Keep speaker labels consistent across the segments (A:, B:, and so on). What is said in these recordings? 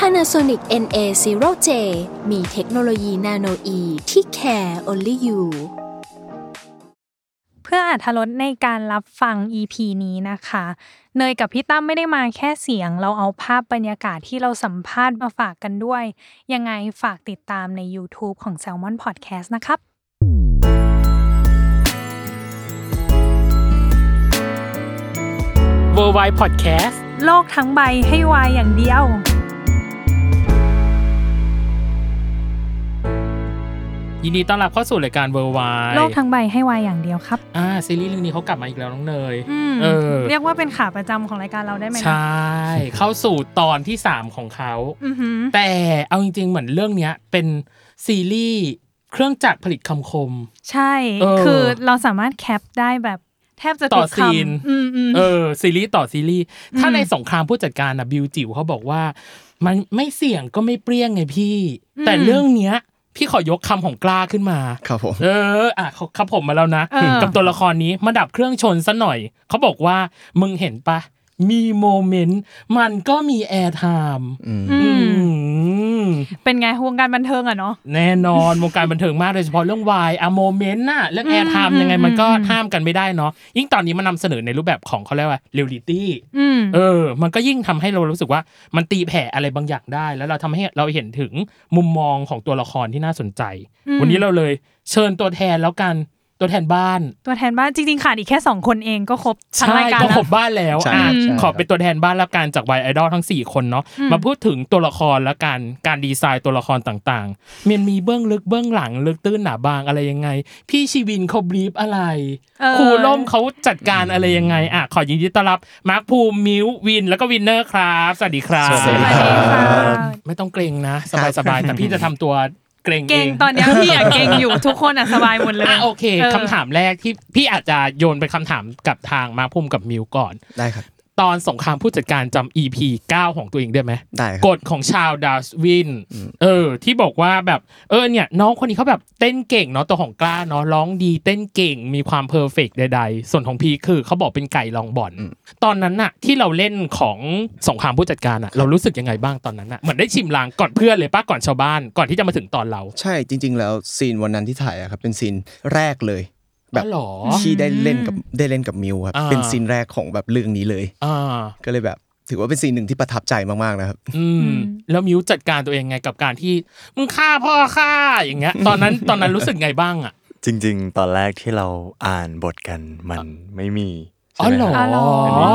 A: Panasonic NA0J มีเทคโนโลยีนาโนอีที่ care only you
B: เพื่ออาธรตในการรับฟัง EP นี้นะคะ เนยกับพี่ตั้มไม่ได้มาแค่เสียง เราเอาภาพบรรยากาศที่เราสัมภาษณ์มาฝากกันด้วย ยังไงฝากติดตามใน YouTube ของ Salmon Podcast นะครับ
C: w o r l d w i d e Podcast
B: โลกทั้งใบให้วายอย่างเดียว
C: ยินดีต้อนรับเข้าสู่รายการ w o r l d w i d e
B: โลกทั้งใบให้วายอย่างเดียวครับ
C: อ่าซีรีส์เรื่องนี้เขากลับมาอีกแล้วน้องเนย
B: อืม
C: เออ
B: เรียกว่าเป็นขาประจำของรายการเราได้ไหมนะ
C: ใช่ เข้าสู่ตอนที่ 3 ของเขา
B: อือหือ
C: แต่เอาจริง ๆ เหมือนเรื่องเนี้ยเป็นซีรีส์เครื่องจักรผลิตคำคม
B: ใช่
C: เออ
B: คือเราสามารถแคปได้แบบแทบจะ
C: ต่
B: ทุ
C: อกซี
B: คน ำอืมอืม
C: เออซีรีส์ต่อซีรีส์ถ้า
B: อืม
C: ในสงครามผู้จัดการนะบิวจิ๋วเขาบอกว่า มันไม่เสี่ยงก็ไม่เปรี้ยงไงพี่ แต่เรื่องเนี้ย พี่ขอยกคำของกล้าขึ้นมา
D: ครับผม
C: เออ อ่ะเขาครับผมมาแล้วนะ
B: เออ
C: กับตัวละครนี้มาดับเครื่องชนซะหน่อย เขาบอกว่ามึงเห็นปะ มีโมเมนต์ มันก็มีแอร์ไทม์
D: อืม
B: อืม
C: ม
B: เป็นไงวงการบันเทิงอะเนาะ
C: แน่นอน วงการบันเทิงมากโดยเฉพาะเรื่องวายอะโมเมนต์น่ะ เรื่องแอร์ไทม์ยังไงมันก็ห้ามกันไม่ได้เนาะ ยิ่งตอนนี้มันนำเสนอในรูปแบบของเขาเรียกว่าเรียลลิตี้
B: อืม
C: เออ มันก็ยิ่งทำให้เรารู้สึกว่ามันตีแผ่อะไรบางอย่างได้ แล้วเราทำให้เราเห็นถึงมุมมองของตัวละครที่น่าสนใจ
B: อืม
C: วันนี้เราเลยเชิญตัวแทนแล้วกัน ตัวแทนบ้าน
B: ตัวแทนบ้านจริงๆขาดอีกแค่สองคนเองก็ครบทั้ง
C: ใช่
B: รายการ
C: ก็
B: แล้
C: ข
B: ว
C: บบ้านแล้ว
D: ใช่
C: อ่ะ
D: ใช่
C: ขอเป็นตัวแทนบ้านละกันจากไวไอดอลทั้ง 4 คนเนาะ
B: อืม
C: มาพูดถึงตัวละครละกันการดีไซน์ตัวละครต่างๆ มันมีเบื้องลึกเบื้องหลังลึกตื้นหนาบางอะไรยังไง พี่ชีวินเขาบรีฟอะไร
B: เออ
C: ครูล่มเขาจัดการอะไรยังไงอ่ะขอยินดีต้อนรับมาร์คภูมิมิววินแล้วก็วินเนอร์ครับสวัสดีครับ
D: สวัสดีครับ
C: ไม่ต้องเกรงนะ สบายๆแต่พี่จะทำตัวเกรง
B: เก่ง
C: เอง
B: ตอนเนี้ยพี่อะเก่งอยู่ทุกคนอะสบายหมดเลย
C: อ่ะโอเค
B: เออ
C: คำถามแรกที่พี่อาจจะโยนเป็นคำถามกับทางมาร์คภูมิกับมิวก่อน
D: ได้ครับ
C: ตอนสงครามผู้จัดการจำ EP 9 ของตัวเองได้ไหม
D: ได้ค
C: ก
D: รับ
C: ฎของชาวดาสวิน เออ ที่บอกว่าแบบ เออเนี่ย น้องคนนี้เขาแบบเต้นเก่งเนาะตัวของกล้าเนาะร้องดีเต้นเก่งมีความเพอร์เฟกใดๆ ส่วนของพีคือเขาบอกเป็นไก่ลองบอล
D: อืม
C: ตอนนั้นน่ะ ที่เราเล่นของสงครามผู้จัดการอะเรารู้สึกยังไงบ้างตอนนั้นอะเหมือนได้ชิมลางก่อนเพื่อนเลยป้าก่อนชาวบ้านก่อนที่จะมาถึงตอนเรา
D: ใช่จริง ๆ แล้วซีนวันนั้นที่ถ่ายอะครับเป็นซีนแรกเลย แบบ
C: อ๋อเหรอ
D: ที่ได้เล่นกับได้เล่นกับมิวครับ
C: อ่า
D: เป็นซีนแรกของแบบเรื่องนี้เลย
C: อ่า
D: ก็เลยแบบ ถือว่าเป็นซีนหนึ่งที่ประทับใจมากๆนะครับ
C: อืมแล้วมิวจัดการตัวเองไงกับการที่มึงฆ่าพ่อฆ่าอย่างเงี้ย ตอนนั้นตอนนั้นรู้สึกไงบ้างอ่ะ
E: จริงๆ ตอนแรกที่เราอ่านบทกันมันไม่มี
C: อ๋
E: ใช่
C: อ
E: ไม
C: เหรอ
E: คบ
B: เหรอ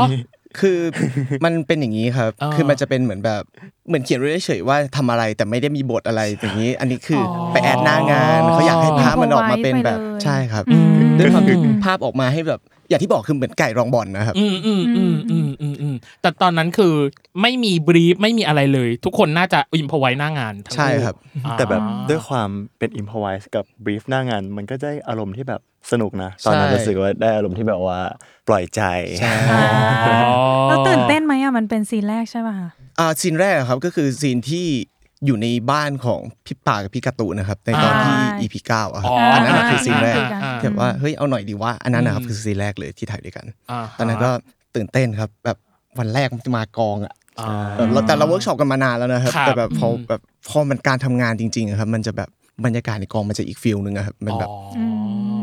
D: คือ มันเป็นอย่างนี้ครับ
C: อ่า
D: คือมันจะเป็นเหมือนแบบเหมือนเขียนไว้เฉยๆว่าทำอะไรแต่ไม่ได้มีบทอะไรอย่างนี้ อันนี้คืออ
B: อ
D: ไปแอดหน้างานเขาอยากให้ภาพมันออกมาเป็นแบบ
B: เอาไว้ไปเลย
D: ใช่ครับ
C: อืม
D: ด้วยความที่ภาพออกมาให้แบบอย่างที่บอกคือเหมือนไก่รองบอลนะครับ
C: อืมอืมอืมอืมอืมอืมแต่ตอนนั้นคือไม่มีบรีฟไม่มีอะไรเลย ทุกคนน่าจะอิมพอไว้หน้างานทั้ง
D: ใช่ครับ
C: อ่า
E: แต่แบบด้วยความเป็นอิมพอ i s e กับบรีฟหน้างาน มันก็ได้อารมณ์ที่แบบสนุกนะ ตอนนั้น
D: ใช่
E: รู้สึกว่าได้อารมณ์ที่แบบว่าปล่อยใจ
D: ใช่
B: เราตื่นเต้นไหมอะมันเป็นซีนแรกใช่ป่ะคะ
D: อ่าซีนแรกอะครับก็คือซีนที่อยู่ในบ้านของพี่ป่ากับพี่การะตูนนะครับ ในตอนที่
B: อ่า
D: EP 9อะครับ
C: อ๋ออั
D: อันนั้นอะคือซีนแรก
C: อ่าอ่าอ่า
D: ที่แบบว่าเฮ้ยเอาหน่อยดีว่าอันนั้นนะครับ
C: อืม
D: คือซีนแรกเลยที่ถ่ายด้วยกัน
C: อ่าฮะ
D: ตอนนั้นก็ตื่นเต้นครับ แบบวันแรกมันจะมากองอะ
C: อ่า
D: แบบเราแต่เราเวิร์กช็อปกันมานานแล้วนะครับ
C: ครับ
D: แต่แบบพออ
C: ม
D: แบบพอมันการทำงานจริงๆอะครับมันจะแบบบรรยากาศในกองมันจะอีกฟิลนึงอะครับมันแบบ
C: อ๋ออ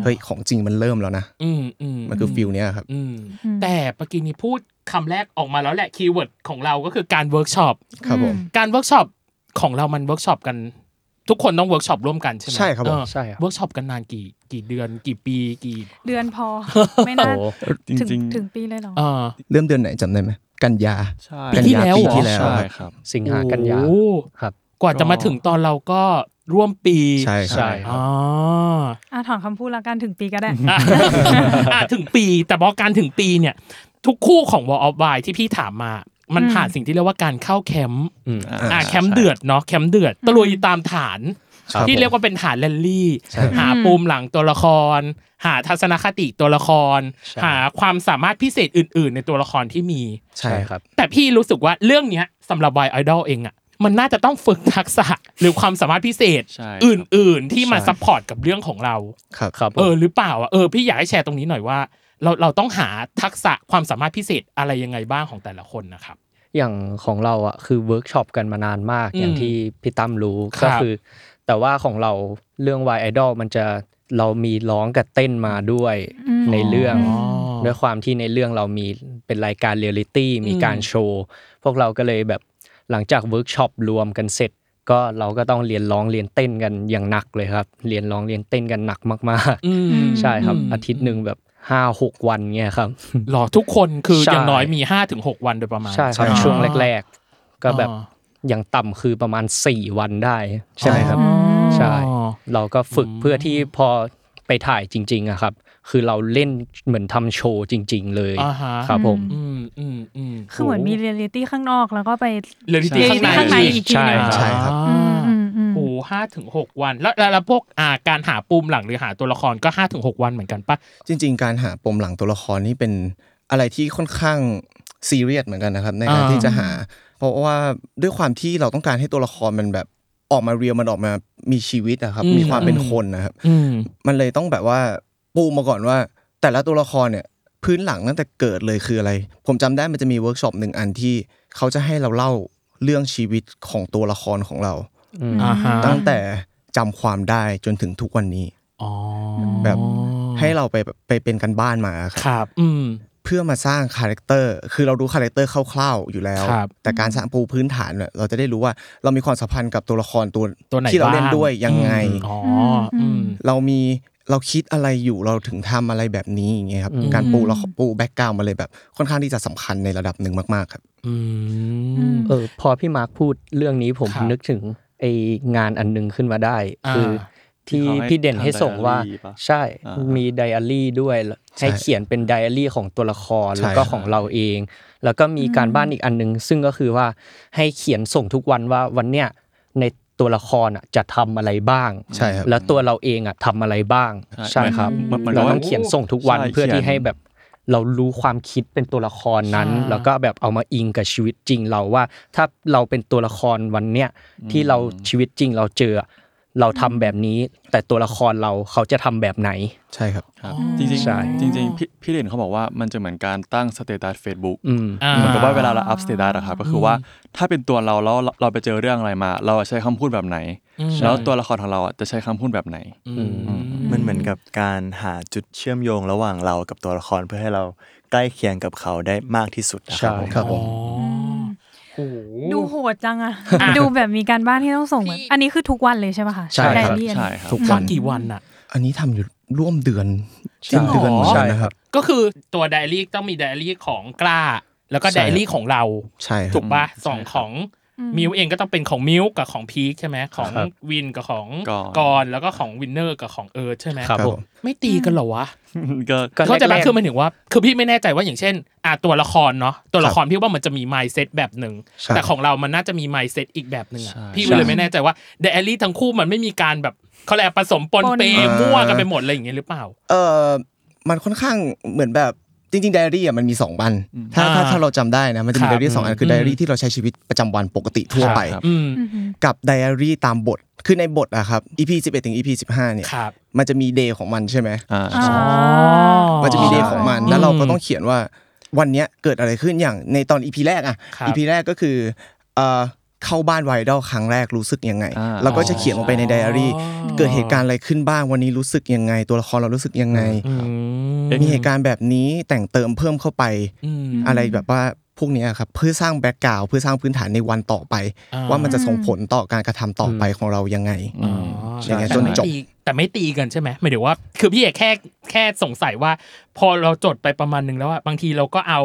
D: เฮ้ยของจริงมันเริ่มแล้วนะ
C: อืมอืม
D: มันคือฟิลเนี้ยครับ
C: อืม
B: อืม
C: แต่ปกินี้พูดคำแรกออกมาแล้วแหละคีย์เวิร์ดของเราก็คือการเวิร์กช็อป
D: ครับผม
C: การเวิร์กช็อปของเรามันเวิร์กช็อปกัน ทุกคนต้องเวิร์กช็อปร่วมกันใช่ไหม
D: ใช่ครับผม
C: เออเวิร์กช็อปกันนานกี่กี่เดือนกี่ปีกี่
B: เดือนพอ ไม่น่า
E: จริง
B: ถึง
E: จริง
B: ถึงปีเลยเหรอ
C: เออ
D: เริ่มเดือนไหนจำได้ไหมกันยา
E: ใช่
C: ปี
D: กัน
C: ที่
D: ยา
C: แล้ว
D: ปี
C: เหรอ
D: ที่แล้วค
E: ใช่
D: รับ
E: ครับ
F: สิงหากันยา
C: โอ้โห
F: ครับ
C: กว่าจะมาถึงตอนเราก็ร่วมปี
D: ใช่ครับ
F: ใช่ครับ
C: อ๋อ
B: อ่ะถอนคำพูดละกันถึงปีก็ได้
C: อ่ะ อ่ะถึงปีแต่พอการถึงปีเนี่ย ทุกคู่ของ Wall of Wine ที่พี่ถามมา มัน
B: อืม
C: ผ่านสิ่งที่เรียกว่าการเข้าแคมป์
G: อืม
C: อ่า
D: อ่า
C: แคมป์เดือดเนาะแคมป์เดือดตะลุยตามฐาน
D: ครับ
C: ที่
D: ผม
C: เรียกว่าเป็นฐานแรลลี่
G: ใช่
C: หาปูมหลังตัวละคร หาทัศนคติตัวละคร
G: ใช่
C: หาความสามารถพิเศษอื่น ๆ ในตัวละครที่มี
G: ใช่ครับ
C: แต่พี่รู้สึกว่าเรื่องเนี้ยสำหรับวัยไอดอลเองอะมันน่าจะต้องฝึกทักษะหรือความสามารถพิเศษ
G: ใช่ครับ
C: อื่น ๆ ที่มา
G: ใช่
C: ซัพพอร์ตกับเรื่องของเรา
D: ครับ
G: ครับผม
C: เออหรือเปล่าอ่ะเออพี่อยากให้แชร์ตรงนี้หน่อยว่า เราเราต้องหาทักษะความสามารถพิเศษอะไรยังไงบ้างของแต่ละคนนะครับ
G: อย่างของเราอ่ะคือเวิร์กช็อปกันมานานมาก
C: อืม
G: อย่างที่พี่ตั้มรู้
C: ครับ
G: ก็คือ แต่ว่าของเราเรื่องวายไอดอลมันจะเรามีร้องกับเต้นมาด้วย
B: อืม
G: ในเรื่อง
B: อ๋อ
G: ด้วยความที่ในเรื่องเรามีเป็นรายการเรียลลิตี้มีการโชว์ พวกเราก็เลยแบบหลังจากเวิร์กช็อปรวมกันเสร็จ ก็เราก็ต้องเรียนร้องเรียนเต้นกันอย่างหนักเลยครับ เรียนร้องเรียนเต้นกันหนักมาก
C: อืม
G: ๆ ใช่ครับ
C: อืม
G: อาทิตย์หนึ่งแบบห้าหกวันเงี้ยครับ
C: หรอทุกคนคือ
G: ใช่
C: อย่างน้อยมี5้าถึงหวันโดยประมาณ
G: ใช่ครับ
C: ไหม
G: ช่วงแรก ๆ ก็แบบ
C: อ๋อ
G: อย่างต่ำคือประมาณ 4 วันได้ ใช่ไหมครับ
C: อ๋อ
G: ใช่ เราก็ฝึกเพื่อที่พอไปถ่ายจริงๆอะครับ คือเราเล่นเหมือนทำโชว์จริง ๆ เลย
C: อ่าฮะ
G: ครับผม
C: อืมอืมอืม
B: คือเหมือนมีเรียลลิตี้ข้างนอกแล้วก็ไป
C: เรียลลิตี้
B: reality
C: ข้างใน
B: ข้างในอีกทีหนึ่ง
D: ใช่ครับ
C: อ่า
B: อืมอืม
C: โอ้ห้าถึงหกวัน แล้วแล้วแล้วพวกอ่าการหาปูมหลังหรือหาตัวละครก็ห้าถึงหกวันเหมือนกันปะ
D: จริง ๆ การหาปมหลังตัวละครนี่เป็นอะไรที่ค่อนข้างซีเรียสเหมือนกันนะครับ ในการ
C: อ่า
D: ที่จะหา เพราะว่าด้วยความที่เราต้องการให้ตัวละครมันแบบออกมาเรียลมันออกมามีชีวิตนะครับ มีความเป็นคนนะครับ
C: อืม
D: มันเลยต้องแบบว่าปูมาก่อนว่า แต่ละตัวละครเนี่ย พื้นหลังตั้งแต่เกิดเลยคืออะไร ผมจำได้มันจะมีเวิร์กช็อปหนึ่งอันที่เขาจะให้เราเล่าเรื่องชีวิตของตัวละครของเรา
C: อ่าฮะ
D: ตั้งแต่จำความได้จนถึงทุกวันนี้
C: อ๋อ
D: แบบให้เราไปแบบไปเป็นกันบ้านมาครับ
C: ครับ อืม
D: เพื่อมาสร้างคาแรคเตอร์ คือเรารู้คาแรคเตอร์คร่าวๆอยู่แล้ว
C: ครับ
D: แต่การสร้างปูพื้นฐานเนี่ยเราจะได้รู้ว่าเรามีความสัมพันธ์กับตัวละครตัว
C: ตัวไหน
D: ที่เราเล่น
C: บ้าง
D: ด้วยยังไง
C: อ๋ออืม
D: เรามีเราคิดอะไรอยู่เราถึงทำอะไรแบบนี้อย่างเงี้ยครับ การปูเราปูแบ็กกราวมาเลยแบบค่อนข้างที่จะสำคัญในระดับหนึ่งมากๆครับ
C: อื
B: อื
C: ม
B: ม
G: เออพอพี่มาร์คพูดเรื่องนี้ผม
C: ครับ
G: นึกถึงไองานอันนึงขึ้นมาได้
C: อ่า
G: คือที่
E: ที่เขาให้
G: พี่เด่นให้ส่งว่า
E: ทำไดอารี่ปะ
G: ใช่
E: อ่ามี
G: มีไดอารี่ด้วยให้เขียนเป็นไดอารี่ของตัวละคร
D: ใช่
G: แล้วก็
D: ครับ
G: ของเราเอง แล้วก็มีการบ้านอีกอันนึง ซึ่งก็คือว่าให้เขียนส่งทุกวันว่าวันเนี้ยในตัวละครอ่ะจะทำอะไรบ้าง
D: ใช่ครับ
G: แล้วตัวเราเองอ่ะทำอะไรบ้าง ใช่ครับ
E: หมือนหมืน
G: เรา
E: ว่
G: ต้องเขียนส่งทุกวัน
E: ใช่
G: เพื่อที่ให้แบบเรารู้ความคิดเป็นตัวละครนั้น
C: ใช่
G: แล้วก็แบบเอามาอิงกับชีวิตจริงเราว่า ถ้าเราเป็นตัวละครวันเนี้ยที่เราชีวิตจริงเราเจอ เราทำแบบนี้ แต่ตัวละครเราเขาจะทำแบบไหน
D: ใช่ครับ
E: ครับจริง
G: ใช่
E: ๆจริงๆพี่พี่เด่นเขาบอกว่ามันจะเหมือนการตั้งสเตตัส Facebook
G: อืม
C: อ่
E: เหมือนกับว่าเวลาเราอัพสเตตัสอะครับก็คือว่าถ้าเป็นตัวเราแล้วเราไปเจอเรื่องอะไรมา เราจะใช้คำพูดแบบไหน
C: อืม
E: แล้วตัวละครของเราอะจะใช้คำพูดแบบไหน
C: อืม
E: มันเหมือนกับการหาจุดเชื่อมโยงระหว่างเรากับตัวละครเพื่อให้เราใกล้เคียงกับเขาได้มากที่สุดนะครับผม
D: ครับผม
C: อ๋อโอ้โห
B: ดูโหดจังอะดูแบบมีการบ้านที่ต้องส่งเหมือนอันนี้คือทุกวันเลยใช่ป่ะคะ
G: ใช่ครับ
B: ไดอารี่อันนี้
E: ใช่ครับ
D: ทุกวั
C: ทำ
D: น
C: กี่วันอะ
D: อันนี้ทำอยู่ร่วมเดือน
G: จริ
D: เดื
G: ง
D: นเดื
G: เหรอ
D: อนเหมือนกันนะครับ
C: ก็คือตัวไดอารี่ต้องมีไดอารี่ของกล้า แล้วก็
D: ใช่
C: ได
D: ครับ
C: อารี่ของเรา
D: ใช่ครั
C: ถู
D: บ
C: กปะสองของมิวเองก็ต้องเป็นของมิวกับของพีคใช่ไหมของ
G: ครับ
C: วินกับของ
E: กอน
C: กอน แล้วก็ของวินเนอร์กับของเอิร์ธใช่ไหม
G: ครับ
D: ครับ
G: ผ
D: ผม ม
C: ไม่ตีกันเหรอวะ
E: ก็
G: ก็
C: เข้าใจ
G: แร
C: ปะ
G: กๆ
C: คือมันถึงว่า คือพี่ไม่แน่ใจว่าอย่างเช่นอ่ะตัวละครเนาะตัวละครพี่ว่ามันจะมีไมซ์เซตแบบหนึ่ง
D: ใช่
C: แต่ของเรามันน่าจะมีไมซ์เซตอีกแบบหนึ่งอะ
E: ใช่
C: พี่ก็เลยไม่แน่ใจว่าเดอารี่ทั้งคู่มันไม่มีการแบบเขาเรียกอะไรผสมปน
B: ปน
C: เปมั่วกันไปหมดอะไรอย่างเงี้ยหรือเปล่า
D: เออมันค่อนข้างเหมือนแบบจริงๆไดอารี่อ่ะมันมีสองวันถ้าถ้า
C: อ่า
D: ถ้าเราจำได้นะมันจะมี
C: ครับ
D: ไดอารี่สองอันคือ
C: ม
D: ไดอารี่ที่เราใช้ชีวิตประจำวันปกติทั่วไป
E: ครับ
C: อืม
D: กับไดอารี่ตามบทคือในบทอะครับ EP 11ถึง EP 15เนี่ย
C: ครับ
D: มันจะมีเดย์ของมันใช่ไหม
E: อ่า
B: อ๋อ
D: มันจะมีเดย์ของมัน แล้วเราก็ต้อง
C: ม
D: เขียนว่าวันเนี้ยเกิดอะไรขึ้นอย่างในตอน EP แรกอะ
C: ครับ
D: EP แรกก็คือเอ่อเข้าบ้านไวดอลครั้งแรกรู้สึกยังไง
E: อ่า
D: เราก็จะเขียนลงไปในไดอารี่เกิดเหตุการณ์อะไรขึ้นบ้างวันนี้รู้สึกยังไง ตัวละครเรารู้สึกยังไง
C: อืม
D: มีเหตุการณ์แบบนี้แต่งเติมเพิ่มเข้าไป
C: อืม
D: อะไรแบบว่าพวกเนี้ยครับเพื่อสร้างแบ็กกราวเพื่อสร้างพื้นฐานในวันต่อไป
C: อ่า
D: ว่ามันจะส่งผลต่อการกระทำต่อไปของเรายังไง
C: อ๋อ
D: อย่างเงี้ย
C: แต่
D: จน
C: ไม่
D: จบ
C: ตีแต่ไม่ตีกันใช่ไหมหมายถึงว่า คือพี่เอกแค่แค่สงสัยว่า พอเราจดไปประมาณหนึงแล้วอะบางทีเราก็เอา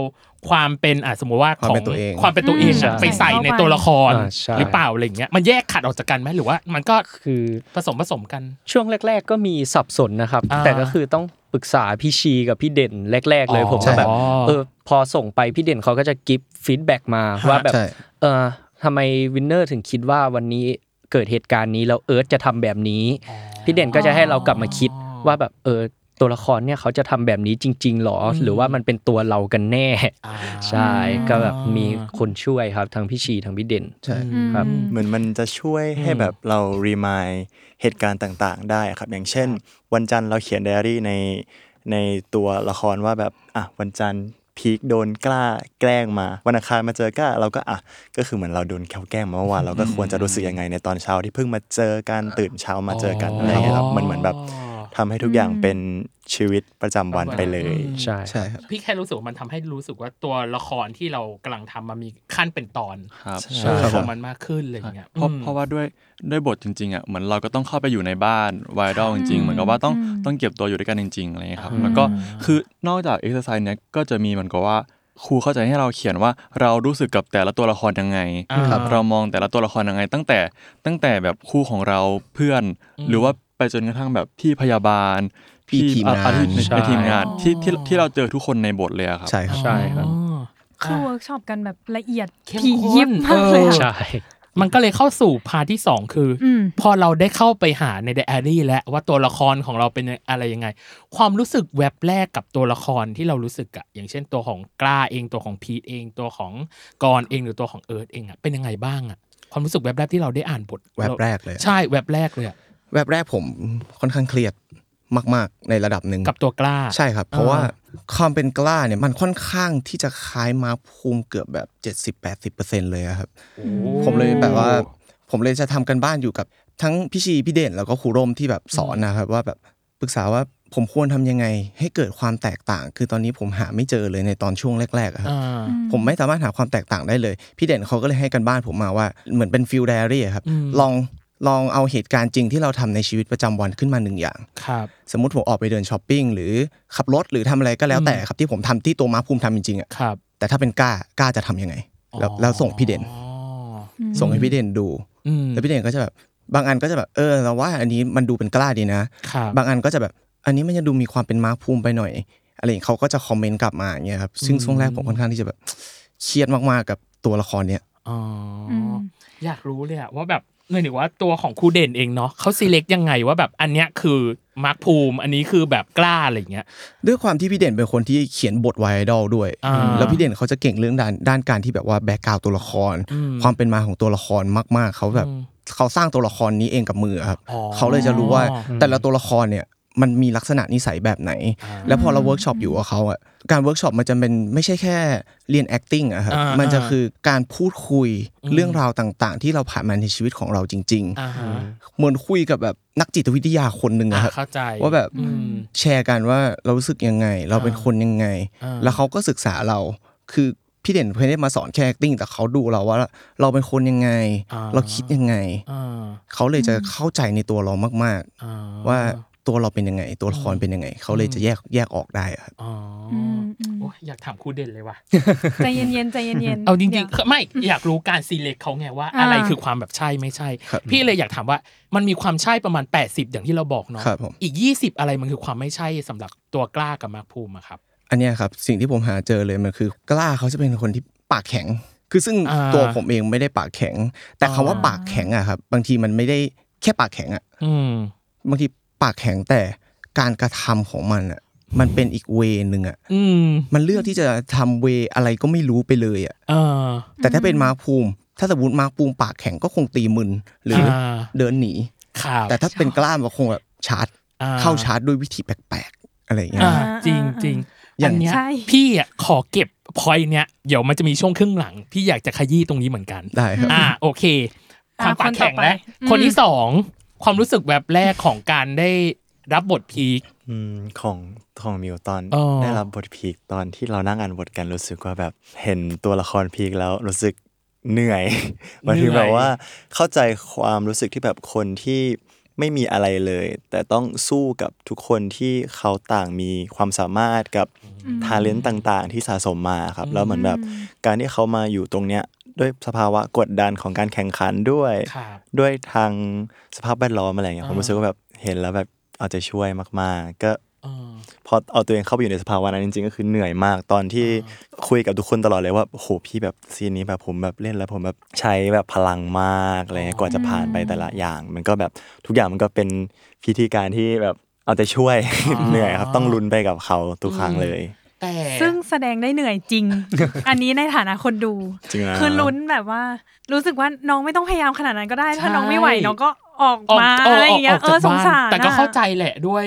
C: ความเป็นอ่ะสมมติว่า
D: ค
C: ข
D: วาม
C: อง
D: เป็นตัวเอง
C: ความเป็นตัวเองอะ
G: ใช่
C: ไปใส่ในตัวละคร
G: อ่าใช่
C: หรือเปล่าอะไรอย่างเงี้ยมันแยกขัดออกจากกันไหมหรือว่า มันก็
G: คือ
C: ผสมผสมกัน
G: ช่วงแรก ๆ ก็มีสับสนนะครับ
C: อ่า
G: แต่ก็คือต้อง ปรึกษาพี่ชีกับพี่เด่นแรก ๆ เลย
C: อ๋อ
G: ผมก็แบบ
C: ใช่
G: เออพอส่งไปพี่เด่นเขาก็จะกิฟฟีดแบ็กมาว่าแบบ
D: ใช่
G: เออทำไมวินเนอร์ถึงคิดว่าวันนี้เกิดเหตุการณ์นี้แล้วเอิร์ธจะทำแบบนี้ พี่เด่นก็จะให้เรากลับมาคิดว่าแบบเออตัวละครเนี่ยเขาจะทำแบบนี้จริง ๆหรอ หรือว่ามันเป็นตัวเรากันแน่
C: อ่า
G: ใช่ก็แบบมีคนช่วยครับทั้งพี่ชีทั้งพี่เด่น
D: ใช่
G: ครับ
E: เหมือนมันจะช่วยให้แบบเรารีมายเหตุการณ์ต่างๆ ได้ครับ อย่างเช่น วันจันทร์เราเขียนไดอารี่ในในตัวละครว่าแบบอ่ะวันจันทร์พีคโดนกล้าแกล้งมาวันอังคารมาเจอกล้าเราก็อ่ะก็คือเหมือนเราโดนแกล้งมาเมื่อวานเราก็ควรจะรู้สึกยังไงในตอนเช้าที่เพิ่งมาเจอกันตื่นเช้ามาเจอกันอะไรอย่างเงี้ยครับมันเหมือนแบบทำให้ทุกอย่างเป็นชีวิตประจำวันไปเลย
G: ใช่
D: ใช่ครับ
C: พี่แค่รู้สึกว่ามันทำให้รู้สึกว่าตัวละครที่เรากำลังทำมันมีขั้นเป็นตอน
F: ครับ
E: ใช่
C: เออ
D: ครับ
C: ของมันมากขึ้นอะไรอย่างเงี้ย
F: เพราะ
C: อืม
F: เพราะว่าด้วยด้วยบทจริงๆอ่ะเหมือนเราก็ต้องเข้าไปอยู่ในบ้านไวรัลจริงๆเหมือนกับว่าต้อง
B: อืม
F: ต้องเก็บตัวอยู่ด้วยกันจริงๆอะไรอย่างเงี้ยครับ
C: อืม
F: แล้วก็คือนอกจากเอ็กซ์ไซส์เนี้ยก็จะมีเหมือนกับว่าครูเข้าใจให้เราเขียนว่าเรารู้สึกกับแต่ละตัวละครยังไง
C: อ่า
F: เรามองแต่ละตัวละครยังไง ตั้งแต่ตั้งแต่แบบคู่ของเราเพื่อน หรือว่าไปจนกระทั่งแบบพี่พยาบาล
D: พี่ทีมงาน
F: อ่ะที่
G: ใช่
F: ใในทีมงานที่ที่ที่เราเจอทุกคนในบทเลยอะครับ
D: ใช่ครับ
G: ใช่ครับ
C: อ๋อ
B: คือเวิร์กช็อปกันแบบละเอียด
C: เข้ม
B: ถี่ยิบ
C: ข้น
B: มากเลย
C: เออ
B: อะ
G: ใช่
C: มันก็เลยเข้าสู่พาร์ทที่ 2 คืออ
B: อืม
C: พอเราได้เข้าไปหาในไดอารี่แล้วว่าตัวละครของเราเป็นอะไรยังไง ความรู้สึกแวบแรกกับตัวละครที่เรารู้สึกอะอย่างเช่นตัวของกล้าเองตัวของพีทเองตัวของกรเองหรือตัวของเอิร์ธเองอะเป็นยังไงบ้างอะความรู้สึกแวบแรกที่เราได้อ่านบท
D: แวบแรกเลยอะ
C: ใช่แวบแรกเลยอะ
D: แวบแรกผมค่อนข้างเครียดมากๆในระดับหนึ่ง
C: กับตัวกล้า
D: ใช่ครับ เพราะว่าความเป็นกล้าเนี่ยมันค่อนข้างที่จะคล้ายมาภูมิเกือบแบบ 70-80%เลยอะครับ ผมเลยแบบว่า ผมเลยจะทำกันบ้านอยู่กับทั้งพี่ชีพี่เด่นแล้วก็ครูร่มที่แบบสอนนะครับ ว่าแบบปรึกษาว่าผมควรทำยังไง ให้เกิดความแตกต่าง คือตอนนี้ผมหาไม่เจอเลยในตอนช่วงแรกๆอะครับ
C: อ่า
D: ผมไม่สามารถหาความแตกต่างได้เลย พี่เด่นเขาก็เลยให้กันบ้านผมมาว่าเหมือนเป็นฟิลไดอารี่อะครับ
C: อืม
D: ลองลองเอาเหตุการณ์จริงที่เราทำในชีวิตประจำวันขึ้นมาหนึ่งอย่าง
C: ครับ
D: สมมติผมออกไปเดินช้อปปิ้งหรือขับรถหรือทำอะไรก็แล้วแต่
C: อืม
D: ครับที่ผมทำที่ตัวมาภูมิทำจริงๆอะ
C: ครับ
D: แต่ถ้าเป็นกล้ากล้าจะทำยังไง แล้วแล้วส่งพี่เด่น
C: อ๋อ
D: ส่งให้พี่เด่นดู
C: อืม
D: แล้วพี่เด่นก็จะแบบบางอันก็จะแบบเออเราว่าอันนี้มันดูเป็นกล้าดีนะ
C: ครับ
D: บางอันก็จะแบบอันนี้มันจะดูมีความเป็นมาภูมิไปหน่อยอะไรอย่างเงี้ยเขาก็จะคอมเมนต์กลับมาอย่างเงี้ยครับซึ่งช่วงแรกผมค่อนข้างที่จะแบบเครียดมากๆกับตัวละครเนี้ย
C: อ๋ออ
B: ม
C: อยากรู้เลยอะว่าแบบเนื่องจากว่าตัวของครูเด่นเองเนาะเขา select ยังไงว่าแบบอันเนี้ยคือมาร์คภูมิ อันนี้คือแบบกล้าอะไรอย่างเงี้ย
D: ด้วยความที่พี่เด่นเป็นคนที่เขียนบทไวไอดอลด้วย
C: อ่า
D: แล้วพี่เด่นเขาจะเก่งเรื่องด้านด้านการที่แบบว่าแบ็กกราวตัวละคร
C: อืม
D: ความเป็นมาของตัวละครมาก ๆ เขาแบบ
C: อืม
D: เขาสร้างตัวละครนี้เองกับมือครับ
C: อ๋อ
D: เขาเลยจะรู้ว่า
C: อืม
D: แต่ละตัวละครเนี่ยมันมีลักษณะนิสัยแบบไหน
C: อ่า
D: แล้วพอเราเวิร์กช็อปอยู่กับเขาอ่ะการเวิร์กช็อปมันจะเป็นไม่ใช่แค่เรียน acting อะครับ
C: อ่ามั
D: มันจะคือการพูดคุย
C: อืม
D: เรื่องราวต่างๆ ที่เราผ่านมาในชีวิตของเราจริง
C: อ่าฮะ
D: ๆ เหมือนคุยกับแบบนักจิตวิทยาคนหนึ่ง
C: อ่ะ
D: อะครับ
C: เข้าใจ
D: ว่าแบบ
C: อืม
D: แชร์กันว่าเรารู้สึกยังไง เราเป็นคนยังไง
C: อ่า
D: แล้วเขาก็ศึกษาเราคือพี่เด่นเพื่อได้มาสอนแค่ acting แต่เขาดูเราว่าเราเป็นคนยังไง เราคิดยังไง
C: อ่า
D: เขาเลยจะเข้าใจในตัวเรามาก
C: อ่
D: ๆ ว่าตัวเราเป็นยังไง ตัวละครเป็นยังไง เขาเลยจะแยกแยกออกได้อะครับ
C: อ๋ออ
B: มอืม
C: โอ้ยอยากถามครูเด่นเลยว่ะ
B: ใจเย็นๆใจเย็นๆ
C: เอาจริงๆ ไม่อยากรู้การ select เขาไงว่า
B: อ่า
C: อะไรคือความแบบใช่ไม่ใช่ พี่เลยอยากถามว่ามันมีความใช่ประมาณ 80 อย่างที่เราบอกเนาะ
D: ครับผม
C: อีก 20 อะไรมันคือความไม่ใช่สำหรับตัวกล้ากับมาร์คภูมิอะครับ
D: อันเนี้ยครับสิ่งที่ผมหาเจอเลยมันคือกล้าเขาจะเป็นคนที่ปากแข็ง คือซึ่ง
C: อ่า
D: ตัวผมเองไม่ได้ปากแข็ง แต่คำว่า
C: อ่า
D: ปากแข็งอะครับบางทีมันไม่ได้แค่ปากแข็งอะ
C: อืม
D: บางทีปากแข็งแต่การกระทำของมันอ่ะมันเป็นอีกเวย์หนึ่งอ่ะ
C: อืม
D: มันเลือกที่จะทำเวย์อะไรก็ไม่รู้ไปเลยอ่ะ
C: เออ
D: แต่ถ้าเป็นมาร์คภูมิ ถ้าสมมติมาร์คภูมิปากแข็งก็คงตีมึนหรืออา เดินหนี
C: ครับ
D: แต่ถ้าเป็นกล้ามก็คงแบบชาร์จ
C: อ่
D: เข้าชาร์จด้วยวิธีแปลกๆอะไรอย่างเงี้ย
C: อ่าจริงจริง
D: อย่า
C: อั
D: ง
C: นเนี้ย
B: ใช่
C: พี่อ่ะขอเก็บพอยเนี้ยเดี๋ยวมันจะมีช่วงครึ่งหลัง พี่อยากจะขยี้ตรงนี้เหมือนกัน
D: ได้ครับ
C: อ่าโอเคความปากแข็ง
B: คนต่อไป
C: แล้ว
B: อืม
C: คนที่สองความรู้สึกแบบแรกของการได้รับบทพีค
E: อืมของของมิวตอน
C: อ๋อ
E: ได้รับบทพีคตอนที่เรานั่งอ่านบทกันรู้สึกว่าแบบเห็นตัวละครพีคแล้วรู้สึกเหนื่อย มันถึงแบบว่าเข้าใจความรู้สึกที่แบบคนที่ไม่มีอะไรเลย แต่ต้องสู้กับทุกคนที่เขาต่างมีความสามารถกับทาเลนต์ต่างๆ ที่สะสมมาครับแล้วเหมือนแบบการที่เขามาอยู่ตรงเนี้ยด้วยสภาวะกดดันของการแข่งขันด้วย
C: ครับ
E: ด้วยทางสภาพแวดล้อมอะไรเงี้ย
C: อ่า
E: ผมรู้สึกว่าแบบเห็นแล้วแบบเอาใจช่วยมาก ๆ ก็
C: อ่า
E: พอเอาตัวเองเข้าไปอยู่ในสภาวะนั้นจริงๆ ก็คือเหนื่อยมากตอนที่คุยกับทุกคนตลอดเลยว่าโอ้โหพี่แบบซีนนี้แบบผมแบบเล่นแล้วผมแบบใช้แบบพลังมากอะไรเงี้ยกว่าจะผ่านไปแต่ละอย่าง มันก็แบบทุกอย่างมันก็เป็นพิธีการที่แบบเอาแต่ช่วย
C: อ๋อ
E: เหนื่อยครับต้องลุ้นไปกับเขาทุกครั้งเลย
C: แต่
B: ซึ่งแสดงได้เหนื่อยจริง อันนี้ในฐานะคนดู
E: จริงนะ
B: คือลุ้นแบบว่า รู้สึกว่าน้องไม่ต้องพยายามขนาดนั้นก็ได้ ถ้า
C: ใช่
B: น้องไม่ไหวน้องก็ออก
C: ออก
B: มา
C: ออก
B: อะไรอย่างเงี้
C: อย อก
B: เอ
C: จ
B: อสง
C: บ้น
B: สาร
C: แต่ก็
B: อะ
C: เข้าใจแหละด้วย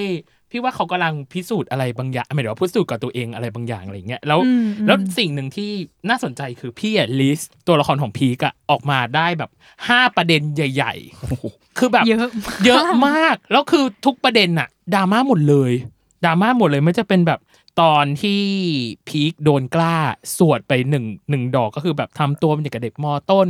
C: พี่ว่าเขากำลังพิสูจน์อะไรบางอย่างหมายถึงว่าพิสูจน์กับตัวเองอะไรบางอย่างอะไรอย่างเงี้ยแล้ว
B: อืม
C: แล้ว
B: อืม
C: สิ่งหนึ่งที่น่าสนใจคือพี่อะลิสต์ตัวละครของพีกอะออกมาได้แบบ 5 ประเด็นใหญ่ๆ คือแบบ
B: เยอะมาก
C: เยอะมาก แล้วคือทุกประเด็นอะดราม่าหมดเลยดราม่าหมดเลยไม่จะเป็นแบบตอนที่พีกโดนกล้าสวดไปหนึ่งหนึ่งดอกก็คือแบบทำตัวเป็นเด็กกับเด็กมอต้น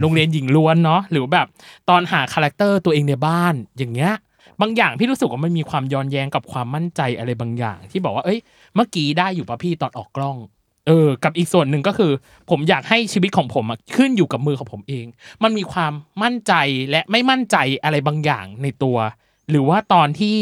C: โรงเรียนหญิงล้วนเนาะหรือแบบตอนหาคาแรคเตอร์ตัวเองในบ้านอย่างเงี้ย บางอย่างพี่รู้สึกว่ามันมีความย้อนแย้งกับความมั่นใจอะไรบางอย่าง ที่บอกว่าเอ้ย เมื่อกี้ได้อยู่ป่ะพี่ตอนออกกล้อง เออ กับอีกส่วนหนึ่งก็คือ ผมอยากให้ชีวิตของผมอะขึ้นอยู่กับมือของผมเอง มันมีความมั่นใจและไม่มั่นใจอะไรบางอย่างในตัว หรือว่าตอนที่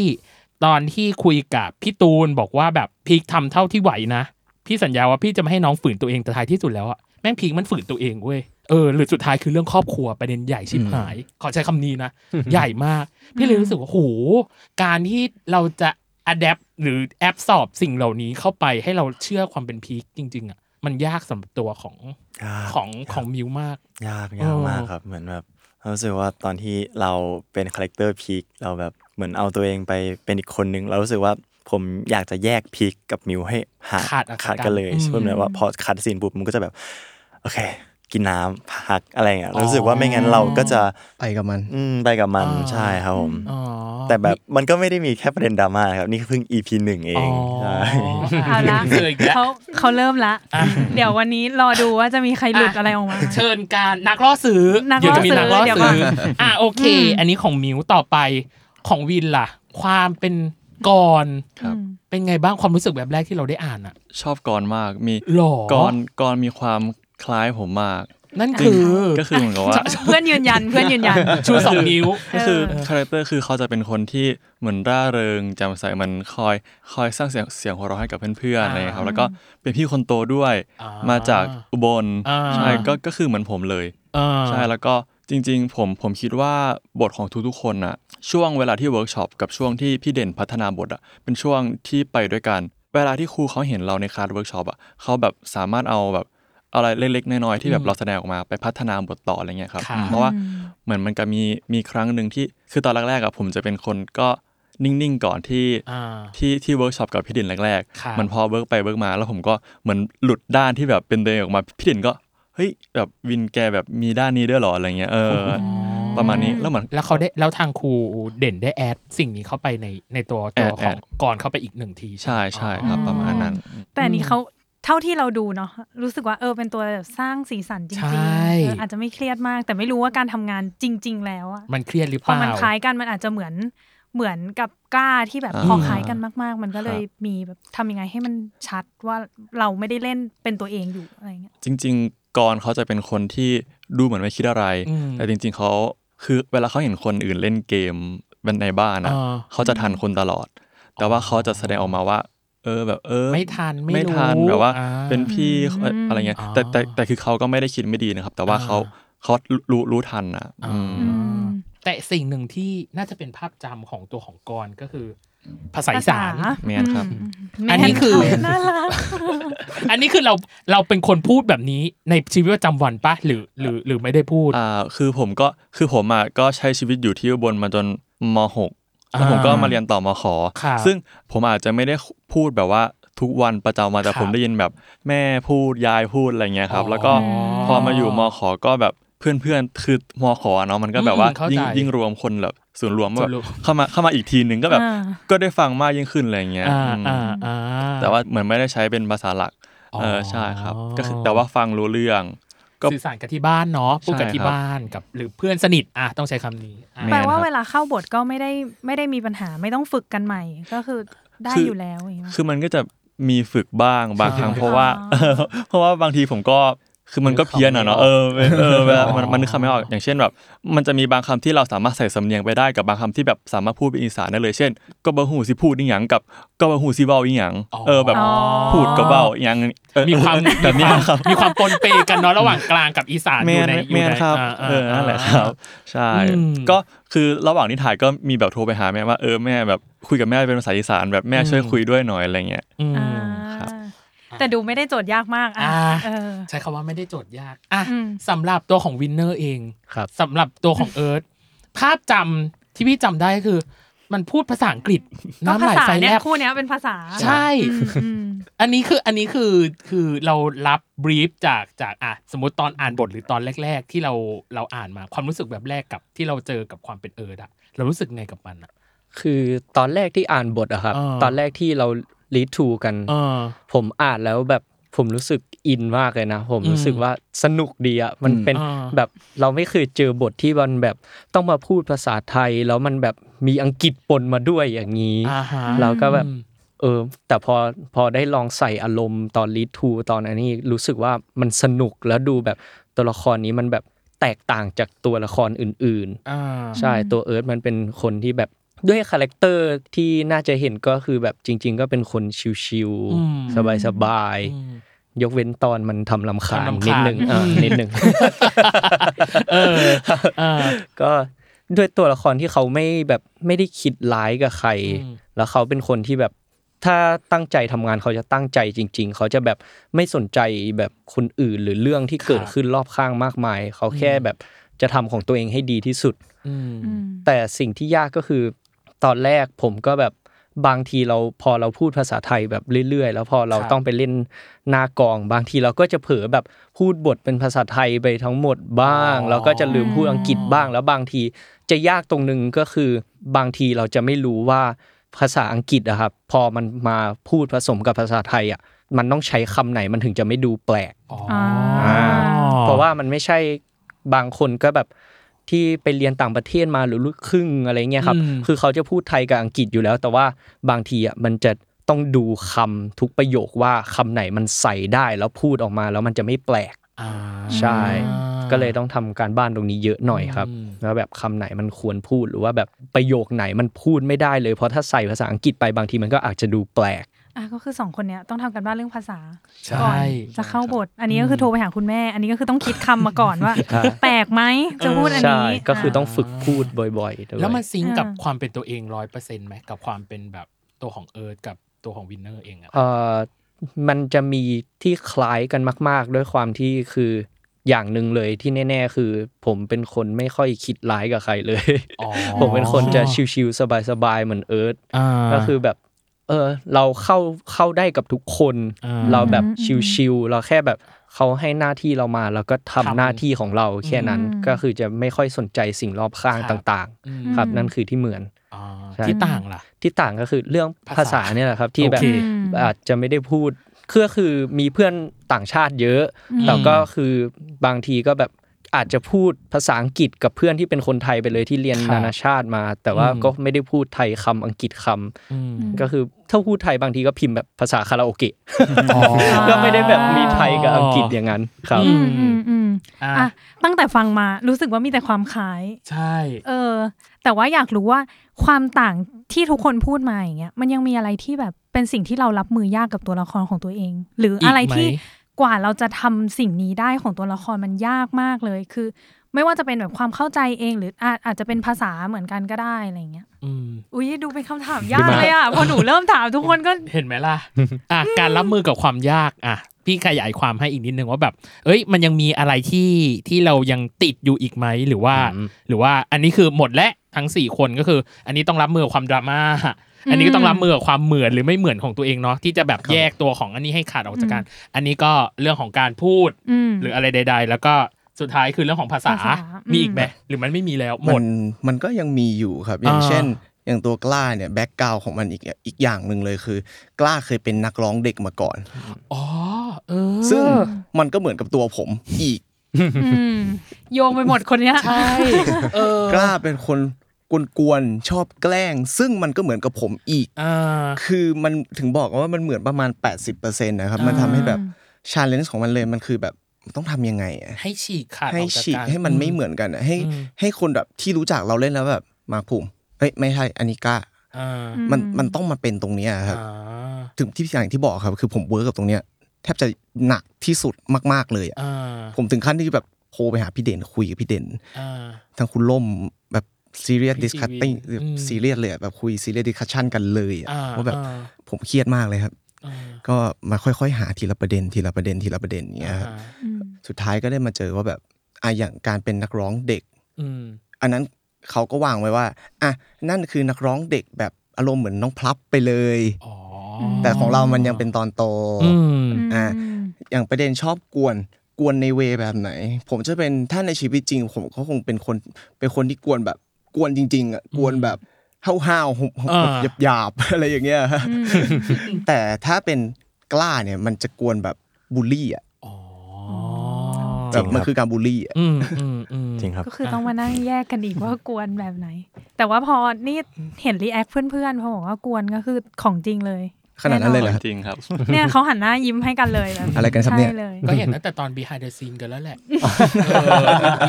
C: ตอนที่คุยกับพี่ตูนบอกว่าแบบพีคทำเท่าที่ไหวนะพี่สัญญาว่าพี่จะไม่ให้น้องฝืนตัวเองแต่ท้ายที่สุดแล้วอะแม่งพีคมันฝืนตัวเองเว้ยเออหรือสุดท้ายคือเรื่องครอบครัวประเด็นใหญ่ชิบหาย ขอใช้คำนี้นะ ใหญ่มาก พี่เลยรู้สึกว่าโหการที่เราจะอัดแอปหรือแอปสอบสิ่งเหล่านี้เข้าไปให้เราเชื่อความเป็นพีคจริง ๆอะมันยากสำหรับตัวของ
E: ยาก
C: ของ
E: ยาก
C: ของมิวมาก
E: ยาก
C: เอย
E: าก
C: อ
E: มากครับเหมือนแบบเรารู้สึกว่าตอนที่เราเป็นคาแรคเตอร์พีคเราแบบเหมือนเอาตัวเองไปเป็นอีกคนนึงเรารู้สึกว่าผมอยากจะแยกพีคกับมิวให้หา
C: ขาดอากาศ
E: ขาดกันเลย
C: อืม
E: เพื่อนว่าพอขาดซีนปุ๊บมันก็จะแบบ โอเค กินน้ำพักอะไรอย่างเงี้ยเรารู้สึกว่าไม่งั้นเราก็จะ
D: ไปกับมัน
E: อืมไปกับมัน
C: อ่า
E: ใช่ครับผม
C: อ๋อ
E: แต่แบบมันก็ไม่ได้มีแค่ประเด็นดราม่าครับนี่เพิ่ง EP หนึ่งเองใช่
B: เอาละ
C: จออีกแล้ว
B: เขาเขาเริ่มละ
C: อ่ะ
B: เดี๋ยววันนี้รอดูว่าจะมีใครหลุดอะไรออกมา
C: เชิญการนักล่อซื้อ
B: นัก
C: เดี๋ยวจะมี
B: ล่
C: นัก
B: อ
C: ล่อ
B: ซื้อเดี๋ยวก่อ
C: ซื้
B: น
C: ออ่ะโอเค
B: อืม
C: อันนี้ของมิวต่อไปของวินล่ะ ความเป็นกรอน
F: ครับ
C: เป็นไงบ้างความรู้สึกแบบแรกที่เราได้อ่านอ่ะ
F: ชอบกรมากมี
C: หรอก
F: รกรมีความคล้ายผมมาก
C: นั่นคือ
F: ก็คือเหมือนกับ ว่า
B: เพื่อนยืน ยันเพื่อนยืนยัน
C: ชูสองนิ้ว
F: ก็คือ
B: เออ
F: คาแรคเตอร์คือเขาจะเป็นคนที่เหมือนร่าเริงแจ่มใสเหมือนคอยคอยสร้างเสียงเสียงหัวเราะให้กับเพื่อนๆอะไรอย่างเงี้ยครับแล้วก็เป็นพี่คนโตด้วย
C: อ่า
F: มาจากอุบล
C: อ่า
F: ใช่ก็ก็คือเหมือนผมเลย
C: อ่า
F: ใช่แล้วก็จริงๆ ผมผมคิดว่าบทของทุกๆคนน่ะช่วงเวลาที่เวิร์กช็อปกับช่วงที่พี่เด่นพัฒนาบทอ่ะเป็นช่วงที่ไปด้วยกัน เวลาที่ครูเขาเห็นเราในคลาสเวิร์กช็อปอ่ะเขาแบบสามารถเอาแบบอะไรเล็กๆน้อยๆที่แบบเราแสดงออกมาไปพัฒนาบทต่ออะไรเงี้ยครับ
C: ค่ะ
F: อืมเพราะว่าเหมือนมันก็มีมีครั้งหนึ่งที่คือตอนแรกๆอะผมจะเป็นคนก็นิ่งๆก่อนที่
C: อ่า
F: ที่ที่เวิร์กช็อปกับพี่เด่นแรก
C: ครับ
F: ๆมันพอเวิร์กไปเวิร์กมา แล้วผมก็เหมือนหลุดด้านที่แบบเป็นตัวเองออกมา พี่เด่นก็เฮ้ยแบบวินแกแบบมีด้านนี้ด้วยเหรออะไรเงี้ยเอออประมาณนี้แล้วเหมือน
C: แล้วเขาได้แล้วทางครูเด่นได้แอดสิ่งนี้เข้าไปในในตัว
F: แอ
C: ตัว
F: ด
C: ข
F: แอ
C: อง
F: ด
C: ก่อนเข้าไปอีกหนึ่งที
F: ใช่ใช่ครับป
C: อ๋อ
F: ระมาณนั้น
B: แต่อันนี้เขาเท่าที่เราดูเนาะรู้สึกว่าเออเป็นตัวแบบสร้างสีสันจ
C: ใช่
B: ริงๆเอออาจจะไม่เครียดมาก แต่ไม่รู้ว่าการทำงานจริง ๆ แล้วอะ
C: มันเครียดหรือ
B: พ
C: เป
B: อ
C: ล่า
B: มันคล้ายกันมันอาจจะเหมือนเหมือนกับกล้าที่แบบ
F: อ่า
B: พอคล้ายกันมาก ๆ มันก็เลยมีแบบทำยังไงให้มันชัดว่าเราไม่ได้เล่นเป็นตัวเองอยู่อะไรเงี้ย
F: จริง ๆก่อนเขาจะเป็นคนที่ดูเหมือนไม่คิดอะไร
C: อืม
F: แต่จริง ๆเขาคือเวลาเขาเห็นคนอื่นเล่นเกมในบ้านอะ
C: อ่า
F: เขาจะทันคนตลอด แต่ว่าเขาจะแสดงออกมาว่า เออแบบเออ
C: ไม่ทันไม่
F: ไม่ทัน
C: รู้
F: แบบว่า
C: อ่
F: เป็นพี่เอ่ออะไรเงี้ย
C: อ่า
F: แต่แต่แต่คือเขาก็ไม่ได้คิดไม่ดีนะครับ แต่ว่า
C: อ่า
F: เขาเขารู้รู้ทันนะอืม
C: อืมแต่สิ่งหนึ่งที่น่าจะเป็นภาพจำของตัวของกรก็คือ ภาษาอีสาน
F: แมนครับ
C: อั
B: อั
C: น
B: น
C: นี้
B: นี้
C: คื
B: คือ อน่ารัก
C: อันนี้คือเราเราเป็นคนพูดแบบนี้ในชีวิตประจำวันปะหรือหรือหรือไม่ได้พูด
F: อ่าคือผมก็คือผมอ่ะก็ใช้ชีวิตอยู่ที่อุบลมาจนม .6 แล้วผมก็
C: อ่าม
F: มาเรียนต่อมขอ
C: ครับ
F: ซึ่งผมอาจจะไม่ได้พูดแบบว่าทุกวันประจำวันแต่
C: ครับ
F: ผมได้ยินแบบแม่พูดยายพูดอะไรเงี้ยครับ แล้วก็
C: อ๋
F: พอมาอยู่มขอก็แบบเพื่อนๆคือมขอเนาะมันก็แบบว่า
C: อืมเข้าใจ
F: ยิ่งยิ่งรวมคนแบบส่วนย์รวมว่า
C: ส่
F: แบ
C: วน
F: บ
C: รวม
F: เข้ามาเข้ามาอีกทีนึงก็แบบ
B: อ่า
F: ก็ได้ฟังมากยิ่งขึ้นอะไรเงี้ย
C: อ่า
F: อืม
C: อ่าอ่า
F: แต่ว่าเหมือนไม่ได้ใช้เป็นภาษาหลัก
C: อ๋อ
F: เออใช่ครับ ก็คือแต่ว่าฟังรู้เรื่อง ก็
C: สื่อสารกับที่บ้านเนาะพูดกับที่
F: ใช่ครับ
C: บ้านกับ หรือเพื่อนสนิทอ่ะต้องใช้คำนี้อ่ะ
F: แม่
B: แปล
F: ค
B: ว่า
F: รับ
B: เวลาเข้าบทก็ไม่ได้ไม่ได้มีปัญหาไม่ต้องฝึกกันใหม่ ก็คือได้อยู่แล้วอย่างเงี้ย
F: คือมันก็จะมีฝึกบ้างบาง
C: ใช่
F: ครั้งเพราะว่า เพราะว่าบางทีผมก็ คือมันก็เพี้ยนอ่ะเนาะเออเออเออเวลามันมันนึกคำไม่ออกอย่างเช่นแบบ มันจะมีบางคำที่เราสามารถใส่สำเนียงไปได้กับบางคำที่แบบสามารถพูดเป็นอีสานได้เลยเช่น ก็บ่ฮู้สิพูดอีหยังกับก็บ่ฮู้สิเว้าอีหยังเออแบบ
B: อ๋อ
F: พูดกับเว้าอีหยังเออ
C: มีความ
F: แบบนี้ครับ
C: มีความปนเปกันเนาะระหว่างกลางกับอีสาน
F: แม
C: อยู่
F: น
C: ใน
F: แมนครับ
C: ยู่ใา
F: เออนั่นแหละครับ ใช่
C: อืม
F: ก็คือระหว่างที่ถ่ายก็มีแบบโทรไปหาแม่ว่าเออแม่แบบคุยกับแม่เป็นภาษาอีสานแบบแม่
C: อืม
F: ช่วยคุยด้วยหน่อยอะไรเงี้ย
C: อืม
B: อ่า
F: ครับ
B: แต่ดูไม่ได้โจทย์ยากมากอ่ะ
C: อ่า
B: เออ
C: ใช้คำว่าไม่ได้โจทย์ยากอ่ะ
B: อืม
C: สำหรับตัวของวินเนอร์เอง
G: ครับ
C: สำหรับตัวของเอิร์ธภาพจำที่พี่จำได้คือ มันพูดภาษาอังกฤษ
B: ก็
C: น้ำไห
B: ภา
C: ล
B: ษา
C: ไฟแล
B: เนี่ย
C: บ
B: คู่เนี้ยเป็นภาษา
C: ใช่
B: อืมอืม
C: อันนี้คืออันนี้คือคือเรารับบรีฟจากจากอ่ะสมมติตอนอ่านบทหรือตอนแรก ๆ ที่เราเราอ่านมาความรู้สึกแบบแรกกับที่เราเจอกับความเป็นเอิร์ดอะเรารู้สึกไงกับมันอะ
G: คือตอนแรกที่อ่านบทอะครับ
C: อ่า
G: ตอนแรกที่เรารีทูกัน
C: เออ
G: ผมอ่านแล้วแบบผมรู้สึกอินมากเลยนะ ผม
C: อืม
G: รู้สึกว่าสนุกดีอะมันเป็น
C: อ่า
G: แบบเราไม่เคยเจอบทที่มันแบบต้องมาพูดภาษาไทย แล้วมันแบบมีอังกฤษปนมาด้วยอย่างนี้
C: อ่าฮะ
G: เราก็แบบ
C: อืม
G: เออ แต่พอพอได้ลองใส่อารมณ์ตอนรีทูตอนอันนี้รู้สึกว่ามันสนุกแล้วดูแบบตัวละครนี้มันแบบแตกต่างจากตัวละครอื่น ๆ
C: อ่า
G: ใช่
B: อืม
G: ตัวเอิร์ธมันเป็นคนที่แบบด้วยคาแรคเตอร์ที่น่าจะเห็นก็คือแบบจริง ๆ ก็เป็นคนชิว
C: อืม
G: ๆสบาย
C: อืม
G: ๆยกเว้นตอนมันทำลำคาญ
C: ทำรำคาญ
G: นิดนึง
C: อื
G: อ่าม นิดนึง
C: เออเออ
G: ก็ด้วยตัวละครที่เขาไม่แบบไม่ได้คิดร้ายกับใคร
C: อืม
G: แล้วเขาเป็นคนที่แบบถ้าตั้งใจทำงานเขาจะตั้งใจจริง ๆ เขาจะแบบไม่สนใจแบบคนอื่นหรือเรื่องที่เกิดขึ้นรอบข้างมากมาย เขาแค่แบบจะทำของตัวเองให้ดีที่สุด
C: อืม
B: อืม
G: แต่สิ่งที่ยากก็คือตอนแรกผมก็แบบบางทีเราพอเราพูดภาษาไทยแบบเรื่อยๆ แล้วพอเรา
C: ครับ
G: ต้องไปเล่นหน้ากอง บางทีเราก็จะเผลอแบบพูดบทเป็นภาษาไทยไปทั้งหมดบ้าง เราก็จะลืมพูดอังกฤษบ้าง แล้วบางทีจะยากตรงนึงก็คือบางทีเราจะไม่รู้ว่าภาษาอังกฤษอะครับพอมันมาพูดผสมกับภาษาไทยอะมันต้องใช้คำไหนมันถึงจะไม่ดูแปลก
C: อ๋อ
G: อ่า เพราะว่ามันไม่ใช่บางคนก็แบบที่ไปเรียนต่างประเทศมาหรือลูกครึ่งอะไรเงี้ยครับ
C: อืม
G: คือเขาจะพูดไทยกับอังกฤษอยู่แล้ว แต่ว่าบางทีอ่ะมันจะต้องดูคำทุกประโยคว่าคำไหนมันใส่ได้แล้วพูดออกมาแล้วมันจะไม่แปลก
C: อ่า
G: ใช่ ก็เลยต้องทำการบ้านตรงนี้เยอะหน่อยครับ
C: อืม
G: ว่าแบบคำไหนมันควรพูดหรือว่าแบบประโยคไหนมันพูดไม่ได้เลยเพราะถ้าใส่ภาษาอังกฤษไปบางทีมันก็อาจจะดูแปลก
B: อ่ะก็คือสองคนเนี้ยต้องทำกันบ้านเรื่องภาษา
C: ใช่
B: ก่อนจะเข้าบท อันนี้ก็คือโทรไปหาคุณแม่ อันนี้ก็คือต้องคิดคำมาก่อนว่า
G: ครับ
B: แปลกไหมจะพูดอัน
G: ใช่
B: นี้
G: ก็คืออะ ต้องฝึกพูดบ่อยๆด้วย
C: แล้วมันซิงก์กับ
B: อ่า
C: ความเป็นตัวเองร้อยเปอร์เซ็นต์ไหมกับความเป็นแบบตัวของเอิร์ธกับตัวของวินเนอร์เองอะ
G: เอ่อมันจะมีที่คล้ายกันมาก ๆ ด้วยความที่คืออย่างหนึ่งเลยที่แน่ ๆ คือ ผมเป็นคนไม่ค่อยคิดร้ายกับใครเลย
C: อ๋อ
G: ผมเป็นคนจะชิวๆสบาย ๆ เหมือนเอิร์ธ
C: อ่า
G: ก็คือแบบเออเราเข้าเข้าได้กับทุกคน
C: อ่า
G: เราแบบ
B: อืม
G: ชิวๆเราแค่แบบเขาให้หน้าที่เรามาเราก็ทำ
C: ทำ
G: หน้าที่ของเราแค่นั้น
B: อืม
G: ก็คือจะไม่ค่อยสนใจสิ่งรอบข้าง
C: ครับ
G: ต่าง
C: อืม
G: ๆ ครับนั่นคือที่เหมือน
C: อ่า
G: ใช่
C: ที่ต่างล่ะ
G: ที่ต่างก็คือเรื่อง
C: ภาษา
G: ภาษาเนี่ยแหละครับที่
C: โอ
G: แบบ
C: เค
B: อืม
G: อาจจะไม่ได้พูดก็คือมีเพื่อนต่างชาติเยอะ
B: อืม
G: แต่ก็คือบางทีก็แบบอาจจะพูดภาษาอังกฤษกับเพื่อนที่เป็นคนไทยไปเลยที่เรียน
C: ครับ
G: นานาชาติมา แต่ว่า
C: อืม
G: ก็ไม่ได้พูดไทยคำอังกฤษคำ
C: อืม
G: ก็คือถ้าพูดไทยบางทีก็พิมพ์แบบภาษาคาราโอเกะ
B: อ
G: ก็ไม่ได้แบบมีไทยกับอังกฤษอย่างนั้นครับ
B: อืมอืมอืม
C: อ่า
B: อ่ะตั้งแต่ฟังมารู้สึกว่ามีแต่ความคล้าย
C: ใช่
B: เออ แต่ว่าอยากรู้ว่าความต่างที่ทุกคนพูดมาอย่างเงี้ยมันยังมีอะไรที่แบบเป็นสิ่งที่เรารับมือยากกับตัวละครของตัวเอง หรืออะไร
C: อีกไหม
B: ที่กว่าเราจะทำสิ่งนี้ได้ของตัวละครมันยากมากเลย คือ ไม่ว่าจะเป็นแบบความเข้าใจเอง หรืออาอาจจะเป็นภาษาเหมือนกันก็ได้อะไรอย่างเงี้ย
C: อืม
B: อุ้ยดูเป็นคำถามยากเลยอ่ะพอหนูเริ่มถามทุกคนก็
C: เห็นไหมล่ะ อ่ะการรับมือกับความยากอ่ะพี่ขยายความให้อีกนิดนึงว่าแบบ เอ้ย มันยังมีอะไรที่ที่เรายังติดอยู่อีกไหมหรือว่า
G: อืม
C: หรือว่าอันนี้คือหมดและทั้งสี่คนก็คือ อันนี้ต้องรับมือกับความดราม่าอันนี้ก็ต้องรับมือกับความเหมือนหรือไม่เหมือนของตัวเองเนาะที่จะแบบแยกตัวของอันนี้ให้ขาดออกจากกัน อันนี้ก็เรื่องของการพูด
B: อืม
C: หรืออะไรใด ๆ แล้วก็สุดท้ายคือเรื่องของภาษา
B: ภาษามี
C: มีอีกไหมหรือมันไม่มีแล้วหม
D: มั
C: ด
D: นมันก็ยังมีอยู่ครับ อย่าง
C: อ่า
D: เช่น อย่างตัวกล้าเนี่ยแบ็กกราวของมันอีกอีกอย่างหนึ่งเลยคือ กล้าเคยเป็นนักร้องเด็กมาก่อน
C: อ๋อเออ
D: ซึ่งมันก็เหมือนกับตัวผมอีก
B: อืมโยงไปหมดคนเนี้ย
C: ใช่เออก
D: ล้าเป็นคนกวนๆชอบแกล้ง ซึ่งมันก็เหมือนกับผมอีก
C: อ่า
D: คือมันถึงบอกว่ามันเหมือนประมาณ 80%นะครับ มันทำให้แบบชาเลนจ์ของมันเลยมันคือแบบ ต้องทำยังไงอะ
C: ให้ฉีกขาด
D: ให้
C: ออกจาก
D: ฉีก
C: กัน
D: ให้มันไม่เหมือนกันอะให้
C: อืม
D: ให้คนแบบที่รู้จักเราเล่นแล้วแบบมาร์คภูมิเอ้ยไม่ใช่อันนี้กล้า
C: อ่า
D: มัน
B: อืม
D: มันต้องมาเป็นตรงเนี้ยครับ
C: อ่า
D: ถึงที่อย่างที่บอกครับ คือผมเวิร์กกับตรงเนี้ยแทบจะหนักที่สุดมาก ๆเลยอะ
C: อ่า
D: ผมถึงขั้นที่แบบโทรไปหาพี่เด่นคุยกับพี่เด่น
C: อ่า
D: ทางคุณล่มแบบซีเรียส
C: พี่
D: ดิสคัตติ้ง
C: จีวีอืม
D: ซีเรียสเลยอะแบบคุยซีเรียสดิสคัชชันกันเลยอะ
C: อ่า
D: ว่าแบบ
C: อ่า
D: ผมเครียดมากเลยครับ
C: อ่า
D: ก็มาค่อย ๆ หาทีละประเด็นทีละประเด็นทีละประเด็นอย่างเงี้ยครับ
C: อ่า
B: อืม
D: สุดท้ายก็ได้มาเจอว่าแบบอ่ะอย่างการเป็นนักร้องเด็ก
C: อืม
D: อันนั้นเขาก็วางไว้ว่าอ่ะนั่นคือนักร้องเด็กแบบอารมณ์เหมือนน้องพลับไปเลย
C: อ๋อ
D: แต่ของเรามันยังเป็นตอนโต
C: อืม
D: อ่า
B: ม
D: อย่างประเด็นชอบกวนกวนในเวแบบไหน ผมจะเป็นถ้าในชีวิตจริง ผมก็คงเป็นคนเป็นคนที่กวนแบบกวนจริง ๆอ่ะกวนแบบห้าวๆหุบๆแบบหยาบ ๆ อะไรอย่างเงี้ยฮะ
B: อืม
D: แต่ถ้าเป็นกล้าเนี่ยมันจะกวนแบบบูลลี่อ่ะ
C: อ๋อ
D: แบ
E: จริ
D: บ
E: ง
D: มัน
E: ครับ
D: คือการบูลลี่อ่ะ
C: อืมอืมอืม
E: จริงครับ
B: ก็คือต้องมานั่งแยกกันอีกว่ากวนแบบไหน แต่ว่าพอนี่เห็นรีแอคเพื่อนๆพอบอกว่ากวนก็คือของจริงเลย
D: ขนาดนั้นเลยเหรอ
F: ข
D: ค
F: อ
D: รั
F: ง
D: บ
F: จริงครับ
B: เนี่ยเขาหันหน้ายิ้มให้กันเลยแบบ
D: อะไรกันครับเนี่ย
B: ใช่เลย
C: ก็เห็นตั้งแต่ตอน behind the scene กันแล้วแหละ เออ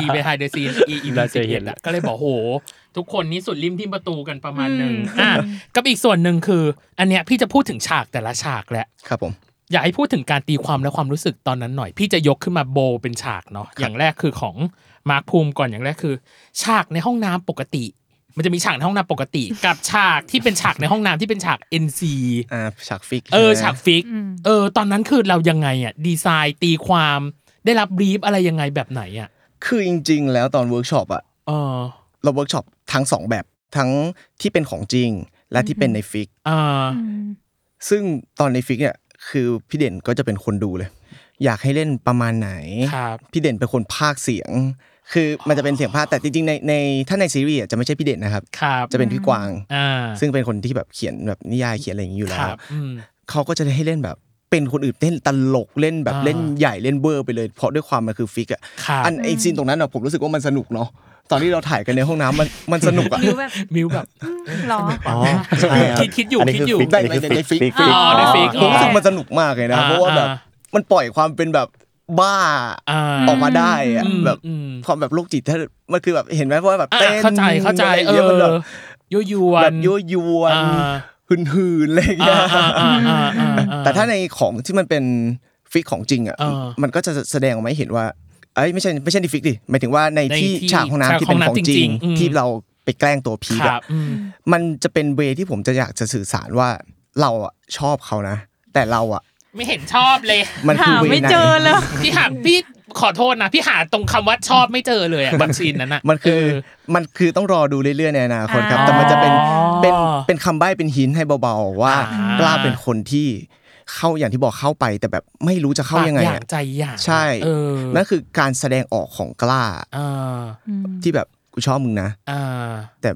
C: มี behind the scene อีอี
G: เราจะ
C: สิบ
G: เห็
C: เอ็
G: น
C: ดอะก็เลยบอกโห ทุกคนนี้สุดริมทิมประตูกันประมาณหนึ่ง
B: อื
C: อ่ะกับอีกส่วนหนึ่งคือ อันเนี้ยพี่จะพูดถึงฉากแต่ละฉากแหละ
D: ครับผม
C: อยากให้พูดถึงการตีความและความรู้สึกตอนนั้นหน่อย พี่จะยกขึ้นมาโบว์เป็นฉากเนาะอย่างแรกคือของมาร์คภูมิก่อนอย่างแรกคือ ฉากในห้องน้ำปกติ มันจะมีฉากในห้องน้ำปกติ กับฉากที่เป็นฉากในห้องน้ำที่เป็นฉาก NC
D: อ่าฉากฟิก
C: เออ
D: ใไหม
C: ฉากฟิก
B: อืม
C: เออตอนนั้นคือเรายังไงอ่ะดีไซน์ตีความได้รับบรีฟอะไรยังไงแบบไหนอ่ะ
D: คือจริง ๆ แล้วตอนเวิร์กช็อปอ่ะ
C: เออ
D: เราเวิร์กช็อปทั้งสองแบบทั้งที่เป็นของจริงและที่เป็นในฟิก
C: อ่า
B: อืม
D: ซึ่งตอนในฟิกเนี่ยคือพี่เด่นก็จะเป็นคนดูเลย อยากให้เล่นประมาณไหน
C: ครับ
D: พี่เด่นเป็นคนพากย์เสียง คือมันจะเป็นเสียงพากย์แต่จริงๆในในถ้าในซีรีส์อะจะไม่ใช่พี่เด่นนะครับ
C: ครับ
D: จะเป็นพี่กวาง
C: อ่า
D: ซึ่งเป็นคนที่แบบเขียนแบบนิยายเขียนอะไรอย่างนี้อยู่
C: ค
D: แล้
C: รั
D: ว
C: บอืม
D: เขาก็จะได้ให้เล่นแบบเป็นคนอื่นเล่นตลกเล่นแบบ
C: อ่า
D: เล่นใหญ่เล่นเบอร์ไปเลย เพราะด้วยความมันคือฟิกอะ
C: ครับ
D: อันไอซีนตรงนั้นอะผมรู้สึกว่ามันสนุกเนาะตอนที่เราถ่ายกันในห้องน้ำมันมันสนุกอะ
B: นิ้วแบบ
C: มิวแบบ
B: อืมหรอ
E: อ๋อใช่รับ
C: คิดคิดอยู่
E: อันนี้
C: คิด
E: คือ
C: อยู่
E: ฟิกอันนี้คือ
D: ได้ฟิ
E: ฟิ
D: ก
E: ก
B: ได้ฟิก
C: อ๋อได้ฟิก
D: ผมรู้สึกมันสนุกมากเลยนะ
C: อ่า
D: เพราะว่าแบบ
C: อ่า
D: มันปล่อยความเป็นแบบบ้า
C: อ่า
D: ออกมาได้อะ
C: อืม
D: แบบ
C: อืม
D: ความแบบโรคจิตถ้ามันคือแบบเห็นไหมว่าแบบ
C: อ่า
D: เต้น
C: เข้าใจเข้าใจ
D: อะไรอ
C: เอง
D: ย่งี้ยมัน
C: อ
D: แบบ
C: ยั่วยวน
D: แบบยั่วยวน
C: อ่า
D: หืนหืนๆอะไรอย่างเงี้
C: อ่าย อ่าอ่าอ่าอ่อ่
D: แต่ถ้าในของที่มันเป็นฟิกของจริงอ่ะ
C: เออ
D: มันก็จะแสดงออกมาให้เห็นว่าเอ้ยไม่ใช่ไม่ใช่ในฟิกดิหมายถึงว่าใน
C: ใน
D: ที่
C: ที่
D: ฉากห้อง
C: ฉาก
D: น้ำที่เป็
C: ห้
D: น
C: องน้ำ
D: ของ
C: จ
D: จ
C: ริ
D: ริ
C: ง
D: ง
C: ๆอืม
D: ที่เราไปแกล้งตัวพี
C: ค
D: ก
C: รั
D: อะ
C: บอืม
D: มันจะเป็นเวที่ผมจะอยากจะสื่อสารว่าเราอะชอบเขานะ แต่เราอะ
C: ไม่เห็นชอบเลย
D: มันคือ
B: หา
D: เว
B: ไม่
D: ไหน
B: เจอเลย
C: พี่หาพี่ขอโทษนะ พี่หาตรงคำว่าชอบไม่เจอเลยอะบัญชีนนั้นอะ
D: มันคือ
C: เ
D: มันคือต้องรอดูเรื่อยๆในอนาคตครับ
B: อ่า
D: แต่มันจะเป็น
C: อ๋อ
D: เป็นเป็นคำใบ้เป็นหินให้เบาๆ ว่า
C: อ่าก
D: ล้าเป็นคนที่เข้าอย่างที่บอกเข้าไป แต่แบบไม่รู้จะเข้ายังไง
C: ปากอ
D: อะ
C: ย่างใจอย่าง
D: ใช่
C: เออ
D: นั่นคือการแสดงออกของกล้า
C: อ่า
B: อืม
D: ที่แบบกูชอบมึงนะ
C: อ่า
D: แต่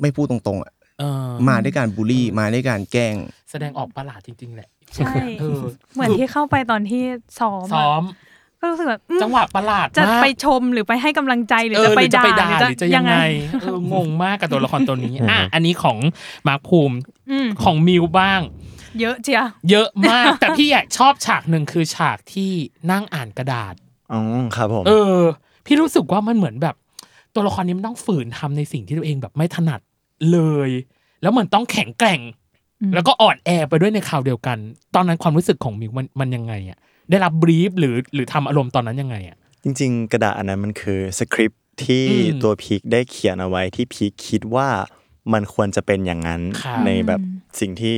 D: ไม่พูดตรงๆอะ
C: เออ
D: มาด้วยการบูลลี่มาด้วยการแกล้ง
C: แสดงออกประหลาดจริง ๆ แหละ
B: ใช่
C: เออ
B: เหมือนที่เข้าไปตอนที่ซ้อมอะ
C: ซ้อม
B: ก็รู้สึกแบบอืม
C: จังหวะประหลาด
B: จะ
C: มาก
B: ไปชมหรือไปให้กำลังใจหรือ
C: เอ
B: จะ
C: อ
B: ไป
C: หรือจะ
B: ด่า
C: ไปด่าหรือจะยังไงเอองงมากกับตัวละครตัวนี้อ่ะอันนี้ของมาร์คภูมิ
B: อืม
C: ของมิวบ้าง
B: เยอะเจีย
C: เยอะม าก แต่พี่อยากชอบฉากหนึ่งคือฉากที่นั่งอ่านกระดาษ
E: อ๋อครับผม
C: เออ พี่รู้สึกว่ามันเหมือนแบบ ตัวละครนี้มันต้องฝืนทำในสิ่งที่ตัวเองแบบไม่ถนัดเลย แล้วเหมือนต้องแข็งแกร่ง แล้วก็อ่อนแอไปด้วยในคราวเดียวกัน ตอนนั้นความรู้สึกของมิวมันมันยังไงอะได้รับบรีฟหรือหรือทำอารมณ์ตอนนั้นยังไงอะ
E: จริงๆ กระดาษอันนั้นมันคือสคริปต์ที่
C: อืม
E: ตัวพีคได้เขียนเอาไว้ที่พีคคิดว่ามันควรจะเป็นอย่างนั้น
C: ครับ
E: ในแบบสิ่งที่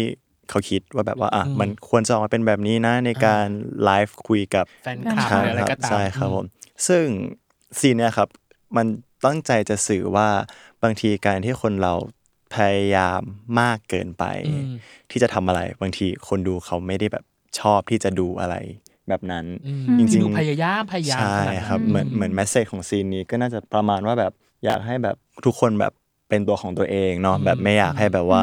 E: เขาคิดว่าแบบว่าอ่ะ
C: อืม
E: มันควรจะออกมาเป็นแบบนี้นะในการไลฟ์คุยกับ
C: แฟนคลับ
E: ใช่
C: หรืออะไร
E: ค
C: ก็
E: รับ
C: ตาม
E: ใช่ครับผมซึ่งซีนเนี่ยครับมันตั้งใจจะสื่อว่าบางทีการที่คนเราพยายามมากเกินไป
C: อืม
E: ที่จะทำอะไรบางทีคนดูเขาไม่ได้แบบชอบที่จะดูอะไรแบบนั้น
C: อืม
E: จริงๆ
C: ดูพยายามพยายาม
E: ใช่
C: ขนาดนั้น
E: ครับเหมือนเหมือนแมสเซจของซีนนี้ก็น่าจะประมาณว่าแบบอยากให้แบบทุกคนแบบเป็นตัวของตัวเองเนาะแบบไม่อยากให้แบบว่า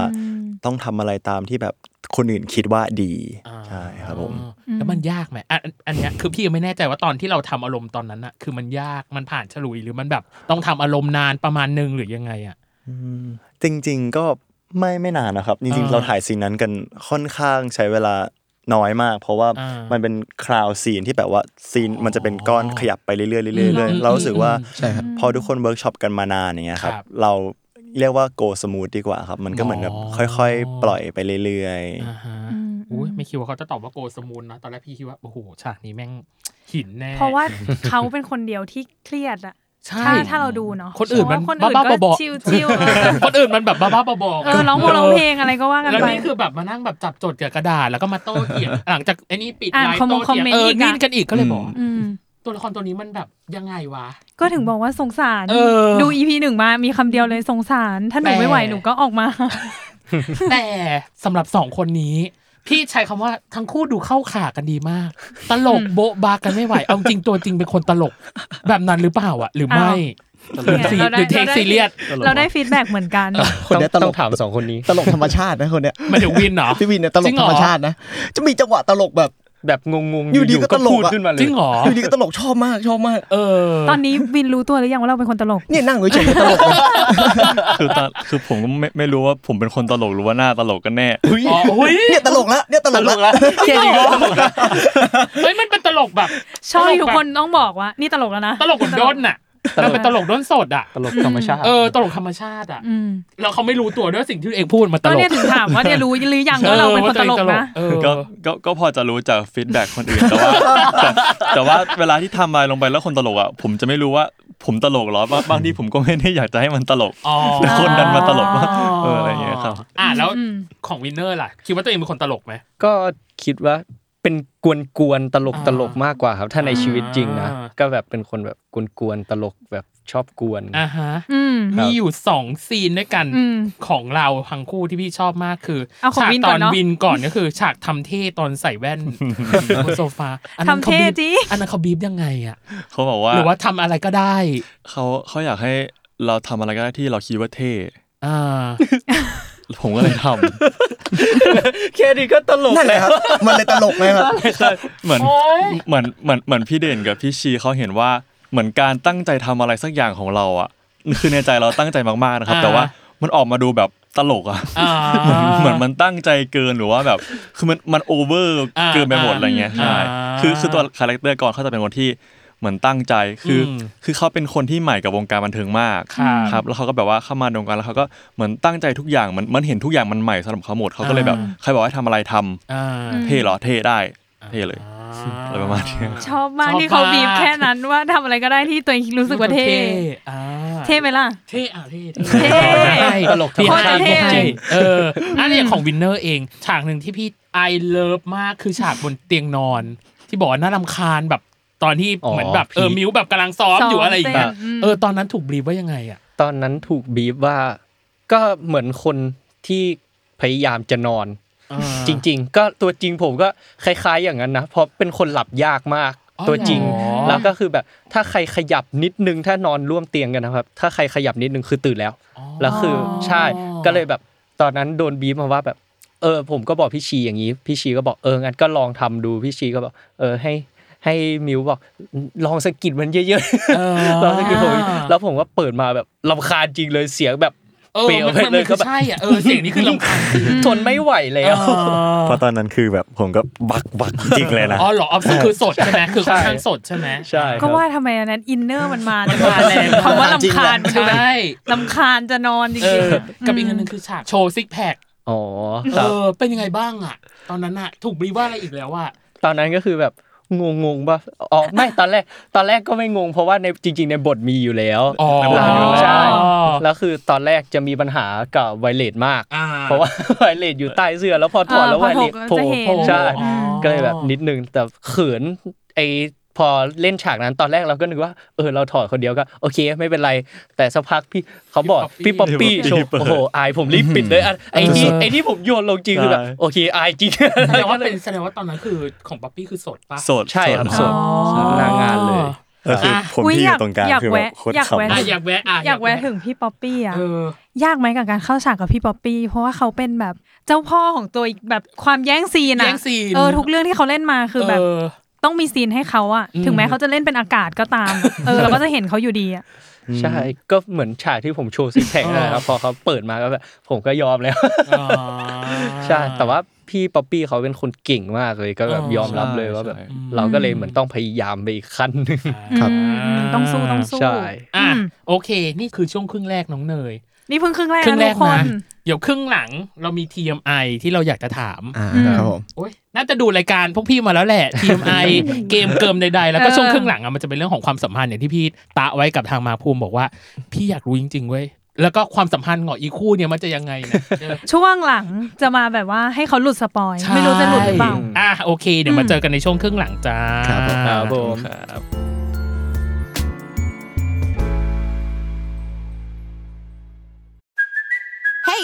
E: ต้องทำอะไรตามที่แบบคนอื่นคิดว่าดี
C: อ่า
E: ใช่ครับผม
C: แล้วมันยากไหมอ่ะอันอันเนี้ยคือพี่ยังไม่แน่ใจว่าตอนที่เราทำอารมณ์ตอนนั้นอะคือมันยากมันผ่านฉลุยหรือมันแบบต้องทำอารมณ์นานประมาณหนึงหรือยังไงอะ
E: จริงๆก็ไม่ไม่นานนะครับ จริง
C: อ่า
E: ๆ เราถ่ายซีนนั้นกันค่อนข้างใช้เวลา น้อยมาก เพราะว่า
C: อ่ามั
E: มันเป็นคราวซีนที่แบบว่าซีนมันจะเป็นก้อนขยับไปเรื่อยๆเรื่อยๆเรื่อยๆเรารู้สึกว่า
D: ใช่ครับ
E: พอทุกคนเวิร์กช็อปกันมานานอย่างเงี้ยครั
C: ค
E: บ
C: รับ
E: เราเรียกว่าโกสมูทดีกว่าครับ มันก็เหมือนแบบ
C: อ๋อ
E: ค่อยๆ ปล่อยไปเรื่อย
C: อ่าฮะ
B: อืม
C: อุ้ยไม่คิดว่าเขาจะตอบว่าโกสมูลนะตอนแรกพี่คิดว่าโอ้โหฉากนี้แม่งหินแน่
B: เพราะว่าเขาเป็นคนเดียวที่เครียดอะ
C: ใช่
B: ถ้าถ้าเราดูเนาะ
C: คนอื่นมัน
B: เพระว่
C: บ้าๆบอ
B: คนอื่นก็ชิวๆเออ
C: ๆคนอื่นมันแบบบ้าๆบอๆ
B: เออร้องวงร้องเพลงอะไรก็ว่ากัน
C: แล้ว
B: ไป
C: นี่คือแบบมานั่งแบบจับจดกับกระดาษแล้วก็มาโต้เถียง หลังจากไอ้นี่ปิด
B: อ่าน
C: ไลน์
B: คอมม
C: โต้
B: งคอม
C: เถียง
B: เมนต์
C: เออ
B: อีกอะ
C: นี่กันอีกก็เลยบอก
B: อืม
C: ตัวละครตัวนี้มันแบบยังไงวะ
B: ก็ถึงบอกว่าสงสาร
C: เออ
B: ดูอีพีหนึ่งมามีคำเดียวเลยสงสาร ถ้าหนู
C: แต่
B: ไม่ไหวหนูก็ออกมา
C: แต่สำหรับสองคนนี้ พี่ใช้คำว่าทั้งคู่ดูเข้าขากันดีมาก ตลกโบ๊ะบากันไม่ไหว เอาจริงตัวจริงเป็นคนตลกแบบนั้นหรือเปล่าอ่ะ หรือไม่
B: อ้าว
C: หรือซี
B: เราได้
C: หรือเทค
B: ราได้
C: ซีเรียส
B: เราได้ฟีดแบ็กเหมือนกัน
D: คน
G: ต้อง
D: เนี้ยตล
G: ต้อก งถามสองคนนี้
D: ตลกธรรมชาตินะคนเนี้ย
C: มันเดี๋ยววินเหรอ
D: พี่วินเนี่ยตล
C: จริ
D: ก
C: งเหร
D: ธร
C: อ
D: รมชาตินะ จะมีจังหวะตลกแบบ
G: แบบงงๆ
D: อยู่ดีก็ตลกอะ
G: พูดขึ้นมาเลย
C: จริงเหรอ
D: อยู่ดีก็ตลกชอบมากชอบมาก
C: เออ
B: ตอนนี้วินรู้ตัวหรือยังว่าเราเป็นคนตลก
D: เนี่ยนั่งเฉยๆก็ตลกเลย
F: คือตอนคือผมก็ไม่ไม่รู้ว่าผมเป็นคนตลกหรือว่าหน้าตลกกันแน่
C: อ๋อเฮ้ย
D: เนี่ยตลกละเนี่ยตลกละ
C: เก่งเหรอเฮ้ยมันเป็นตลกแบบ
B: ชอบทุกคนต้องบอกว่า นี่ตลกแล้วนะ
C: ตลกเหมือนด้นน่ะมันเป็นตลกด้นสดอ่ะ
G: ตลกธรรมชาติ
C: เออตลกธรรมชาติอ่ะ
B: อืม
C: แล้วเขาไม่รู้ตัวด้วยสิ่งที่ตัวเองพูดมาต
B: ก็
C: ลก
B: เนี่ยถึงถามว่าเนี่ยรู้หรือยังว่าเราเป็นคนตลกนะ
C: เออ
F: ก็ก็ก็พอจะรู้จากฟีดแบ็กคน อื่น แต่ว่าแต่แต่ว่าเวลาที่ทำอะไรลงไปแล้วคนตลกอ่ะผมจะไม่รู้ว่าผมตลกเหรอบางบางทีผมก็ไม่ได้อยากจะให้มันตลก
C: อ๋อ
F: แต่คนดันมาตลกว่าเอออะไรอย่างเงี้ยครับ
C: อ่ะแล้ว
B: อืม
C: ของวินเนอร์ล่ะ คิดว่าตัวเองเป็นคนตลกไหม
G: ก็คิดว่าเป็นกวนๆตลกตลก
C: อ่าม
G: มากกว่าครับ ถ้าในชีวิตจริงนะ
C: อ่า
G: ก็แบบเป็นคนแบบกวนๆตลกแบบชอบกวน
C: อ่าฮะ
B: อืม
C: มีอยู่สองซีนด้วยกัน
B: อืม
C: ของเราทั้งคู่ที่พี่ชอบมากคือ
B: เอาของ
C: ฉาก
B: วิน
C: ต
B: ก่
C: อ
B: อน
C: น
B: เนอะ
C: วินก่อนก็คือ ฉากทำเท่ตอนใส่แว่ นบนโซฟาอันนั้นขา
B: ทำเท่
C: บีบ
B: จริง
C: อันนั้นเขาบีบยังไงอ่ะ
F: เขาบอกว่า
C: หรือว่าทำอะไรก็ได้
F: เขาเขาอยากให้เราทำอะไรก็ได้ที่เราคิดว่าเท่
C: อ่า
F: ผมก็เลยทำ
G: แค่นี้ก็ตลก
D: นั่นแหละครับ มันเลยตลกไงครับ
F: เหมือนเหมือนเหมือนเหมือนพี่เด่นกับพี่ชีเขาเห็นว่าเหมือนการตั้งใจทำอะไรสักอย่างของเราอ่ะคือในใจเราตั้งใจมากๆนะครับ
C: อ่า
F: แต่ว่ามันออกมาดูแบบตลกอ่ะ
C: อ่า
F: เหมือน เหมือนมันตั้งใจเกินหรือว่าแบบคือมันมันโอเวอร์
C: อ่า
F: เกินไปหมดอะไรเงี้ย
C: อ่า
F: ใช่คือคือตัวคาแรคเตอร์ก่อนเขาจะเป็นคนที่เหมือนตั้งใจคืออ
C: ม
F: คือเขาเป็นคนที่ใหม่กับวงการบันเทิงมาก
C: ครับ
F: ครับแล้วเขาก็แบบว่าเข้ามาในวงการแล้วเขาก็เหมือนตั้งใจทุกอย่างมันมันเห็นทุกอย่างมันใหม่สำหรับเขาหมดเขาก็เลยแบบใครบอกให้ทำอะไรทำ
C: อ่า
F: เท่เหรอเท่ได้เท่เลย อะไรประมาณเนี้ย
B: ชอบมากที่เขาบีบแค่นั้นว่าทำอะไรก็ได้ที่ตัวเองรู้สึกว่าเท่
C: อ่า
B: เท่ไหมล่ะ
C: เท่อ่ะเท่
B: เท่
C: ตลกที่
B: โคตรเท่
C: จริงเอออันนี้ของวินเนอร์เอง ฉากหนึ่งที่พี่ไอเลิฟมากคือฉากบนเตียงนอน ที่บอกว่าน่ารำคาญแบบตอนที่
G: อ๋อ
C: เหมือนแบบเออ
G: พี่
C: มิวแบบกำลังซ้อม
B: ซ้อม
C: อยู่อะไรอย่างเงี้ย
B: เต้นอืม
C: เออตอนนั้นถูกบรีฟว่ายังไงอ่ะ
G: ตอนนั้นถูกบีบว่าก็เหมือนคนที่พยายามจะนอน จริง ๆ ก็ตัวจริงผมก็คล้ายๆอย่างนั้นนะเพราะเป็นคนหลับยากมาก
C: อ๋อ
G: ตัวจริง
C: เหรอ
G: แล้วก็คือแบบถ้าใครขยับนิดนึงถ้านอนร่วมเตียงกันนะครับ ถ้าใครขยับนิดนึงคือตื่นแล้ว แล้วคือใช่ก็เลยแบบตอนนั้นโดนบีบมาว่าแบบ เออ ผมก็บอกพี่ชีอย่างนี้ พี่ชีก็บอกเอองั้นก็ลองทำดูพี่ชีก็บอกเออให้ให้มิวบอกลองสะกิดมันเยอะ
C: เออ
G: ๆลองสะกิดผมแล้วผมก็เปิดมาแบบลำคาญจริงเลยเสียงแบบ
C: เออ
G: เปรี้ยว
C: มัน
G: เล
C: มัน
G: ยก็
C: คือ
G: แบบ
C: ใช่อ่ะเออเสียงนี้คือลำคาญจริง
G: ทนไม่ไหวแล้ว
E: ๆเพราะตอนนั้นคือแบบผมก็บักบักจริงๆเลยนะ
C: อ๋อเหรอออฟคือสดใช่ไหมคือค่อนข้างสดใช่ไหม
G: ใช่ครับ
B: ก็ว่าทำไมอันนั้นอินเนอร์มันมา
C: มันมาแรง
B: คำว่าลำคาญ
C: จริ
B: มัน
C: ง
B: ดูแบ
C: ใช่
B: บลำคาญจะนอนจ
C: เอ
B: ริง
C: อ
B: ๆ
C: กับอีกอันหนึงคือฉากโชว์ซิกแพค
G: อ๋อค
C: เอ
G: รับ
C: อเป็นยังไงบ้างอะตอนนั้นอะถูกบรีฟว่าอะไรอีกแล้วอะ
G: ตอนนั้นก็คือแบบงงๆป่ะ อ๋อไม่ตอนแรกตอนแรกก็ไม่งง เพราะว่าในจริง ๆ ในบทมีอยู่แล้ว
F: แล้วมันอยู่แล้ว
G: ใช่ แล้วคือตอนแรกจะมีปัญหากับไวเลตมาก
C: อ่
G: เพราะว่า ไวเลตอยู่ใต้เสื้อแล้วพอถอดแล้วไวเลตโผล่
C: โผล่
G: ใช่
C: อ๋อ
G: ก็เลยแบบนิดนึงแต่เขินไอพอเล่นฉากนั้นตอนแรกเราก็นึกว่าเออเราถอดคนเดียวก็โอเคไม่เป็นไร แต่สักพักพี่เขาบอกพี่ป๊อปปี้โชว์โอ้โหอายผมรีบปิดเลยอ่ะไอ้ที่ไอ้ที่ผมโยนลงจริงคือแบบโอเคอายจริ ง
C: แสดงว่าเป็นแสดงว่าตอนนั้นคือของป๊อปปี้คือสดปะ
F: โสด
G: ใช่ครับ
F: โสด
B: อ๋อ
F: สด
G: หน้างานเลย
E: ก็คือผม
B: อุ๊ย
E: ที่อ
B: อยาก
E: ยู่ตรงกลาง
B: อยาก
E: คือแบบ
B: แวะ
E: โคตร
B: อยาก
E: ขำ
B: แวะ
C: อ่ะอยากแวะอ่ะ
B: อยากแวะถึงพี่ป๊อปปี้อ่ะ
C: เออ
B: ยากไหมกับการเข้าฉากกับพี่ป๊อปปี้ เพราะว่าเขาเป็นแบบเจ้าพ่อของตัวอีกแบบความแย่งซีนอะ
C: แย่งซีน
B: เออทุกเรื่องที่เขาเล่นมาคือแบบ
C: เออ
B: ต้องมีซีนให้เขาอะ
C: อืม
B: ถึงแม้เขาจะเล่นเป็นอากาศก็ตาม เออเราก็จะเห็นเขาอยู่ดีอะ
G: ใช่ก็เหมือนฉากที่ผมโชว์ซิกแพคนะครับพอเขาเปิดมาก็แบบผมก็ยอมแล้ว
C: อ๋อ
G: ใช่แต่ว่าพี่ป๊อปปี้เขาเป็นคนเก่งมากเลยก็แบบ
C: อ๋อย
G: อมรับเลย
F: ใช่
G: ว่าแบบ
F: ใช่
G: เราก็เลยเหมือนต้องพยายามไปอีกขั้นหนึ่ง
D: ครับ
B: อืมต้องสู้ต้องสู้
G: ใช่
C: อ่ะ
B: อืม
C: โอเค นี่คือช่วงครึ่งแรกน้องเนย
B: นี่เพิ่งครึ่งแรก
C: ครึ่งแร
B: นะ
C: ก
B: ทุกคน
C: นะ เดี๋ยวครึ่งหลังเรามี TMI ที่เราอยากจะถาม
D: อ่า
B: อืม
D: ครับผม
C: โอ๊ยน่าจะดูรายการพวกพี่มาแล้วแหละ TMI เกมเกิมใดๆ แล้วก็ช่วงครึ่งหลังอะมันจะเป็นเรื่องของความสัมพันธ์อย่างที่พี่ตะไว้กับทางมาภูมิบอกว่า พี่อยากรู้จริงๆเว้ยแล้วก็ความสัมพันธ์ของอีคู่เนี่ยมันจะยังไงนะ
B: ช่วงหลังจะมาแบบว่าให้เขาหลุดสปอย
C: ใช่
B: ไม่รู้จะหลุดหรือเปล่า
C: อ่ะโอเค เดี๋ยวมาเจอกันในช่วงครึ่งหลังจ้า
D: ครับผม
G: ครับผม
F: ครับ
H: Hey,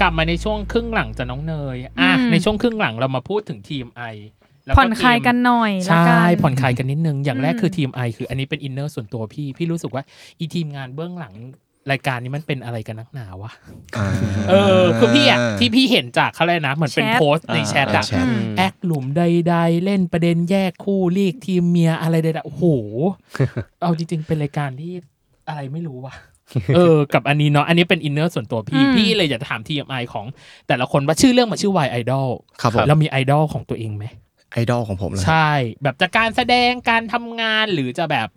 C: กลับมาในช่วงครึ่งหลังจากน้องเนย อ่ะ
B: อืม
C: ในช่วงครึ่งหลังเรามาพูดถึงทีมไอ
B: ผ่อนคลายกันหน่อยละ
C: ใช่
B: กัน
C: ผ่อนคลายกันนิดนึง อย่างแรก
B: อืม
C: คือทีมไอคืออันนี้เป็นอินเนอร์ส่วนตัวพี่ พี่รู้สึกว่าอีทีมงานเบื้องหลังรายการนี้มันเป็นอะไรกันนักหนาวะ
D: อ่า
C: เออ คือพี่อ่ะ ที่พี่เห็นจากเขาเลยกนะ เหมือนเป็น
B: แชท
C: โพสต์ในแชทอะ
D: อ่าแชท
B: อืม
C: แอคหลุมใด ๆ เล่นประเด็นแยกคู่เรียกทีมเมียอะไรใดๆ โอ้โห เอาจริง ๆ เป็นรายการที่อะไรไม่รู้ ว่ะ เออ กับอันนี้เนาะ อันนี้เป็นอินเนอร์ส่วนตัวพี่
B: อืม
C: พี่เลยอยากจะถาม TMI ของ แต่ละคนว่าชื่อเรื่องมาชื่อ Y Idol
D: ครับผม
C: เรามีไอดอลของตัวเองไหม
D: ไอดอลของผมแล้ว
C: ใช่ แบบจากการแสดง การทำงาน หรือจะแบบ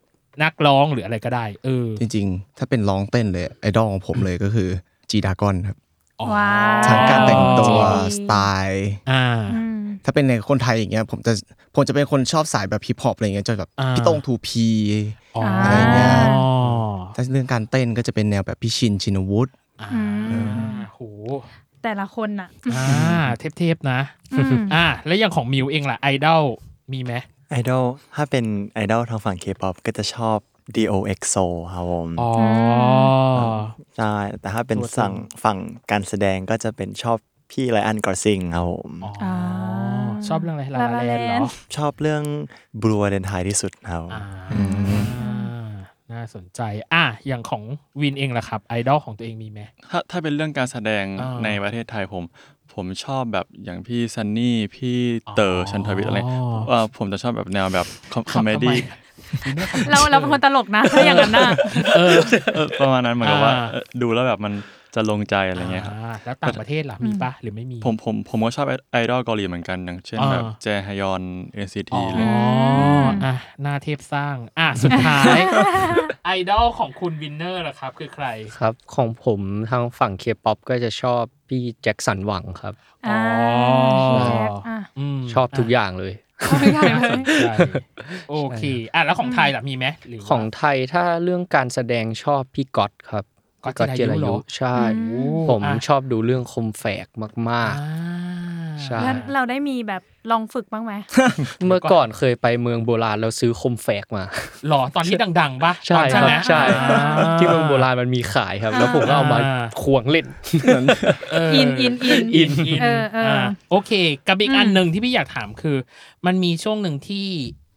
C: นักร้องหรืออะไรก็ได้ เออ
D: จริงๆ ถ้าเป็นร้องเต้นเลยไอดอลของผมเลยก็คือจีดากอนครับ
C: อ๋อ
B: ว้าว
D: ทั้งการแต่งตั
B: จี
D: ว
B: ดา
D: สไตล์
C: อ่า
B: อืม
D: ถ้าเป็นในคนไทยอย่างเงี้ยผมจะผมจะเป็นคนชอบสายแบบฮิปฮอปอะไรเงี้ยจะแบบ
C: อ่า
D: พี่โต้งทูพี
C: อ๋อ
D: อะ
C: อะไร
D: เงี้ย
C: อ๋อ
D: ถ้าเรื่องการเต้นก็จะเป็นแนวแบบพี่ชินชินวุฒิ
C: อ่า
B: อืม
C: โห
B: แต่ละคนน่ะ
C: อ่าเทพๆนะ
B: อืม
C: อ่า แล้วอย่างของมิวเองล่ะ ไอดอลมีไหม
E: ไอดอลถ้าเป็นไอดอลทางฝั่งเคป๊อปก็จะชอบ DOXO ครับผม
C: อ๋อ
E: ใช่แต่ถ้าเป็น
C: ตัวจริง
E: สั่งฝั่งการแสดงก็จะเป็นชอบพี่ไลออนกอร์ซิงครับผม
C: อ๋อ ชอบเรื่องอะไรลาลาแลนด์เหรอ
E: ชอบเรื่องบลัวเดนไทยที่สุดครับ
C: อ่าน่าสนใจ อ่ะอย่างของวินเองล่ะครับ ไอดอลของตัวเองมีไหม
F: ถ้าถ้าเป็นเรื่องการแสดง
C: อ่า
F: ในประเทศไทยผม ผมชอบแบบอย่างพี่ซันนี่พี่เต๋ออ
C: อ
F: ชันทวิทย์อะไรเอ่อผมจะชอบแบบแนวแบบคอมเมดี้
B: เราเราเป็นคนตลกนะถ้าอย่างนั้นน่ะ
C: เออ
F: เออประมาณนั้นเหมือนกับว่า
C: อ่า
F: เออดูแล้วแบบมันจะลงใจอะไรเงี้ยครับ
C: อ่าแล้วต่างประเทศล่ะ มีปะหรือไม่มี
F: ผมผมผมก็ชอบไอไอดอลเกาหลีเหมือนกันอย่างเช่น
C: อ่า
F: แบบแจฮยอน NCT
C: อ๋อ
F: เลย
C: อ่ะหน้าเทพสร้าง อ่ะสุดท้าย ไอดอลของคุณวินเนอร์ล่ะครับ คือใคร
G: ครับของผมทางฝั่งเคป๊อปก็จะชอบพี่แจ็คสันหวังครับ
B: อ่า
C: อ๋อ
B: แชทอ่ะ
C: ม
G: ชอบทุกอย่างเลย
C: น่าสนใจโอเค อ่ะแล้วของไทยล่ะมีไหมหรือว่า
G: ของไทยถ้าเรื่องการแสดงชอบพี่ก๊อตครับ
C: ก๊อต
G: พี่
C: จิรายุเหรอ
G: ใช่
B: อื
C: โอ้
G: ผม
C: อ่ะ
G: ชอบดูเรื่องคมแฝกมา
C: อ่าก
G: ใช่
B: แล้วเราได้มีแบบลองฝึกบ้างไหม
G: ๆ เมื่อก่อนเคยไปเมืองโบราณแล้วซื้อคมแฝกมา
C: หรอตอนที่ดังๆปะ
G: ใช่
C: ตอน
G: ครับ
C: ไหม
G: ใช่
C: อ่า
G: ที่เมืองโบราณมันมีขายครับ แล้วผมก็เอามา
C: อ่า
G: ควงเล่น
C: เ
B: อินอินอิน
C: อินอิน
B: เออเอออ่
C: าโอเค กับอีก
B: อืม
C: อันหนึ่งที่พี่อยากถามคือ มันมีช่วงหนึ่งที่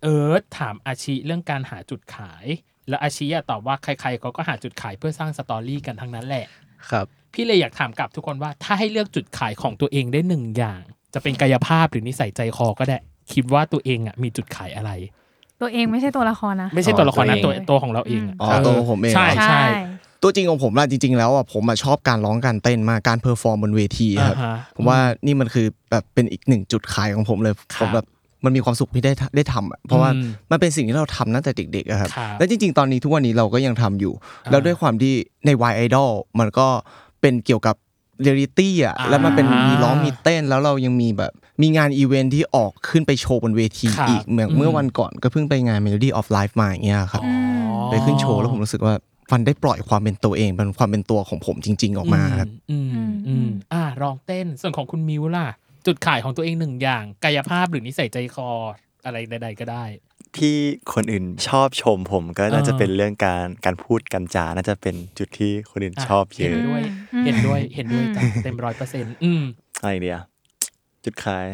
C: เอิร์ธถามอาชีเรื่องการหาจุดขาย แล้วอาชีอะตอบว่าใครๆเขาก็หาจุดขายเพื่อสร้างสตอรี่กันทั้งนั้นแหละ
G: ครับ
C: พี่เลยอยากถามกลับทุกคนว่าถ้าให้เลือกจุดขายของตัวเองได้หนึ่งอย่าง จะเป็นกายภาพหรือนิสัยใจคอก็ได้ คิดว่าตัวเองอ่ะมีจุดขายอะไร
B: ตัวเองไม่ใช่ตัวละครนะ
C: ไม่ใช่ตัวละครนะ
G: ตั
C: ตัว ว
G: เอง
C: ตัวของเราเองะ
D: อ๋อตัวของผมเอง
C: ใช่
D: เหรอ
C: ใช่
D: ตัวจริงของผมล่ะจริง ๆ แล้วอ่ะผมอะชอบการร้องการเต้นมากการเพอร์ฟอร์มบนเวที
C: อ่า
D: ครับ
C: ฮะ
D: ผมว่านี่มันคือแบบเป็นอีกหนึ่งจุดขายของผมเลย
C: ครับ
D: ผมแบบมันมีความสุขที่ได้ทำได้ทำอะเพราะว่า
C: อืม
D: มันเป็นสิ่งที่เราทำตั้งแต่เด็กๆอะครับ
C: ครับ
D: และจริง ๆ ตอนนี้ทุกวันนี้เราก็ยังทำอยู่
C: อ่า
D: แล้วด้วยความที่ในวายไอดอลมันก็เป็นเกี่ยวกับเรียลิตี้อ่ะ
C: อ่า
D: แล้วมันเป็นมีร้องมีเต้นแล้วเรายังมีแบบมีงานอีเวนท์ที่ออกขึ้นไปโชว์บนเวที
C: ครับ
D: อีกเหมือนเมื่ออ
C: ม
D: วันก่อนก็เพิ่งไปงาน Melody of Life มาอย่างเงี้ยครับ
C: อ๋อ
D: ไปขึ้นโชว์แล้วผมรู้สึกว่ามันได้ปล่อยความเป็นตัวเองเป็นความเป็นตัวของผมจริง ๆ ออกมาครับ
C: อืม
B: อืม
C: อื
B: อืม
C: มอ่าลองเต้นส่วนของคุณมิวล่ะ จุดขายของตัวเองหนึ่งอย่าง กายภาพหรือนิสัยใจคออะไรใด ๆ ก็ได้
E: จ ที่คนอื่นชอบชมผมก็น่าจะ
C: อ่า
E: เป็นเรื่องการการพูดกันจาน่าจะเป็นจุดที่คนอื่นชอบเย
C: ห็
E: อะ
C: นด้วย
B: อืม
C: เห็นด้วยเห็นด้วยจ้ะเต็มร้อยเปอร์เซ็นต์
E: อะไรเดียจุดขาย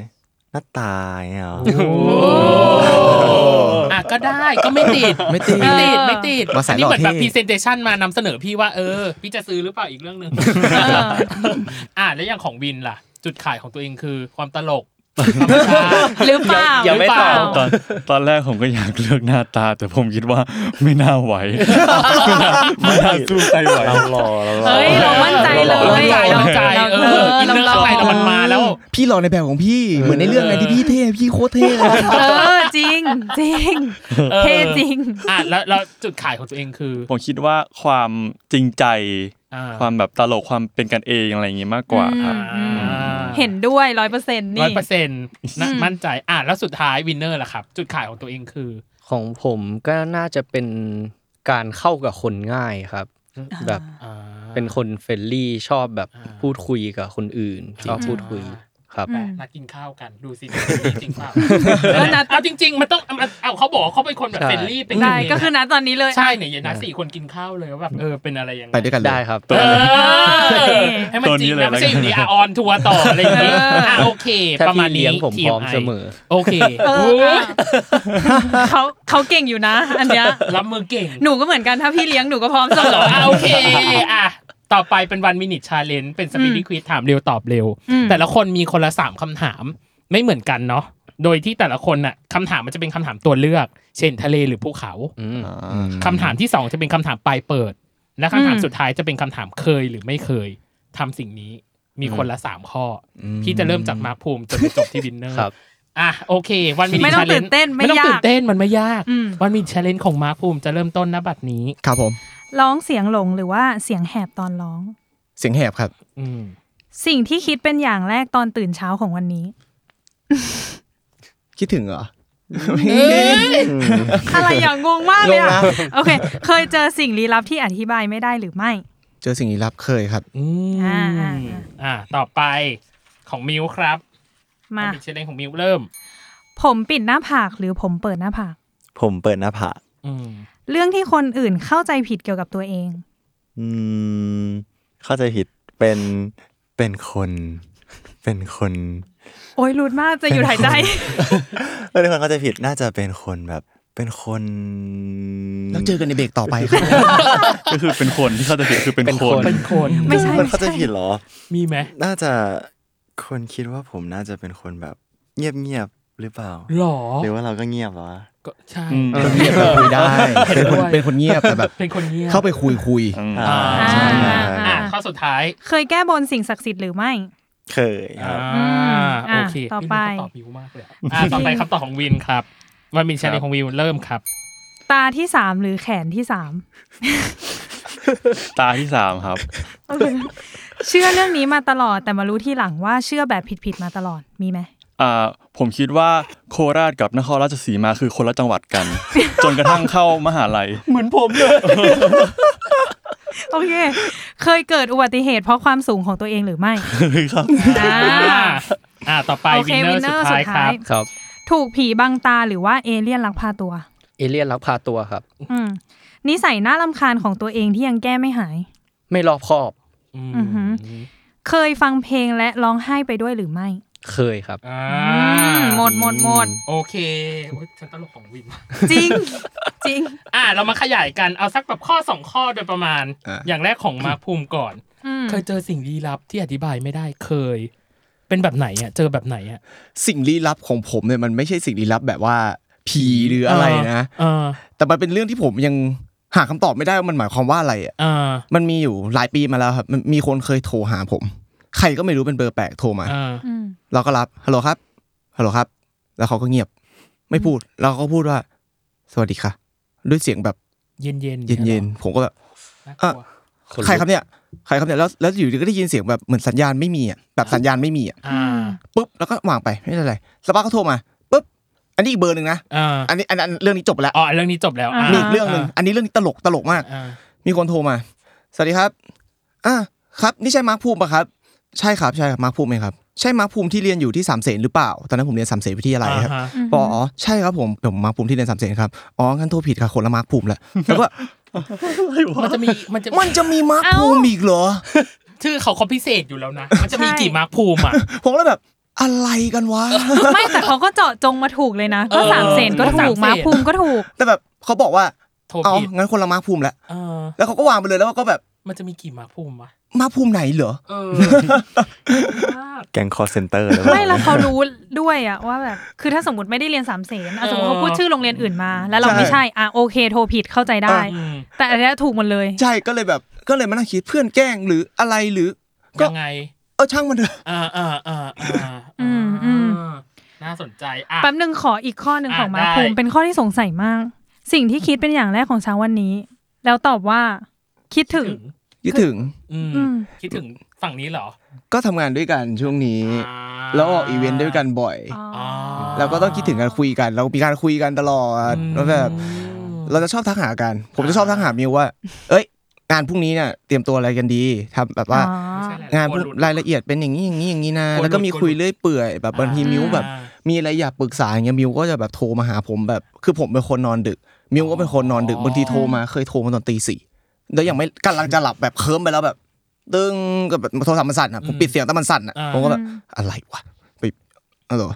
E: หน้าตาอย่า งเนี่ยเหรอ
C: อ่ะก็ได้ก็ไม่ติด
D: ไม่ติด
C: ไม่ติดไม่ติด
D: มาสา
C: อั
D: ย
C: นนี้เหมือน
D: หล่
C: แบ
D: อบ เท่
C: พรีเซนเตชันมานำเสนอพี่ว่าเออ พี่จะซื้อหรือเปล่าอีกเรื่องหนึ่งอ่ะแล้วอย่างของวินล่ะ จุดขายของตัวเองคือความตลกความประชา
B: หรือเปล่า
C: อย่าไม่ตอบ
B: ห
F: ต
B: รื
F: อ
B: เปล่าน
F: ตอนแรกผมก็อยากเลือกหน้าตา แต่ผมคิดว่าไม่น่า ไหว ไม่น่าสู้ใครไหว
E: เราหล่อเราหล่อ
B: เฮ้ยเรามั่นใจเลย
C: เราใจเราใจเอออินเนอร์ข้างในน่ะมันมาแล้ว
D: พี่หล่อในแบบของพี่ เหมือนในเรื่องไงที่พี่เท่พี่โคตรเท่เลย
B: เออจริงจริง
C: เออ
B: เท่จริง
C: อ่ะแล้วแล้วจุดขายของตัวเองคือ
F: ผมคิดว่าความจริงใจ
C: อ่า
F: ความแบบตลกความเป็นกันเองอะไรอย่างงี้มากกว่าครับ
B: อืม เห็นด้วยร้อยเปอร์เซ็นต์
C: ร้อ
B: นี่
C: ยเปอร์เซ็นต์นะ
B: อืม
C: มั่นใจอ่ะแล้วสุดท้ายวินเนอร์ล่ะครับ จุดขายของตัวเองคือ
G: ของผมก็น่าจะเป็นการเข้ากับคนง่ายครับ แบบ
C: อ่า
G: เป็นคนเฟรนลี่ชอบแบบ
C: อ่า
G: พูดคุยกับคนอื่น ชอบพูดคุยครับ
B: อืม
C: นัดกินข้าวกันดูสิจริงเปล่าเอาจริง ๆ มันต้องมันเอาเขาบอกว่าเขาเป็นคนแบบ
G: ใช่
C: เฟรนลี่เป็น
B: ได้
C: ย่างนี้
B: ก็คือนะตอนนี้เลย
C: ใช่เนี่ยอย่านัดสี่คนกินข้าวเลยว่าแบบเออเป็นอะไรยังไง
D: ไปด้วยกันเลย
G: ได้ครับ
C: เออให้มัน
F: ตัว
C: จ
F: นี้
C: ริง
F: เลย
C: นะ
F: แล้วกั
C: ไม่
F: น
C: ใช่อยู่ดีอ่ะออนทัวร์ต่ออะไรอย่างเงี้ยอ่ะโอเค
G: ถ้า
C: ประมาณ
G: พี่
C: นี้
G: เลี้ยงผม
C: TMI
G: พร้อมเสมอ
C: โอเค
B: เออ
C: โอ้ย
B: เขาเขาเก่งอยู่นะ อันเนี้ย
C: รับมือเก่ง
B: หนูก็เหมือนกันถ้าพี่เลี้ยงหนูก็พร้อมเสม
C: เหร
B: อ
C: อ
B: อ
C: อ่ะโอเคอ่ะต่อไปเป็นวันมินิชาเลนเป็นสปีดควิดถามเร็วตอบเร็ว
B: อืม
C: แต่ละคนมีคนละสามคำถามไม่เหมือนกันเนาะโดยที่แต่ละคนน่ะคำถามมันจะเป็นคำถามตัวเลือก เช่นทะเลหรือภูเขา
G: อืม
C: คำถามที่สองจะเป็นคำถามปลายเปิด และคำถามสุดท้ายจะเป็นคำถามเคยหรือไม่เคยทำสิ่งนี้มีคนละสามข้ออพี่จะเริ่มจากมาร์คภูมิจนไปจบที่วินเนอร์
G: ครับ
C: อ่ะโอเค วันมินิ
B: ไม่ต้อ
C: ชาง เล
B: ตื่
C: น
B: นเต้นไม่
C: ไม่ต้อง
B: ยาก
C: ตื่นเต้นมันไม่ยาก
B: อืม
C: วันมินิชาเลนของมาร์คภูมิจะเริ่มต้นณบัดนี้
D: ครับผม
B: ร้องเสียงหลงหรือว่าเสียงแหบตอนร้อง
D: เสียงแหบครับ
C: อืม
B: สิ่งที่คิดเป็นอย่างแรกตอนตื่นเช้าของวัน นี้
D: คิดถึงเหรอ
B: อะไรอย่างงงมากเลยอะ
D: งงนะ
B: โอเค เคยเจอสิ่งลี้ลับที่อธิบายไม่ได้หรือไม่
D: เจอสิ่งลี้ลับเคยครับ
C: อืม
B: อ่าอ่า
C: อ่า ต่อไปของมิวครับ
B: มา
C: เป็นเชลเลนของมิวเริ่ม
B: ผมปิดหน้าผากหรือผมเปิดหน้าผาก
E: ผมเปิดหน้าผาก
C: อืม
B: เรื่องที่คนอื่นเข้าใจผิดเกี่ยวกับตัวเอง
E: อืมเข้าใจผิดเป็นเป็นคน เป็นคน
B: โอ้ยรูดมากจะอยู่หาย ใจ
E: เออทุกคนเข้าใจผิดน่าจะเป็นคนแบบเป็นคน
D: แล้วเจอกันในเบรกต่อไปครับ
F: ก็คือเป็นคนที่เขาจะเห็นคือเป็นคน
C: เป็นคน
B: ไม่ใช่
E: มัน
B: ไม่
E: เข้าใจ
B: ใช่
E: ผิดเหรอ
C: มีไหม
E: น่าจะคนคิดว่าผมน่าจะเป็นคนแบบ เงียบเงียบๆหรือเปล่า
C: หรอ
E: หรือว่าเราก็เงียบเหรอวะ
C: ก็ใช่
F: อืม
D: เงียบแบบคุยได้
C: เห็น
D: เป็น
C: ด้
D: คน
C: วย
D: เป็นคนเงียบแต่แบบ
C: เป็นคนเงียบ
D: เข้าไปคุยคุย
E: อ่า
C: อ่า
E: ใช่
B: อ่า
C: อ่าข้อสุดท้าย
B: เคยแก้บนสิ่งศักดิ์สิทธิ์หรือไม่
E: เคยครับ
C: อ่า
B: อ่ะ
C: โอเค
B: ต่อไป
C: พี่นุ้ยเขาตอบมิวมากเลยอะอ่าต่อไปคำตอบของวินครับว่ามินเชลเลนของวิวเริ่มครับ
B: ตาที่สามหรือแขนที่สาม
F: ตาที่สามครับ
B: เชื่อเรื่องนี้มาตลอดแต่มารู้ที่หลังว่าเชื่อแบบผิดๆมาตลอดมีไหม
F: อ่าผมคิดว่าโคราชกับนครราชสีมาคือคนละจังหวัด กัน จนกระทั่งเข้ามหาลัย
C: เหมือนผมเลย
B: โอเค เคยเกิดอุบัติเหตุเพราะความสูงของตัวเองหรือไม่
F: ครับ
B: อ่า
C: อ่าต่อไป
B: โอเค
C: วินเนอร์สุ
B: winner
C: ด
B: สุดท้า
C: ท้ายครับ
B: ย
G: ครับ
B: ถูกผีบังตาหรือว่าเอเลี่ยนลักพาตัว
G: เอเลี่ยนลักพาตัวครับ
B: อืมนิสัยน่ารำคาญของตัวเองที่ยังแก้ไม่หาย
G: ไม่รอบคอบ
B: อือหือ เคยฟังเพลงและร้องไห้ไปด้วยหรือไม่
G: เคยครับ
C: อ่า
B: อืมหมดหมดหมด
C: โอเคโอ๊ยฉันตลกของวิน
B: จริง จริง
C: อ่ะเรามาขยายกันเอาสักแบบข้อสองข้อโดยประมาณ
D: อ่ะ
C: อย่างแรกของมาร์คภูมิก่อน
B: อืม
C: เคยเจอสิ่งลี้ลับที่อธิบายไม่ได้เคย เป็นแบบไหนอ่ะเจอแบบไหนอ่ะ
D: ๆ สิ่งลี้ลับของผมเนี่ยมันไม่ใช่สิ่งลี้ลับแบบว่าผีหรืออะไรนะ
C: เออ
D: แต่มันเป็นเรื่องที่ผมยังหาคำตอบไม่ได้ว่ามันหมายความว่าอะไรอ่ะ
C: เออ
D: มันมีอยู่หลายปีมาแล้วครับมันมีคนเคยโทรหาผม ใครก็ไม่รู้เป็นเบอร์แปลกโทรมา
C: เออ
B: อืม
D: เราก็รับ ฮัลโหลครับ ฮัลโหลครับ แล้วเขาก็เงียบ ไม่พูด แล้วเขาก็พูดว่า สวัสดีค่ะ ด้วยเสียงแบบ
C: เย็นๆเย็น
D: เย็นๆ ผมก็แบบ
C: ๆกลัว
D: ใครครับเนี่ย ใครครับเนี่ย แล้ว แล้วอยู่ดีก็ได้ยินเสียงแบบเหมือนสัญญาณไม่มีอ่ะ แบบสัญญาณไม่มีอ่ะ
C: อ่า
D: ปุ๊บ แล้วก็วางไป ไม่เป็นไรสักพักก็โทรมา ปุ๊บ อันนี้อีกเบอร์หนึ่งนะ
C: เออ
D: อันนี้ อันนั้นเรื่องนี้จบแล้ว
C: อ๋อเรื่องนี้จบแล้วะ
D: มีอีกเรื่องหนึ่งอันนี้เรื่องนี้ตลก ตลกมาก
C: อ่า
D: มีคนโทรมา สวัสดีครับ อ่าครับ นี่ใช่มาร์คภูมิปะครับ ใช่ครับ ใช่ครับ มาร์คภูมิไหมครับ ใช่มาร์คภูมิที่เรียนอยู่ที่สามเสนหรือเปล่า ตอนนั้นผมเรียนสามเสนวิทยาลัยครับ
C: อ่าฮะ
B: อืม
D: บอกอ๋อใช่ครับผมผมมาร์คภูมิที่เรียนสามเสนครับอ๋องั้นโทรผิดค่ะคนละมาร์คภูมิแหละแล้วก็
C: มันจะมีมันจะ
D: มันจะมีมาร์คภูมิอีกเหรอ
C: ชื่อเขาเขาพิเศษอยู่แล้วนะ มันจะมีกี่มาร์คภูมิอ่ะ
D: ผมเลยแบบอะไรกันวะ
B: ไม่แต่เขาก็เจาะจงมาถูกเลยนะ ก็
C: เออ
B: สามเสนก็
C: สา
B: ถู
C: ม
B: ก
C: เสน
B: มาภูมิก็ถูก
D: แต่แบบเขาบอกว่า
C: โทร
D: เอา
C: ผิด
D: งั้นคนละมาร์คภูมิแหละ
C: เออ
D: แล้วเขาก็วางไปเลยแล้วก็แบบ
C: มันจะมีกี่มาร์คภูมิวะ
D: มาร์คภูมิไหนเหรอ
C: เออ
E: แก๊งคอร์เซนเตอร์หรือเปล่า
B: ไม่แล้วเขารู้ด้วยอะว่าแบบคือถ้าสมมติไม่ได้เรียนสามเสนอะสมมติเขาพูดชื่อโรงเรียนอื่นมา แล้วเราไม่ใช่อ่ะโอเคโทรผิดเข้าใจได้
C: อืม
B: แต่อันเนี้ยถูกหมดเลย
D: ใช่ก็เลยแบบก็เลยมานั่งคิดเพื่อนแกล้งหรืออะไรหรือ ก็
C: ยังไง
D: เออช่างมันเถอะ
C: อ่าอ่าอ่าอ่า
B: อืมอืม
C: น่าสนใจอ่ะ
B: แป๊บหนึ่งขออีกข้อหนึ่ง
C: อ่ะ
B: ของมา
C: ได้
B: ภูมิเป็นข้อที่สงสัยมาก สิ่งที่คิดเป็นอย่างแรกของเช้าวันนี้ แล้วตอบว่า คิดถึง
D: คิดถึง
C: อืม
B: อืม
C: คิดถึงฝั่งนี้เหรอ
D: ก็ทำงานด้วยกันช่วงนี้
C: อ่า
D: แล้วออกอีเวนต์ด้วยกันบ่อย
B: อ๋อ
C: อ๋อ
D: เราก็ต้องคิดถึงการคุยกัน เรามีการคุยกันตลอด
C: อืม
D: แล้วแบบเราจะชอบทักหากัน ผมจะชอบทักหามิวว่า เอ้ย งานพรุ่งนี้เนี่ยเตรียมตัวอะไรกันดีทำแบบว่า
B: อ๋อ
D: งานพวกรายละเอียดเป็นอย่างนี้อย่างนี้อย่างนี้นะ
C: กลัวหลุด
D: แล้วก็มีคุ
C: กลัวห
D: ย
C: ลุด
D: เรื่อยเปื่อยแบบบางทีมิวแบบ
C: อ่า
D: มีอะไรอยากปรึกษาอย่างเงี้ยมิวก็จะแบบโทรมาหาผมแบบ คือผมเป็นคนนอนดึก มิวก็เป็นคนนอนดึก
C: อ๋อ
D: บางทีโทรมาเคยโทรมาตอนตีสี่แล้วยังไม่กำลังจะหลับแบบเคิมไปแล้วแบบตึ้งกับแบบโทรศัพท์มันสั่นอ่ะผมปิดเสียงแต่มันสั่นอ่ะผมก็แบบ
B: อืม
D: อะไรวะไปอะเหรอ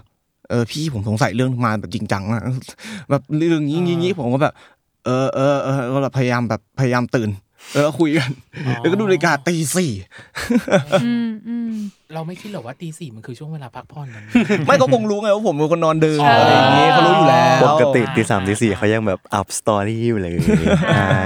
D: เออพี่ผมสงสัยเรื่องมาแบบจริงจังอะ แบบเรื่องนี้งี้งี้ผมก็แบบ เออเออเออก็แบบพยายามแบบพยายามตื่นแล้วก็คุยกันแล้วก็ดูนาฬิกาตีสี่
B: อืมอืม
C: เราไม่คิดหรอกว่าตีสี่มันคือช่วงเวลาพักผ่อนนะ
D: ไม่ก็คงรู้ไงว่าผมเป็นคนนอนดึก
C: อ๋ออ
D: อะไรอย่างงี้เขารู้อยู่แล้ว
E: ปกติตีสามตีสี่เขายังแบบอัพสตอรี่อยู่เลยใช่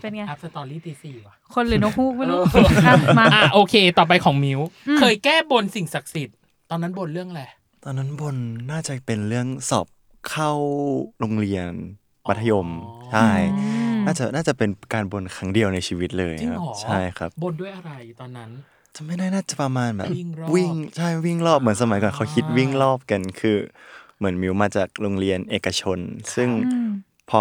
B: เป็นไง
C: อัพสตอรี่ตีสี่ว่ะ
B: คนหรือนกฮูกไม่รู้อ่ะมา
C: อ่ะโอเค ต่อไปของมิว
B: อืม
C: เคยแก้บนสิ่งศักดิ์สิทธิ์ตอนนั้นบนเรื่องอะไร
E: ตอนนั้นบนน่าจะเป็นเรื่องสอบเข้าโรงเรียนมัธยม
C: อ๋อ
E: ใช่
B: อืม
E: น่าจะน่าจะเป็นการบนครั้งเดียวในชีวิตเลย
C: จริง
E: ครับ
C: เหรอ
E: ใช่ครับ
C: บนด้วยอะไรตอนนั้น
E: จะไม่ได้น่าจะประมาณแบบ
C: วิ่งรอบ
E: งใช่วิ่งรอบเหมือนสมัยก่อนเขาคิด
C: อ่า
E: วิ่งรอบกันคือ เหมือนมิวมาจากโรงเรียนเอกชน ซึ่ง
B: อืม
E: พอ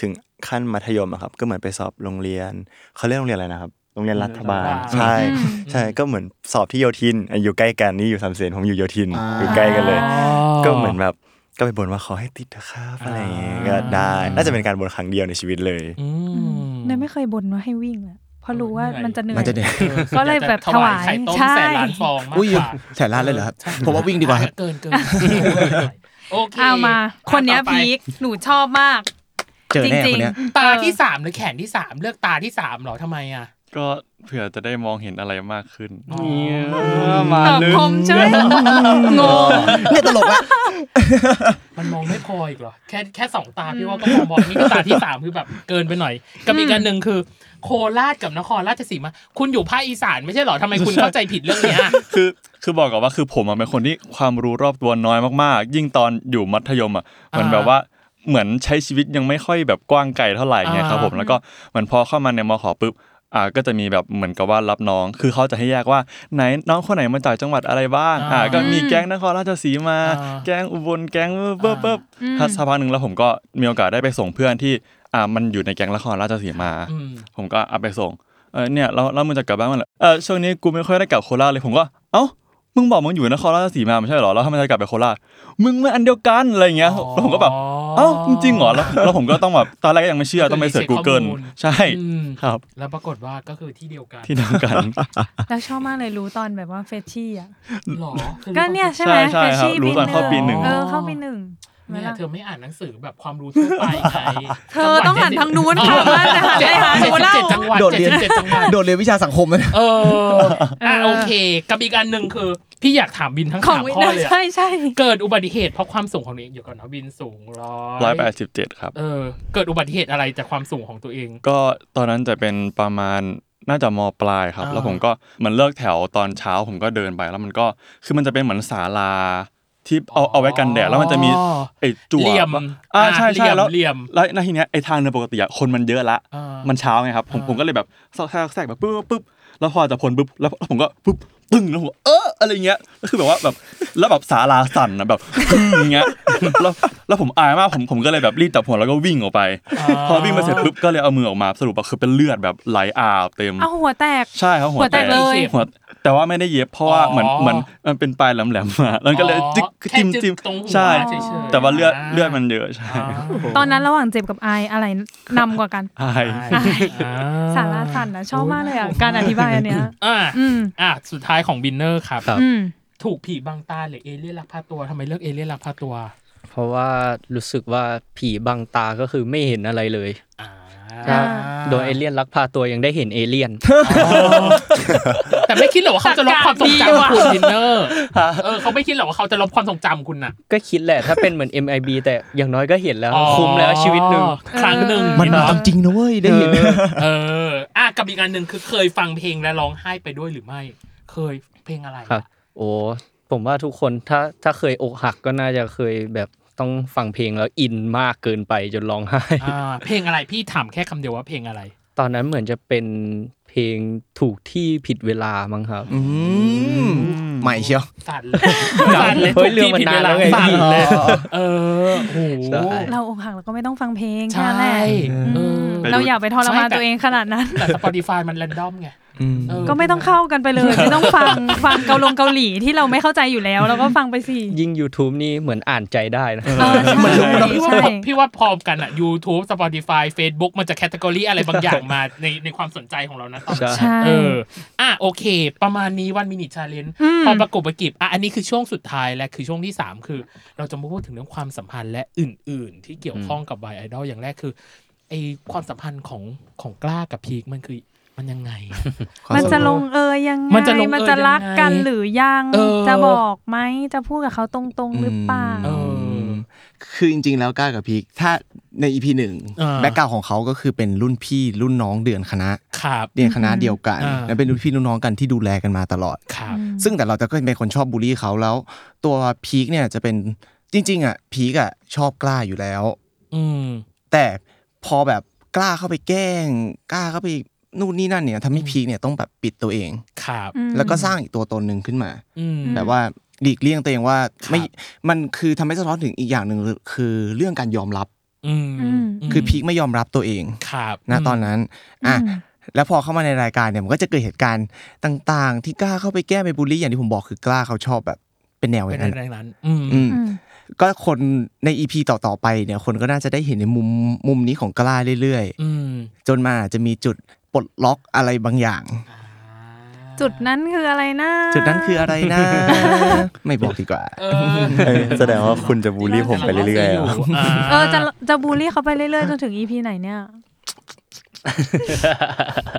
E: ถึงขั้นมัธยมอะครับ ก็เหมือนไปสอบโรงเรียนเขาเรียกโรงเรียนอะไรนะครับโรงเรียนรัฐบาลใช่ ใช่ก็เหมือนสอบที่โยธินอ่ะอยู่ใกล้กันนี่อยู่สามเสนผมอยู่โยธินอยู่ใกล้กันเลย ก็เหมือนแบบก็ไปบ่นว่าขอให้ติดเถอะครับอะไรอย่างเงี้ยก็ได้ น่าจะเป็นการบ่นครั้งเดียวในชีวิตเลย
C: อืม
B: เนยไม่เคยบ่นว่าให้วิ่งอะเพราะรู้ว่า
C: เหนื่อย
B: มันจะเหนื่อย
D: มันจะเด็ก
C: เออ
B: ก็เลยแบบถวาย
C: ไข่ต้ม
B: ใช่
C: แสนล้านฟองมาก
D: อุ้ย
C: กว่า
D: แถร้านเลยเหรอครับผมว่าวิ่งดีกว่าครับ
C: เกินเกินโอเค
B: เอา มา คนเนี้ย
C: อ่ะต่อไป
B: พีคหนูชอบมาก
D: เจอแน่คนเนี้ย
B: จริงๆ
C: ตาที่สามหรือแขนที่สามเลือกตาที่สามเหรอทำไมอ่ะ
F: ก็เผื่อจะได้มองเห็นอะไรมากขึ้น
C: อ๋อ
F: เนี่ยมา
B: ตอบ
F: ลึก
B: คมใช่ไหมงง
D: เนี่ยตลกละ
C: มันมองไม่พออีกเหรอ แค่แค่สองตาพี่ว่าก็มองบอกนี่ก็ตาที่สามคือแบบเกินไปหน่อย กับอีกอันหนึ่งคือ โคราชกับนครราชสีมา คุณอยู่ภาคอีสานไม่ใช่เหรอทำไมคุณเข้าใจผิดเรื่องเนี้ย
F: คือคือบอกก่อนว่าคือผมอะเป็นคนที่ความรู้รอบตัวน้อยมากๆ ยิ่งตอนอยู่มัธยมอ่ะเหมือนแบบว่าเหมือนใช้ชีวิตยังไม่ค่อยแบบกว้างไกลเท่าไหร่ไงครับ
C: อ่า
F: ผมแล้วก็เหมือนพอเข้ามาในมขปุ๊บอ่าก็จะมีแบบเหมือนกับว่ารับน้อง คือเขาจะให้แยกว่าไหนน้องคนไหนมาจากจังหวัดอะไรบ้างอ่าก็มีแก๊งนครราชสีมา
C: อ่า
F: แก๊งอุบลแก๊งเบิบเบิบเบิบ
B: อืม
F: ถ้าสักพักหนึ่งแล้วผมก็มีโอกาสได้ไปส่งเพื่อนที่อ่ามันอยู่ในแก๊งนครราชสีมา
C: อืม
F: ผมก็เอาไปส่ง เออเนี่ยเราเรามึงจะกลับบ้านเมื่อไหร่เออช่วงนี้กูไม่ค่อยได้กลับโคราชเลยผมก็เอ้ามึงบอกมึงอยู่นครราชสีมาไม่ใช่เหรอแล้วทำไมจะกลับไปโคราชมึงมันอันเดียวกันอะไรอย่างเงี้ยแล้วผมก็แบบเอ้าจริงเหรอแล้วแล้วผมก็ต้องแบบตอนแรกก็ยังไม่เชื่อต้องไปเสิร์ช Google
C: ข้อมูล
F: ใช่
C: อืม
F: ครับ
C: แล้วปรากฏว่าก็คือที่เดียวกัน
F: ที่เดียวกัน
B: แล้วชอบมากเลยรู้ตอนแบบว่าเฟชชี่อ่ะ
C: หรอ
B: ก็เนี่ยใช่ไหม
F: ใช่
B: เฟช
F: ใช่
B: ชี่
F: ครับรู้ตอนเข้าปีหนึ่ง
B: เออเข้าปีหนึ่งเว
C: เนี่ย
B: ลา
C: เธอไม่อ่านหนังสือแบบความรู้ทั่วไปไง
B: เธอต้องหันทางนู้นค่ะว่าจะหันไปหาหนูเล่า
C: เจ็ดจังหวัด
D: โดดเรียน
C: เจ็ดจังหวัด
D: โดดเรียนวิชาสังคมเลยนะ
C: เอออ่ะ
B: เออ
C: โอเค กับอีกอันหนึ่งคือ พี่อยากถามบินทั้ง
B: ของ
C: สาม
B: วิน
C: ข้อเลยอะ
B: ใช่ใช่
C: เกิดอุบัติเหตุเพราะความสูงของตัวเองอยู่ก่อนเนาะบินสูงร้อย
F: ร้อยแปดสิบเจ็ดครับ
C: เออ เกิดอุบัติเหตุอะไรจากความสูงของตัวเอง
F: ก็ตอนนั้นจะเป็นประมาณน่าจะมปลายครับ
C: อ่า
F: แล้วผมก็เหมือนเลิกแถวตอนเช้าผมก็เดินไปแล้วมันก็คือมันจะเป็นเหมือนศาลาที่เอาเอาไว้กันแดดแล้วมันจะมี
C: อ๋อ
F: ไอ้จั่ว
C: เหลี่ยม
F: ปะอ่าใช่ใช่
C: เหลี่ยม
F: แล้ว
C: เหลี่ยม
F: แล้วในทีเนี้ยไอ้ทางเดินปกติอะคนมันเยอะละ
C: อ่ามั
F: มันเช้าไงครับผม
C: อ่า
F: ผมก็เลยแบบซอกแซกแซกแบบปุ๊บปุ๊บแล้วพอจะพ้นปุ๊บแล้วแล้วผมก็ปุ๊บ ตึ้งแล้วผมเอออะไรเงี้ยแล้วคือแบบว่าแบบแล้วแบบสาลาสั่นนะแบบ อย่างเงี้ยแล้วแล้วผมอายมากผมผมก็เลยแบบรีบจับหัวแล้วก็วิ่งออกไป พอวิ่งมาเสร็จปุ๊บก็เลยเอามือออกมาสรุปว่าคือเป็นเลือดแบบไหลอาบเต็ม
B: เอาหัวแตก
F: ใช่ครับหัวแตก
B: หัวแตกเลย
F: หัวแต่ว่าไม่ได้เย็บเพราะว่า
C: อ๋อ
F: เหมือนเหมือนมันเป็นปลายแหลมๆมาแล้วก็เลยจิ๊ก
C: แค่
F: จิ้มจิ้ม
C: ตรงหัว
F: ใช่
C: เฉยๆ
F: แต่ว่าเลือด
C: า
F: เลือดมันเยอะใช่
C: อ่า
B: ตอนนั้นระหว่างเจ็บกับไอายอะไรนำกว่ากัน
F: อาย
C: อ่
B: สาระสันนะชอบมากเลยอ่ะ การอธิบายอันเนี้ย
C: อ่า
B: อืม
C: อ่ะสุดท้ายของวินเนอร์ครับ
G: ครับ
B: อืม
C: ถูกผีบังตาหรือเอเลี่ยนลักพาตัวทำไมเลือกเอเลี่ยนลักพาตัว
G: เพราะว่ารู้สึกว่าผีบังตาก็คือไม่เห็นอะไรเลย
C: อ่า
B: อ่า
G: โดยเอเลี่ยนลักพาตัวยังได้เห็นเอเลี่ยน
C: แต่ไม่คิดหรอกว่าเขาจะลบความทรง
B: ตักกะดี
C: จำ
B: ว่ะ
C: คุณวินเนอร์เออเขาไม่คิดหรอกว่าเขาจะลบความทรงจำคุณน่ะ
G: ก็คิดแหละถ้าเป็นเหมือน MIB แต่อย่างน้อยก็เห็นแล้ว
C: อ๋อ
G: คุ้มแล้วชีวิตหนึ่ง
C: ครั้งหนึ่ง
D: มันมา
C: เอะ
D: จริงนะเว้ยได้เห็น
C: เอออ่ะกับอีกอันหนึ่งคือเคยฟังเพลงและร้องไห้ไปด้วยหรือไม่ เคยเพลงอะไร
G: ครับ โอ้ผมว่าทุกคนถ้าถ้าเคยอกหักก็น่าจะเคยแบบต้องฟังเพลงแล้วอินมากเกินไปจนร้องไห้
C: อ่าเพลงอะไรพี่ถามแค่คำเดียวว่าเพลงอะไร
G: ตอนนั้นเหมือนจะเป็นเพลงถูกที่ผิดเวลามั้งครับ
D: อืมใหม่เชียว
C: สั่นเลยสั่นเลย
G: เฮ้ย
C: ทุกที่ผิดเวลา
G: เรื่องมันนานแล้วไง
C: สั่นเลยเออโอ้โห
B: เราอกหักเราก็ไม่ต้องฟังเพลง
C: ใช่
B: แค่นั้นแหละ
C: เอ
B: อืม
C: อ
B: เราอย่าไปทรมาน
C: ใช่แต่
B: ตัวเองขนาดนั้น
C: แต่ Spotify มัน r รนดอมไงเ
B: ก็ไม่ต้องเข้ากันไปเลย ไม่ต้องฟังฟังเกาลงเกาหลีที่เราไม่เข้าใจอยู่แล้วเราก็ฟังไปสิ
G: ยิ่ง YouTube นี่เหมือนอ่านใจได้นะ
B: เออใช่
C: พี่ว่า
B: ใช่
C: พี่ว่าพร้อมกันอ่ะ YouTube Spotify Facebook มันจะแคตตากรีอะไรบางอย่าง มาในในความสนใจของเรานะตอนนั้น
G: ใช่
B: ใช่
C: เอออ่ะโอเค ประมาณนี้วันมินิชาเลน
B: อืม
C: พอประกบประกิบอ่ะอันนี้คือช่วงสุดท้ายและคือช่วงที่ 3 คือ เราจะมาพูดถึงเรื่องความสัมพันธ์และอื่น ๆ ที่เกี่ยวข้องกับวายไอดอลอย่างแรกคือไอความสัมพันธ์ของของกล้ากับพีคมันคือมันยังไงอะ
B: มันจะลงเอยยังไง
C: มันจะลงเอยยังไง
B: จะรักกันหรือยัง
C: เออ
B: จะบอกไหมจะพูดกับเขาตรงๆหรือเปล่า
C: เออ
D: คือจริงๆ แล้วก้ากับพีคถ้าในอีพีหนึ่ง
C: อ่า
D: แบ็กกราวของเขาก็คือเป็นรุ่นพี่รุ่นน้องเดือนคณะ
C: ครับ
D: เรียนคณะเดียวกัน
C: อ่า
D: และเป็นรุ่นพี่รุ่นน้องกันที่ดูแลกันมาตลอด
C: ครับ
D: ซึ่งแต่เราจะก็เป็นคนชอบบูลลี่เขาแล้ว ตัวพีคเนี่ยจะเป็นจริง ๆ อ่ะพีคอ่ะชอบกล้าอยู่แล้ว
C: อืม
D: แต่พอแบบกล้าเข้าไปแกล้ง กล้าเข้าไปนู่นนี่นั่นเนี่ยทำให้พีคเนี่ยต้องแบบปิดตัวเอง
C: ครับ
D: แล้วก็สร้างอีกตัวตนหนึ่งขึ้นมา
C: อืม
D: แบบว่าหลีกเลี่ยงตัวเองว่าไม่
C: ครับ
D: มันคือทำให้สะท้อนถึงอีกอย่างหนึ่งคือเรื่องการยอมรับ
C: อืม
B: อืม
D: คือพีคไม่ยอมรับตัวเอง
C: ครับ
D: นะตอนนั้นอ่ะ
B: อืม
D: แล้วพอเข้ามาในรายการเนี่ยมันก็จะเกิดเหตุการณ์ต่างๆ ที่กล้าเข้าไปแก้ไปบูลลี่อย่างที่ผมบอกคือกล้าเขาชอบแบบเป็นแนวอ
C: เป็น
D: ย่างนั้น
C: อะไรนั้น อืม
D: อืม
B: อืม
D: ก็คนในอีพีต่อๆไปเนี่ยคนก็น่าจะได้เห็นในมุมมุมนี้ของกล้าเรื่อย
C: อืม
D: ๆ จนมาอาจจะมีจุดปลดล็อกอะไรบางอย่าง
B: จุดนั้นคืออะไรนะ
D: จุดนั้นคืออะไรนะ ไม่บอกดีกว่า
C: เออ
E: เออแสดงว่าคุณจะบูลลี่ผมไปเรื่อยๆอะ
B: เออจะจะบูลลี่เขาไปเรื่อยๆจนถึงอีพีไหนเนี่ย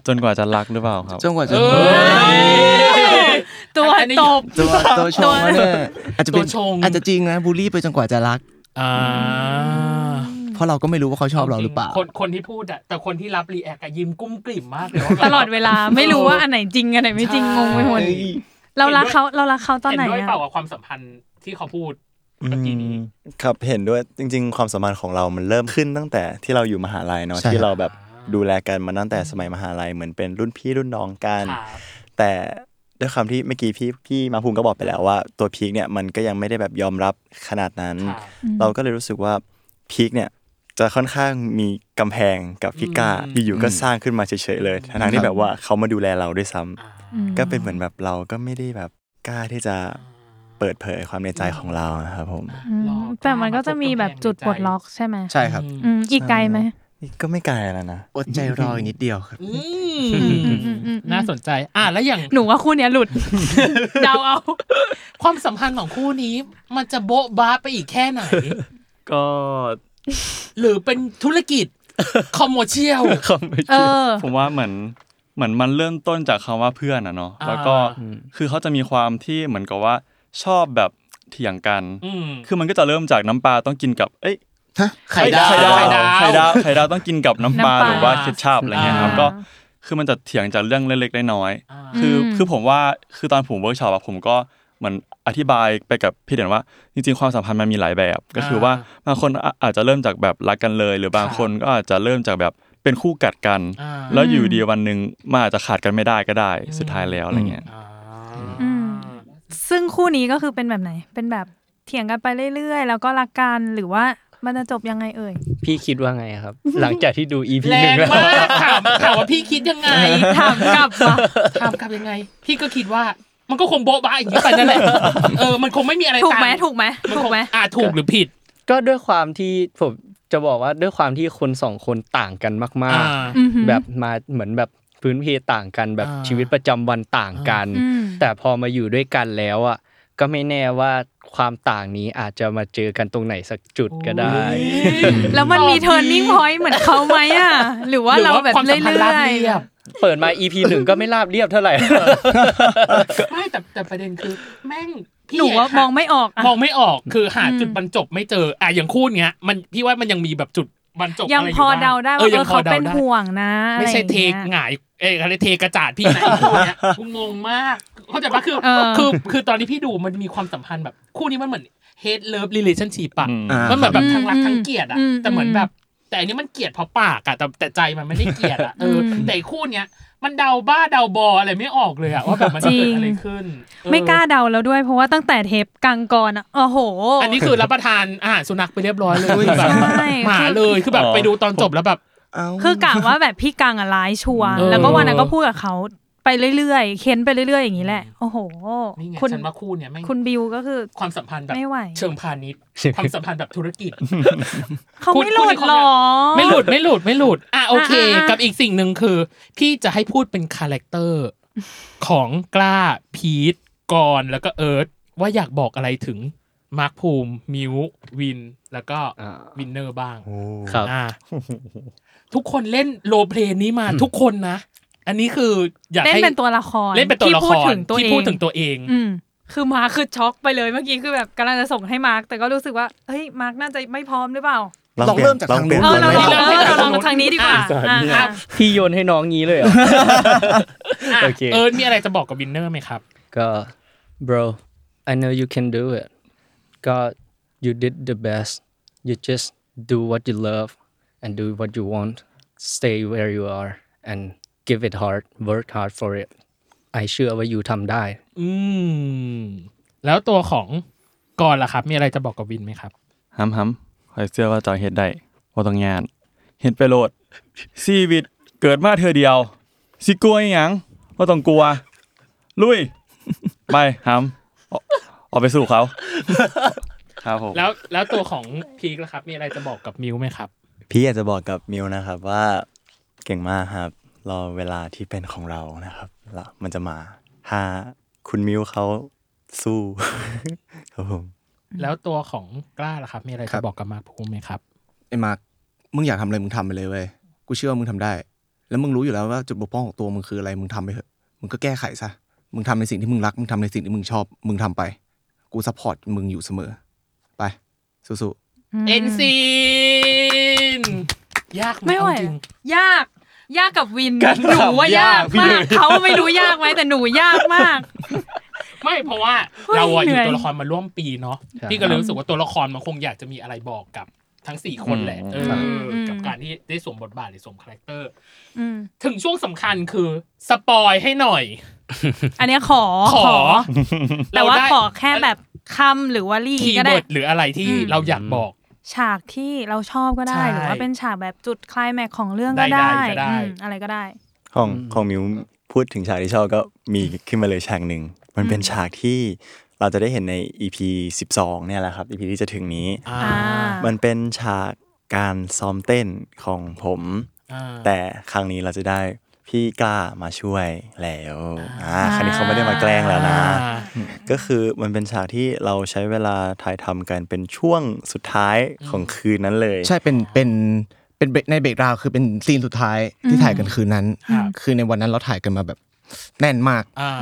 F: จนกว่าจะรักหรือเปล่าครับ
D: จนกว่าจะ
C: เออ
B: ตัว
C: อันนี้
B: ตบ
D: ตัวตัวชงแล้วเนี่ยอาจจะเป็น
C: ตัวชง
D: อาจจะจริงนะบูลลี่ไปจนกว่าจะรัก
C: อ่า
D: เพราะเราก็ไม่รู้ว่าเขาชอบเราหรือเปล่า
C: คนคนที่พูดอะแต่คนที่รับรีแอคอะยิ้มกุ้มกลิ่มมากเลยว่าแบบ
B: ตลอดเวลาไม่รู้ว่าอันไหนจริงอันไหนไม่จริงงงไปหมดเรารักเขาเรารักเขาตอนไหน
C: เด้วย
B: อะ
C: เปล่ากับความสัมพันธ์ที่เขาพูด
E: อื
C: เมื่อกี้นี้
E: มครับเห็นด้วยจริง ๆ ความสัมพันธ์ของเรามันเริ่มขึ้นตั้งแต่ที่เราอยู่มหาลัยเนาะ
D: ใช่
E: ที่เราแบบดูแลกันมาตั้งแต่สมัยมหาลัยเหมือนเป็นรุ่นพี่รุ่นน้องกัน
C: ครับ
E: แต่ด้วยคำที่เมื่อกี้พี่พี่มาภูมิก็บอกไปแล้วว่า ตัวพีคเนี่ยมันก็ยังไม่ได้แบบยอมรับขนาดนั้น
C: ครับ
E: เราก็เลยรู้สึกว่าพีคเนี่ยจะค่อนข้างมีกำแพงกับพี่ก้า
C: อืม
E: อยู่ๆก็สร้างขึ้นมาเฉยๆเลยทั้งๆที่แบบว่าเขามาดูแลเราด้วยซ้ำ
B: อืม
E: ก็เป็นเหมือนแบบเราก็ไม่ได้แบบกล้าที่จะเปิดเผยความในใจของเรานะครับผม
B: อืมแต่มันก็จะมีแบบจุดปลดล็อกใช่ไหม
D: ใช่ครับ
B: อืมอีกไกลไหม
E: นี่ก็ไม่ไกลแล้วนะ
D: อดใจรออีกนิดเดียวครับ
C: อื
B: อื
C: ม
B: มอืมอืม
C: น่าสนใจ อ่ะแล้วอย่าง
B: หนูว่าคู่เนี้ยหลุด เดาเอา
C: ความสัมพันธ์ของคู่นี้ มันจะโบ๊ะบ้าไปอีกแค่ไหน
F: ก็
C: หรือเป็นธุรกิจ คอมเมอร์เชียล
F: คำไม่เชื่อ
B: เออ
F: ผมว่าเหมือนเหมือนมันเริ่มต้นจากคำว่าเพื่อนอะเนาะ
C: อ่า
F: แล้วก็คือเขาจะมีความที่เหมือนกับว่าชอบแบบเถียงกัน
C: อืม
F: คือมันก็จะเริ่มจากน้ำปลาต้องกินกับเอ้ย
D: ฮะ
C: ไข่ดาว
F: ไข่ดาว
C: ไข่ดาว
F: ไข่ดาวไข่ดาวต้องกินกับน้ำปลา
B: น้ำปลา
F: หรือว่าเคชัพอะไรเงี้ยครับ
C: อ่า
F: ก็คือมันจะเถียงจากเรื่องเล็กๆน้อยๆ
C: อ่า
F: คือ
B: ม
F: คือผมว่าคือตอนผมเวิร์กช็อปอะผมก็เหมือนอธิบายไปกับพี่เด่นว่า จริง ๆ ความสัมพันธ์มันมีหลายแบบ ก็คือว่าบางคนอ่ะอาจจะเริ่มจากแบบรักกันเลย หรือบาง
C: ครับ
F: คนก็อาจจะเริ่มจากแบบเป็นคู่กัดกัน
C: อ่า
F: แล้วอยู่ดีวันหนึ่งมันอาจจะขาดกันไม่ได้ก็ได้ สุดท้ายแล้วอะไรเงี้ย
C: อ่า
B: อื ซึ่งคู่นี้ก็คือเป็นแบบไหน เป็นแบบเถียงกันไปเรื่อยๆ แล้วก็รักกันหรือว่ามันจะจบยังไงเอ่ย
G: พี่คิดว่าไงครับ หลังจากที่ดู EP
C: แร
G: หนึ่
C: ง
G: งแล้ว
C: มากถามถามว่าพี่คิดยังไง ถามกลับมาถามกลับยังไง พี่ก็คิดว่ามันก็คงโบ๊ะบ้าอย่างนี้ไป นั่นแหละเออมันคงไม่มีอะไร
B: ถูกไหม
C: ต่าง
B: ถูกไหม
C: น
B: ถู
C: ค
B: ก
C: ง
B: ไหม
C: อ่าถูกหรือผิด
G: ก็ด้วยความที่ผมจะบอกว่าด้วยความที่คนสองคนต่างกันมาก
B: อือหือ
G: ๆ แบบมาเหมือนแบบพื้นเพต่างกันแบบ
C: อ่า
G: ชีวิตประจำวันต่างกัน
B: อืม
G: แต่พอมาอยู่ด้วยกันแล้วอ่ะก็ไม่แน่ว่าความต่างนี้อาจจะมาเจอกันตรงไหนสักจุดก็ได้
B: แล้วมันมี
C: ตอบดี
B: turning point เหมือนเขาไหมอ่ะ หรือว่าเราแบบ
C: ควม
B: เรื่
C: สัมพันธ์ราบ
B: อย
C: เรียบ
G: เปิดมา EP หนึ่งก็ไม่ราบเรียบเท่าไหร่
C: ไม่แต่แต่ประเด็นคือแม่ง
B: ๆ หนูว่ามองไม่ออกอะ
C: มองไม่ออกคือหา
B: อืม
C: จุดบรรจบไม่เจออ่ะอย่างคู่เนี้ยมันพี่ว่ามันยังมีแบบจุดบรรจ
B: ยัง
C: บะไร
B: พอเดาได้
C: อ
B: ว่า
C: ยู่บ้ง
B: เออเขาเป็น
C: ด
B: ห่วงนะ
C: ไม่ใช่
B: อะไร
C: เท
B: อย่างเงี้ย
C: หงายเอยอะไรเทกระจาดพี่นะไอ้คู่เนี้ยกูงงมากเข้าใจปะคือ
B: เออ
C: คือคือตอนที่พี่ดูมันมีความสัมพันธ์แบบคู่นี้มันเหมือน hate love relationship ปะ
F: อืม
E: อ่า
C: มันเหมือนแบบทั้งรัก
B: อืม
C: ทั้งเกลียดอะ
B: อืม
C: แต่เหมือนแบบ แต่อันนี้มันเกลียดเพราะปากอะแต่แต่ใจมันไม่ได้เกลียดอะเอออ
B: ม
C: แต่ไอ้คู่เนี้ยมันเดาบ้าเดาบออะไรไม่ออกเลยอะว่าแบบมันจะเกิดอะไรขึ้นเออ
B: ไม่กล้าเดาแล้วด้วย เพราะว่าตั้งแต่เทปกลางก่อนอ่ะโอ้โห
C: อันนี้คือรับประทานอาหารสุนัขไปเรียบร้อยเลยคือแบบ
B: ใช่
C: หมาเลยคือแบบไปดูตอนจบแล้วแบบ
E: เอ้า
B: คือกะว่าแบบพี่กังอ่ะร้ายชัวร์
C: เออ
B: แล้วก็วันนั้นก็พูดกับเขาไปเรื่อยๆ เค้นไปเรื่อย ๆ อย่างนี้แหละ โอ้โห
C: นี่ไง
B: คุณ
C: ฉันว่าคู่เนี่ยแม่ง
B: คุณบิวก็คือ
C: ความสัมพันธ์แบบ
B: ไม่ไหว
C: เชิงพาณิชย์ความสัมพันธ์แบบธุรกิจ
B: เขา
C: คุณ
B: ไม่หลุ
C: คุณ
B: ด
C: อีกคน
B: หรอ
C: เนี่ย ไม่หลุดไม่หลุดไม่หลุดอ่ะโอเค
B: อ่ะอ่ะอ่ะ
C: กับอีกสิ่งหนึ่งคือ พี่จะให้พูดเป็นคาแรคเตอร์ของกล้าพีทกรแล้วก็เอิร์ธว่าอยากบอกอะไรถึงมาร์คภูมิมิววิน แล้วก็
G: อ่า
C: วินเนอร์บ้าง
G: ครับ
C: อ่า ทุกคนเล่นโรลเพลย์นี้มาทุกคนนะ อันนี้คืออยาก
B: เล่น
C: ให้
B: เป็นตัวละคร
C: เล่นเป็นตัวละคร
B: ที่พูดถึงตัวเอง
C: ที่พูดถึงตัวเอง
B: อืมคือมาร์คคือช็อกไปเลยเมื่อกี้คือแบบกำลังจะส่งให้มาร์คแต่ก็รู้สึกว่าเฮ้ยมาร์คน่าจะไม่พร้อมหรือเปล่า
D: ลองเริ่มจากทางนู้น
B: เออเราลอง
D: ไม่
B: เออ
D: พร้อม
B: เราลองทางนี้ดีกว่าอ่ะอ่ะ
G: พี่โยนให้น้องงี้ เลยเหรอ โอเค
C: เอิร์ธมีอะไรจะบอกกับวินเนอร์ไหมครับ
G: ก็ bro I know you can do it ก็ you did the best you just do what you love and do what you want stay where you are and give it hard work hard for it I เชื่อว่าอยู่ทำได้
C: อืม แล้วตัวของกอนล่ะครับ มีอะไรจะบอกกับวินไหมครับ
F: ฮัมฮัมคอยเชื่อว่าเจอเฮ็ดได้บ่ต้องยานเฮ็ดไปโลดชีวิตเกิดมาเธอเดียว สิกลัวอิหยังบ่ต้องกลัว ลุย ไปฮัมออกออกไปสู้เขา ครับผม
C: แล้วแล้วตัวของพีคล่ะครับ มีอะไรจะบอกกับมิวไหมครับ
E: พี่อยากจะบอกกับมิวนะครับว่าเก่งมากครับ รอเวลาที่เป็นของเรานะครับแล้วมันจะมาถ้าคุณมิวเขาสู้ ครับผม
C: แล้วตัวของกล้าล่ะครับ มีอะไร
D: ครั
C: จะ
D: บ
C: บอกกับมาร์คภูมิไหมครับ
D: ไอ้มาร์คมึงอยากทำอะไรมึงทำไปเลยเว้ย กูเชื่อว่ามึงทำได้ แล้วมึงรู้อยู่แล้วว่าจุดบกพร่องของตัวมึงคืออะไร มึงทำไปเถอะ มึงก็แก้ไขซะ มึงทำในสิ่งที่มึงรัก มึงทำในสิ่งที่มึงชอบ มึงทำไป กูซัพพอร์ตมึงอยู่เสมอ ไป สู้
C: เอ็นซีนยากไหม
B: ไม่ไหว
C: เอาจริง
B: ยาก ยากกับวินหนูว่ายากมากเขาไม่รู้ยากไหมแต่หนูยากมาก
C: ไม่เพราะว่า
B: เฮ้ย
C: เราอะอยู่
B: เหนื่อย
C: ตัวละครมาร่วมปีเนาะ
G: ครับ
C: พี่ก็เลยรู้สึกว่าตัวละครมันคงอยากจะมีอะไรบอกกับทั้งสี่คนแหละ
F: อืม
C: เอออ
B: ม
C: กับการที่ได้สวมบทบาทหรือสวมคาแรคเตอร์
B: อืม
C: ถึงช่วงสำคัญคือสปอยให้หน่อย
B: อันเนี้ยขอ
C: ขอ
B: แต่ว่า
C: เรได้
B: ขอแค่แบบคำหรือวลี
C: คีย์
B: ก็ได้
C: เวิร์ดหรืออะไรที่
B: อืม
C: เราอยากบอก
B: ฉากที่เราชอบก็ได้
C: ใช่
B: หรือว่าเป็นฉากแบบจุดไคลายแม็กซ์ของเรื่องก็
C: ใดๆ
B: ได้
C: ก็ได้
B: อืมอะไรก็ได้
E: ของของมิวพูดถึงฉากที่ชอบก็มีขึ้นมาเลยฉากหนึ่ง มันเป็นฉากที่เราจะได้เห็นใน EP 12 เนี่ยแหละครับ EP ที่จะถึงนี้
C: อ่า
B: อ่า
E: มันเป็นฉากการซ้อมเต้นของผม
C: อ่า
E: แต่ครั้งนี้เราจะได้พี่กล้ามาช่วยแล้วอ่าครั้งนี้เขาไม่ได้มาแกล้งแล้วนะ
C: อ่า
E: ก็คือมันเป็นฉากที่เราใช้เวลาถ่ายทำกันเป็นช่วงสุดท้ายของคืนนั้นเลย
D: ๆ ใช่ เป็น เป็น เป็นเบรกในเบรกราวคือเป็นซีนสุดท้ายที่ถ่ายกันคืนนั้น
C: ครับ
D: คือในวันนั้นเราถ่ายกันมาแบบแน่นมาก
C: อ่า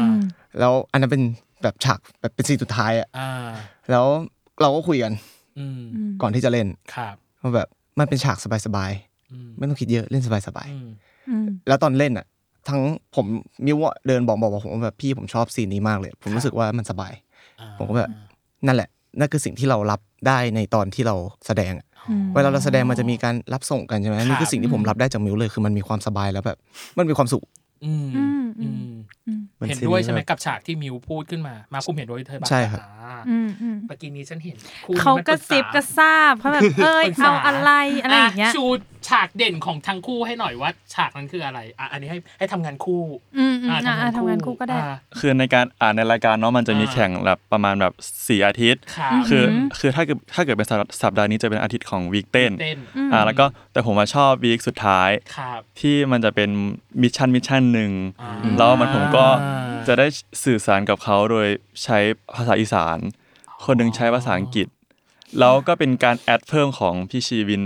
D: แล้วอันนั้นเป็นแบบฉากแบบเป็นซีนสุดท้ายอะ
C: อ่า
D: แล้วเราก็คุยกัน
C: อืม
D: ก่อนที่จะเล่น
C: ครับ
D: ว่าแบบมันเป็นฉากสบาย
C: อืม
D: ๆ ไม่ต้องคิดเยอะเล่นสบายๆ
C: อืม
B: อืม
D: แล้วตอนเล่นอ่ะ ทั้งผมมิวอะเดินบอกบอกบอกผมว่าแบบพี่ผมชอบซีนนี้มากเลย ผมรู้สึกว่ามันสบาย
C: อ่า
D: ผมก็แบบ นั่นแหละ นั่นคือสิ่งที่เรารับได้ในตอนที่เราแสดงอะ
B: อืม
D: เวลาเราแสดงมันจะมีการรับส่งกันใช่ไหมนี่คือสิ่งที่ผมรับได้จากมิวเลยคือมันมีความสบายแล้วแบบ มันมีความสุข
C: อืม
B: อืมอื
C: อื
B: ม
C: ม
B: อืม
E: มัน
C: เห็น
E: ซีรีส์
C: ด้วยใช่ไหม
E: แบบ
C: กับฉากที่มิวพูดขึ้นมา มาคุมเห็นด้วยเธอบ้าง
D: ใช่ครับ
C: อ่า
B: อืมอืม
C: เมื่อกี้นี้ฉันเห็นคู่นี้
B: เขา
C: มัน
B: กระ
C: ปษา
B: ซิบกระซาบเขาแบบ เอ้ย
C: ปรึกษ
B: เอาอะไรอะไรอย่างเงี้ย
C: ชูฉากเด่นของทั้งคู่ให้หน่อยว่า ฉากนั้นคืออะไรอ่ะอันนี้ให้ให้ทำงานคู่
B: อืมอืม
C: อ่ะ
B: อ่ะอ่ะทำงานคู่ก็ได้
C: อ่ะ
F: คือในการอ่านในรายการเนาะมันจะมี
C: อ่า
F: แข่งแบบประมาณแบบสี่อาทิตย์
C: ขา
F: คือ
B: อือหือ
F: คือถ้าเกิดถ้าเกิดเป็นสัปสัปดาห์นี้จะเป็นอาทิตย์ของวีคเต้น
C: เต้น
B: อืม
F: อ่าแล้วก็แต่ผมมาชอบวีคสุดท้าย
C: ครับ
F: ที่มันจะเป็นมิชชั่นมิชชั่นหนึ่ง
C: อ่า
F: แล้วมันผมก็จะได้สื่อสารกับเขาโดยใช้ภาษาอีสาน คนหนึ่งใช้ภาษาอังกฤษ แล้วก็เป็นการแอดเพิ่มของพี่ชีวิน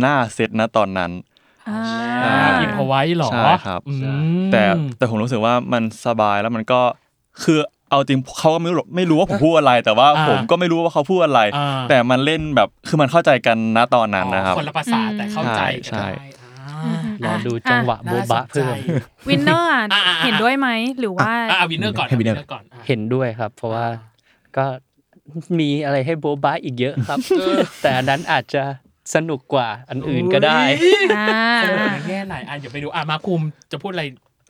F: หน้าเซตนะตอนนั้น
B: อ่า
C: อ่าอินพอไว้เหรอ
F: ใช่ครับ
C: อืม
F: แต่แต่ผมรู้สึกว่ามันสบายแล้วมันก็คือเอาจริงเขาก็ไม่รู้ไม่รู้ว่าผมพูดอะไร แต่ว่าผมก็ไม่รู้ว่าเขาพูดอะไร
C: อ่า
F: แต่มันเล่นแบบคือมันเข้าใจกันนะตอนนั้นนะครับ
C: คนละภาษาแต่เข้าใจกัน
F: ใช่
C: ได้อ่าร
G: อดูจังหวะโบะบะเพื่
C: า
G: อ
C: น สนใจ
B: วินเนอร์อะ
C: อ่ะอ่ะอ่ะ
B: เห็นด้วยไหม หรือว่า
C: อ่ะอ่ะวินเนอร์ก่อน
D: ให้ winner
C: ก่อนอ่ะ
G: เห็นด้วยครับ เพราะว่า
C: อ่
G: ก็มีอะไรให้โบะบ้าอีกเยอะครับ แต่อันนั้นอาจจะสนุกกว่าอันอื่นก็ได้
C: อุ๊ย
B: อ่า
C: สนุกในแง่ไหนอ่ะเดี๋ยวไปดูอ่ะมาคุมจะพูดอะไร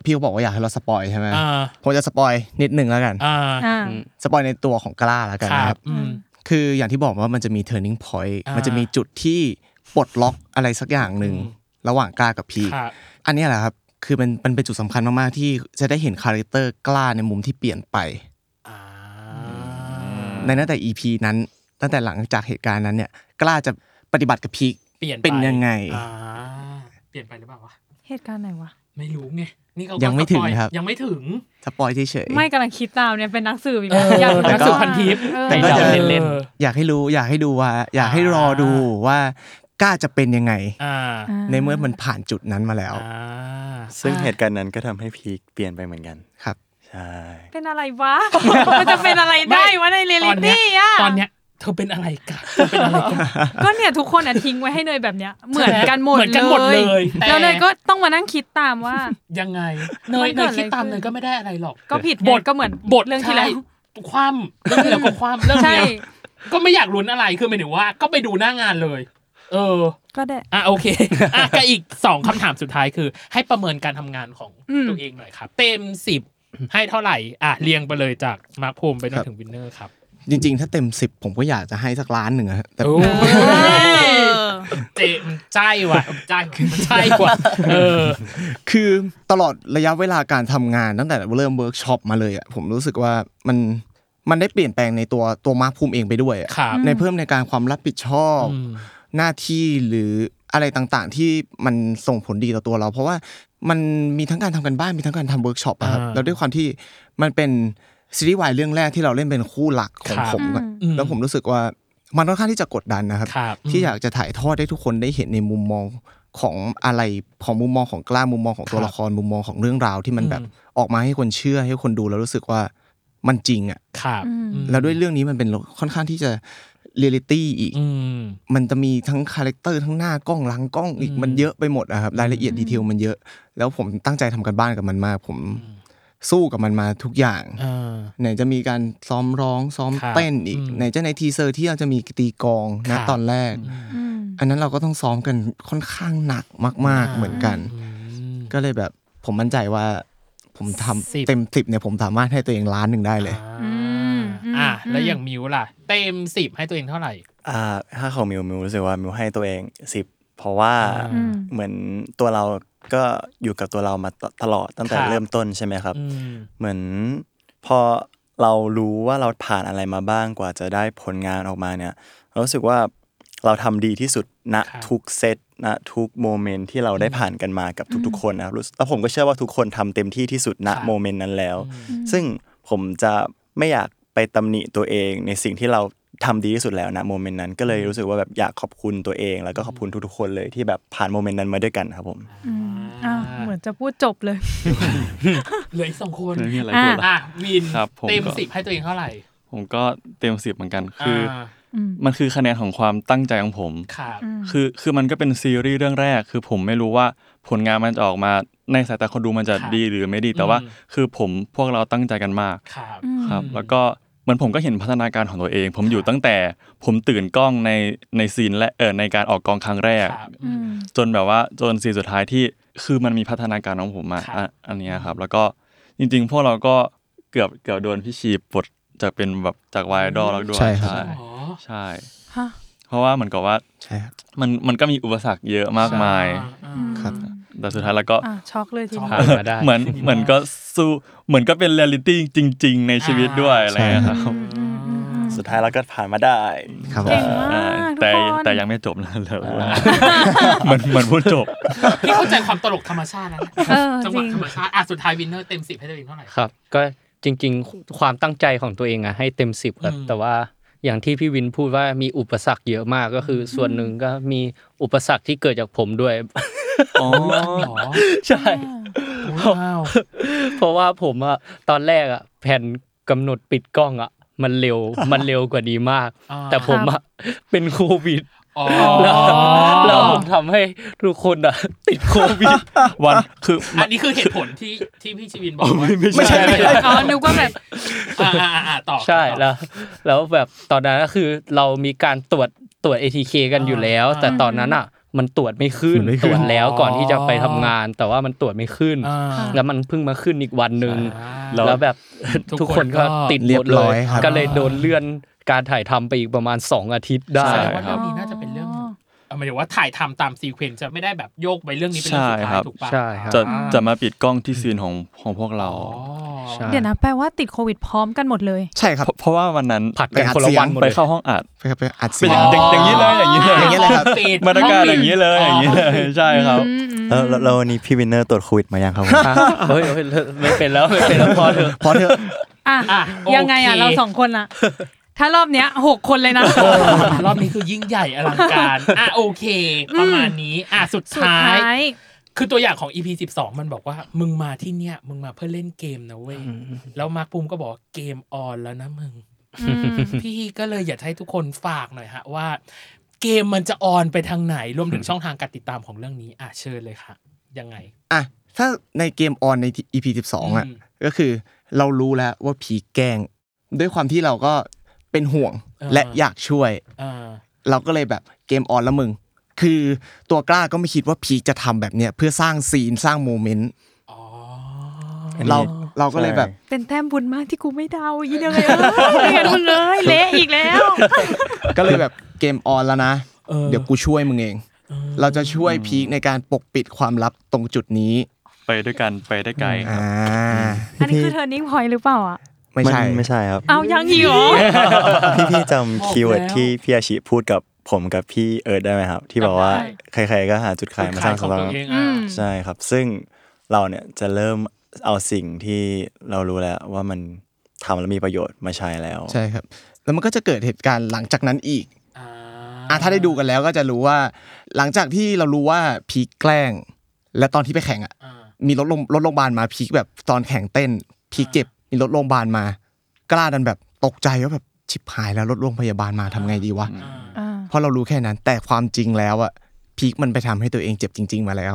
D: พี่เขาบอกว่าอยากให้เราสปอยใช่ไหม
C: อ่า
D: ผมจะสปอยนิดนึงแล้วกัน
C: อ่า
B: อ่า
D: สปอยในตัวของกล้าแล้วกัน
C: ครั
D: นะครับ บ
C: อืม
D: คืออย่างที่บอกว่ามันจะมี turning point
C: อ่ามั
D: มันจะมีจุดที่ปลดล็อกอะไรสักอย่างหนึ่ง
C: อืม
D: ระหว่างกล้ากับพีค
C: ครับ
D: อันเนี้ยแหละครับคือมันมันเป็นจุดสำคัญมาก ๆ ที่จะได้เห็นคาแรคเตอร์กล้าในมุมที่เปลี่ยนไป
C: อ่า
D: ในตั้งแต่ EP นั้น ตั้งแต่หลังจากเหตุการณ์นั้นเนี่ยกล้าจะปฏิบัติกับพีค
C: เปลี่ยน
D: เป็นยังไง
C: อ่าเปลี่ยนไปหรือเปล่าวะ
B: เหตุการณ์ไหนวะ
C: ไม่รู้ไง นี่เขา
D: ยั
C: ยัง
D: ไม่ถึงครับ
C: ยังไม่ถึง
D: สปอยเฉย
B: ไม่กำลังคิดตามเนี่ยเป็นนักสืบอีกแล้ว
C: เออ
B: อยากรู้
C: นักสืบ
B: ว่า
C: พันทิป
B: เออ
D: แต่ก็จะ
C: ออ
G: เล่น
D: ๆอยากให้รู้อยากให้ดูว่า อยากให้รอดูว่ากล้าจะเป็นยังไง
C: อ่า
B: อ่า
D: ในเมื่อมันผ่านจุดนั้นมาแล้ว
C: อ่า
E: ซึ่งเหตุการณ์นั้นก็ทำให้พีคเปลี่ยนไปเหมือนกัน
D: ครับ
E: ใช่
B: เป็นอะไรวะ มันจะเป็นอะไรได้วะในเรียล
C: ต
B: ลิ
C: อนเนี้ย
B: ตี้อ่ะ
C: ตอนเนี้ยเธอเป็นอะไรกันเธอเป็นอะไรกัน
B: ก็เนี่ยทุกคนอ่ะทิ้งไว้ให้เนยแบบเนี้ย เหมือนกันหมด
C: เหมือนกันหมดเลยแต่
B: แล้วเนยก็ต้องมานั่งคิดตามว่า
C: ยังไงเน
B: มั
C: ย
B: นเกิด
C: เนย
B: อะไร
C: คิดตาม
B: ขึ้น
C: เนยก็ไม่ได้อะไรหรอก
B: ก็ผิดไง
C: บท
B: ก็เหมือน
C: บท
B: เรื่องที่แล้ว
C: ใช่คว่ำเรื่องที่แล้วก็คว่ำเรื่อง
B: ใช่
C: เนี้ยก็ไม่อยากลุ้นอะไรคือหมายถึงว่า ก็ไปดูหน้างานเลย เออ
B: ก็ได้
C: อ่ะโอเคอ่ะก็อีกสองคำถามสุดท้ายคือ ให้ประเมินการทำงานของ
B: อืม
C: ตัวเองหน่อยครับ เต็มสิบให้เท่าไหร่ อ่ะเรียงไปเลยจากมาร์คภูมิไปจนถึงวินเนอร์ครับ
D: จริง ๆ ถ้าเต็ม 10 ผมก็อยากจะให้สักล้านหนึ่งอะแต่
C: โอ้ยเจมนใจว่ะใจมันใจกว่าเออ
D: คือตลอดระยะเวลาการทำงานตั้งแต่เริ่มเวิร์กช็อปมาเลยอ่ะผมรู้สึกว่ามันมันได้เปลี่ยนแปลงในตัวตัวมาร์คภูมิเองไปด้วยอะ
C: ครับ
D: ในเพิ่มในการความรับผิดชอบ
C: อืม
D: หน้าที่หรืออะไรต่างๆ ที่มันส่งผลดีต่อตัวเรา เพราะว่ามันมีทั้งการทำกันบ้านมีทั้งการทำเวิร์กช็อปอะครับ
C: อ่า
D: แล้วด้วยความที่มันเป็นซีรีส์วายเรื่องแรกที่เราเล่นเป็นคู่หลักของ
C: ครับ
D: ผมอะ
C: อื
D: แล้วผมรู้สึกว่ามันค่อนข้างที่จะกดดันนะครับ
C: ครับ
D: ที่อยากจะถ่ายทอดให้ทุกคนได้เห็นในมุมมองของอะไรของมุมมองของกล้ามุมมองของตัวละครมุมมองของเรื่องราวที่มันแบบออกมาให้คนเชื่อให้คนดูแล้วรู้สึกว่ามันจริงอ่ะ
C: ครับอืม
D: แล้วด้วยเรื่องนี้มันเป็นค่อนข้างที่จะเรียลิตี้อีก
C: อืม
D: มันจะมีทั้งคาแรคเตอร์ทั้งหน้ากล้องหลังกล้องอีก
C: อืม
D: มันเยอะไปหมดอะครับรายละเอียดดีเทลมันเยอะ แล้วผมตั้งใจทำกันบ้านกับมันมาก ผมสู้กับมันมาทุกอย่าง
C: อ่า
D: ไหนจะมีการซ้อมร้องซ้อม
C: ครับ
D: เต้นอีก
C: อืม
D: ไหนจะในทีเซอร์ที่เราจะมีตีกลอง
C: ครั
D: นะ
C: บ
D: ตอนแรก
B: อืม
D: อันนั้นเราก็ต้องซ้อมกันค่อนข้างหนักมาก ๆ เหมือนกัน
C: อืม
D: ก็เลยแบบผมมั่นใจว่า ผมทำ
C: สิบ
D: เต็มสิบเนี่ยผมสามารถให้ตัวเองล้านหนึ่งได้เลย
C: อ่า
B: อืม
C: อ่ะ
B: อืม
C: แล้วอย่างมิวล่ะ เต็มสิบให้ตัวเองเท่าไหร่
E: อ่าถ้าของมิวมิวรู้สึกว่ามิวให้ตัวเองสิบเพราะว่า
C: อืม
E: เหมือนตัวเราก็อยู่กับตัวเรามาตตลอดตั้งแต่
C: ครับ
E: เริ่มต้นใช่ไหมครับ
C: อืม
E: เหมือนพอเรารู้ว่าเราผ่านอะไรมาบ้างกว่าจะได้ผลงานออกมาเนี่ยเรารู้สึกว่าเราทำดีที่สุดณ
C: ครับ
E: ทุกเซตณทุกโมเมนต์ที่เราได้ผ่านกันมากับทุกๆ คนนะครับรู้สึกแล้วผมก็เชื่อว่าทุกคนทำเต็มที่ที่สุดณโมเมนต์นั้นแล้ว ซึ่งผมจะไม่อยากไปตำหนิตัวเองในสิ่งที่เราทำดีที่สุดแล้วณโมเมนต์นั้นก็เลยรู้สึกว่าแบบอยากขอบคุณตัวเอง แล้วก็ขอบคุณทุกๆคนเลยที่แบบผ่านโมเมนต์นั้นมาด้วยกันครับผม
B: อืมอ่ะเหมือนจะพูดจบเลย
C: เหลืออีกสองคน
F: ไม่มีอะไรพูดละ
C: อ่ะวิน
F: ครับผม
C: เต็ม
F: ก็
C: สิบให้ตัวเองเท่าไหร่
F: ผมก็เต็มสิบเหมือนกัน คืออา
B: อืม
F: มันคือคะแนนของความตั้งใจของผม
C: ครับ
F: คือคือมันก็เป็นซีรีส์เรื่องแรก คือผมไม่รู้ว่าผลงานมันจะออกมาในสายตาคนดูมันจะ
C: ครับ
F: ดีหรือไม่ดี แต่ว่า
C: อืม
F: คือผมพวกเราตั้งใจกันมาก
C: ครับ
F: ครับแล้วก็เหมือนผมก็เห็นพัฒนาการของตัวเอง ผมอยู่ตั้งแต่ผมตื่นกล้องในในซีนและเออในการออกกองครั้งแรก
C: ครับ
F: จนแบบว่าจนซีนสุดท้ายที่คือมันมีพัฒนาการของผมมา
C: ครับ
F: อ่ะอันเนี้ยครับ แล้วก็ จริง ๆ พวกเราก็เกือบเกือบโดนพี่ชีปลดจากเป็นแบบจากวายดอลแล้วด้วย
D: ใช่ครับ
F: ใช่
B: ฮะ
F: เพราะว่าเหมือนกับว่า
D: ใช่ครับ
F: มันมันก็มีอุปสรรคเยอะมากมาย
B: อืม
D: ครับ
F: แต่สุดท้ายแล้วก็
B: อ่ะช็อกเลยทีเดี
F: ผ่า
B: ยว
F: น
G: มาได้
F: เหมือนเหมือนก็สู้เหมือนก็เป็นเรียลิตี้จริง ๆ ในชีวิตด้วยอะไรอย่างเงี้ยครับ
E: สุดท้ายเราก็ผ่านมาได้
D: ครับผม
B: เก่งมาก
F: อ่า
B: ทุก
F: แต่
B: คน
F: แต่ยังไม่จบนะเลยเหมือนเหมือนพูดจบ
C: พี่เข้าใจความตลกธรรม ชาตินะ
B: เออ
C: จังห
B: จ
C: วะ
B: ริง
C: ธรรมชาติอ่ะสุดท้ายวินเนอร์เต็มสิบให้ได้วินเท่าไหร่
G: ครับก็จริงๆความตั้งใจของตัวเองอะให้เต็มสิบครับ
C: อืม
G: แต่ว่าอย่างที่พี่วินพูดว่ามีอุปสรรคเยอะมากก็คืออส่วนหนึ่งก็มีอุปสรรคที่เกิดจากผม ด้วย
F: อ๋อ
C: อ๋อ
G: ใช่
C: ว้าว
G: เพราะว่าผมอะตอนแรกอะแผ่นกำหนดปิดกล้องอะมันเร็วมันเร็วกว่านี้มาก
C: อ่า
G: แต่ผมอะเป็นโควิด
C: อ๋อ
G: แล้วแล้วผมทำให้ทุกคนอะติดโควิ ด
F: วันคือ
C: อันนี้คือเหตุผลที่ที่พี่ชีวินบอกว่า
F: ไม่ใช่
B: อ๋อนึกว่าแบบ
C: อ่าอ่าอ่าต่อ
G: ใช่
C: ต่อ
G: แล้วแล้วแบบตอนนั้นก็คือเรามีการตรวจตรวจ ATK กันอยู่แล้ว
C: อ่า
G: แต่ตอนนั้นอ่ะ มันตรวจไม่ขึ้น
D: มันไม่ขึ้น
G: ตรวจแล้วก่อนที่จะไปทำ
C: อ๋อ
G: งาน แต่ว่ามันตรวจไม่ขึ้น
C: อ่า
G: แล้วมันเพิ่งมาขึ้นอีกวันหนึ่ง
C: อ่า
G: แล้วแบบ
C: ทุ
G: ทุ
C: ก
G: ก
C: ค
G: คน น
C: ก็
G: ก็ติดหมด
D: เรียบ
G: เล
D: ร้อย
G: ย
D: ครับ
G: ก็เลยโดนเลื่อนการถ่ายทำไปอีกประมาณ 2 อาทิตย์ได้
F: ใช่
C: แสดงว่า
F: ครั
C: เรื่อบ งนี้น่าจะเป็นเรื่องเอ่อหมายถึงว่าถ่ายทำตามซีเควนซ์จะไม่ได้แบบโยกไปเรื่องนี้เป็นเรื่องสุด
F: ใช่
C: ท้า
F: ครั
C: ย
F: บ
C: ถูกปะ
G: ใช่ครับ
F: จะจะมาปิดกล้องที่ซีนของของพวกเรา
C: อ๋อ
G: ใช่
B: เดี๋ยวนะแปลว่าติดโควิดพร้อมกันหมดเลย
D: ใช่ครับ
F: เพราะเพราะว่าวันนั้น
G: ผัดกันคนละวันหมด
F: ไป
G: เลย
F: เข้าห้องอัด
D: ไปครับไปอัด
F: เป็น
D: เสีย
F: อง ย่างอย่างอย่างนี้เลยอย่างนี้เลย
D: อย่างนี้เลยครับ
C: ปิด
F: บรรยากาศ
C: ห้
F: อ
C: ปิด
F: ย่างนี้เลยอย่าง นี้เลยใช่ครับ
E: แล้วแล้วแล้ววันนี้พี่วินเนอร์ตรวจโควิดมายังครับผม
G: เฮ้ยเฮ้ยไม่เป็นแล้วไม่เป็นแล้วพอเถอะ
D: พอเถอะ
B: อ่ะ
C: อ่ะโ
B: ยังไงอ่ะ เราสองคนอ่ะ ถ้ารอบเนี้ยหกคนเลยนะ
C: โอ้รอบนี้คือยิ่งใหญ่อลังการอ่ะโอเค ประมาณนี้อ่ะสุด
B: สุด
C: ท้า
B: ท้าย ย
C: คือตัวอย่างของ EP 12 มันบอกว่า มึงมาที่เนี่ย มึงมาเพื่อเล่นเกมนะเว้ย แล้วมาร์คภูมิก็บอกว่าเกมออนแล้วนะมึง พี่ก็เลยอยากให้ทุกคนฝากหน่อยฮะว่า เกมมันจะออนไปทางไหน รวมถึงช่องทางการติดตามของเรื่องนี้ อ่ะเชิญเลยค่ะ ยังไง
D: อ่ะ ถ้าในเกมออนใน EP 12 อ่ะ
C: อืม
D: ก็คือเรารู้แล้วว่าผีแกล้ง ด้วยความที่เราก็เป็นห่วงและอยากช่วย
C: อ่า
D: เราก็เลยแบบเกมออนแล้วมึง คือตัวกล้าก็ไม่คิดว่าพีคจะทำแบบเนี้ยเพื่อสร้างซีนสร้างโมเมนต์
C: อ๋อ
D: เราเราก็เลยแบบ
B: เป็นแต้มบุญมากที่กูไม่เดาอีเดียวเลยเอ้ยไม่งั้นมึงเลยเละอีกแล้ว
D: ก็เลยแบบเกมออนแล้วนะ เดี๋ยวกูช่วยมึงเอง เราจะช่วยพีคในการปกปิดความลับตรงจุดนี้
F: ไปด้วยกันไปได้ไกลค
D: อ่า
F: รับ
B: อันนี้คือเทอร์นิ่งพอยหรือเปล่าอ่ะ
D: ไม่ใช่
E: ไม่ใช่ครับ
B: เอายังอีกเหรอ
E: พี่พี่จำคีย์เวิร์ด
C: บอกแล้ว
E: ที่พี่อาชิพูดกับผมกับพี่เอิร์ดได้ไหมครับ ที่บอกว่า
C: จ
E: ใครๆก็หาจุดขายมาสร้าง
C: ข
E: ส
C: อง
E: ตอ
C: ตัว
E: รี่
C: เองอ่ะ
E: ใช่ครับ ซึ่งเราเนี่ยจะเริ่มเอาสิ่งที่เรารู้แล้วว่ามันทำแล้วมีประโยชน์มาใช้แล้ว
D: ใช่ครับ แล้วมันก็จะเกิดเหตุการณ์หลังจากนั้นอีก อ่ะถ้าได้ดูกันแล้วก็จะรู้ว่า หลังจากที่เรารู้ว่าพีคแกล้ง และตอนที่ไปแข่งอ่ะ
C: อ่า
D: มีรถลงรถโรงพยาบาลมาพีคแบบตอนแข่งเต้น พีคเจ็บมีรถโรงพยาบาลมา กล้าดันแบบตกใจว่าแบบชิบหายแล้วรถโรงพยาบาลมาทำไงดีวะเพราะเรารู้แค่นั้น แต่ความจริงแล้วอ่ะพีคมันไปทำให้ตัวเองเจ็บจริง ๆ มาแล้ว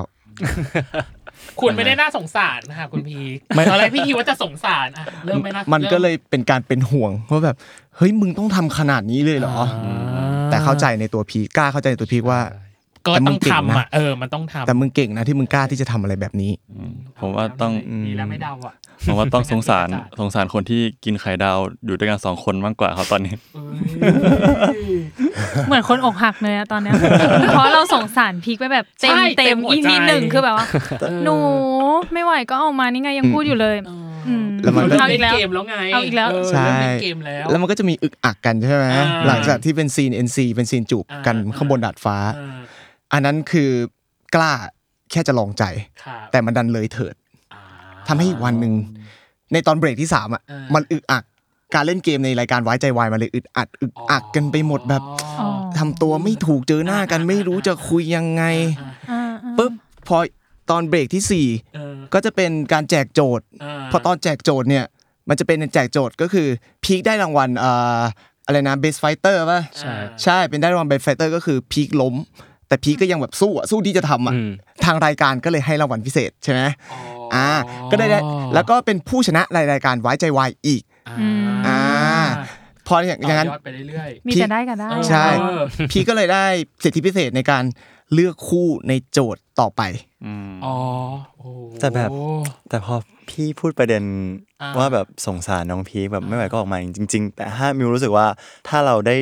C: คุณไม่ได้น่าสงสารนะคะคุณพี
D: ไม่
C: ตอนแรกพี่คิดว่าจะสงสารอ่ะเริ่มไม่น่า
D: มั
C: มัน
D: ก็เลยเป็นการเป็นห่วงว่าแบบเฮ้ยมึงต้องทำขนาดนี้เลยเหรออแต่เข้าใจในตัวพีคกล้าเข้าใจในตัวพีคว่า
C: ก็
D: แต่มึ
C: ต้อง ง
D: เก่งนะ
C: ทำอ่ะเออมันต้อง
D: แต่
C: ทำ
D: มึงเก่งนะที่มึงกล้าที่จะทำอะไรแบบนี้
F: ผมว่าต้อง
C: ดีแล้วไม่เดาอ่ะ
F: ผมว่าต้องสงสาร
C: ไม่งั้นจะ
F: สงสารคนที่กินไข่ดาวอยู่ด้วยกันสองคนมากกว่าครับตอนนี้
B: เหมือนคนอกหักเลยอะตอนเนี้ย เพราะเราสงสารพีคไปแบบเต็ม
C: ใช่
B: เต็
C: เต็
B: ม
C: มหัว
B: อีพี
C: ใจ
B: หนึ่งคือแบบว่า หนูไม่ไหวก็เอามานี่ไงยังพูดอยู่เลยม
D: แล้วมันก็
C: เอา
B: เอาอี
C: อีก
B: กแล้ว
C: แล้วเกมแล้วไง
B: เอาอีกแล้ว
C: เริ่ม
D: ใช่
C: เล่นเกมแล้ว
D: แล้วมันก็จะมีอึกอักกันใช่ไหม
C: อ่า
D: หลังจากที่เป็นซีน NC เป็นซีนจูบกัน
C: อ่า
D: ข้างบนดาดฟ้า
C: อ่า
D: อันนั้นคือกล้าแค่จะลองใจ
C: ครับ
D: แต่มันดันเลยเถิด
C: อ่า
D: ทำให้อีกวันหนึ่งในตอนเบรกที่สามอ่ะ
C: เออ
D: มันอึกอัก การเล่นเกมในรายการไว้ใจวายมาเลยอึดอัด อึกอักกันไปหมดแบบ
C: อ๋อ
D: ทำตัวไม่ถูกเจอหน้ากันไม่รู้จะคุยยังไง
B: อ่าอ่า
D: ปุ๊บพอตอนเบรกที่สี่
C: เออ
D: ก็จะเป็นการแจกโจทย์ พอตอนแจกโจทย์เนี่ย มันจะเป็นแจกโจทย์ก็คือพีคได้รางวัลเอ่ออะไรนะ best fighter ป่ะ
C: ใช่
D: ใช่เป็นได้รางวัล best fighter ก็คือพีคล้ม แต่พีคก็ยังแบบสู้อะสู้ที่จะทำอะ
G: อืม
D: ทางรายการก็เลยให้รางวัลพิเศษใช่ไหมอ่า ก็ได้ได้แล้วก็เป็นผู้ชนะในรายการไว้ใจวายอีก อ่า พออย่าง
C: ต่
D: อย่างนั้น
C: ยอดไปเรื่อย
B: มี
D: พีค
B: แต่ได้กับได้
C: ๆ
D: ใช่
C: เออ
D: พีคก็เลยได้สิทธิพิเศษในการเลือกคู่ในโจทย์ต่อไป
F: อืม
C: อ๋อโอ้
E: แต่แบบ แต่พอพี่พูดประเด็น
C: อ่
E: ว่าแบบสงสารน้องพีคแบบไม่ไหวก็ออกมาจริงๆ แต่ถ้ามิวรู้สึกว่าถ้าเราได้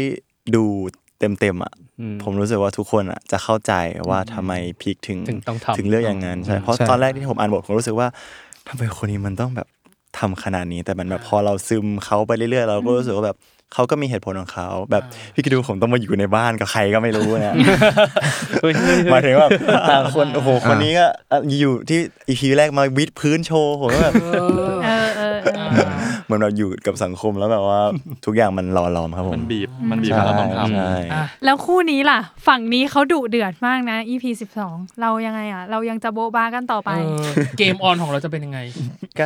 E: ดูเต็มๆอ่ะ
G: อืม
E: ผมรู้สึกว่าทุกคนอ่ะจะเข้าใจว่าทำไมพีคถึง
G: ถึงต้องทำ
E: ถึงเลือกอย่างนั้นใช่เพราะ
D: ใช่
E: ตอนแรกที่ผมอ่านบทผมรู้สึกว่าทำไมคนนี้มันต้องแบบทำขนาดนี้ แต่มันแบบพอเราซึมเขาไปเรื่อยๆ เราก็รู้สึกว่าแบบเขาก็มีเหตุผลของเขาแบบพี่กิดดูผมต้องมาอยู่ในบ้านกับใครก็ไม่รู้เนี่ย หมายถึงว่าต่างคนโอ้โหคนนี้ก็อ่ะอยู่ที่อีพีแรกมาวิดพื้นโชว์ผมก็แบบ
B: เออเออเออ
E: เหมือนเราอยู่กับสังคมแล้วแบบว่า ทุกอย่างมันหล่อหลอมครับผ
F: มั
E: ม
F: นบีบ มันบีบให้เราต้องทำ
E: ใช่
C: อ่ะ
B: แล้วคู่นี้ล่ะ ฝั่งนี้เขาดุเดือดมากนะ EP 12 เรายังไงอ่ะ เรายังจะโบ๊ะบ้ากันต่อไป
C: เออเกมออนของเราจะเป็นยังไง
E: ก็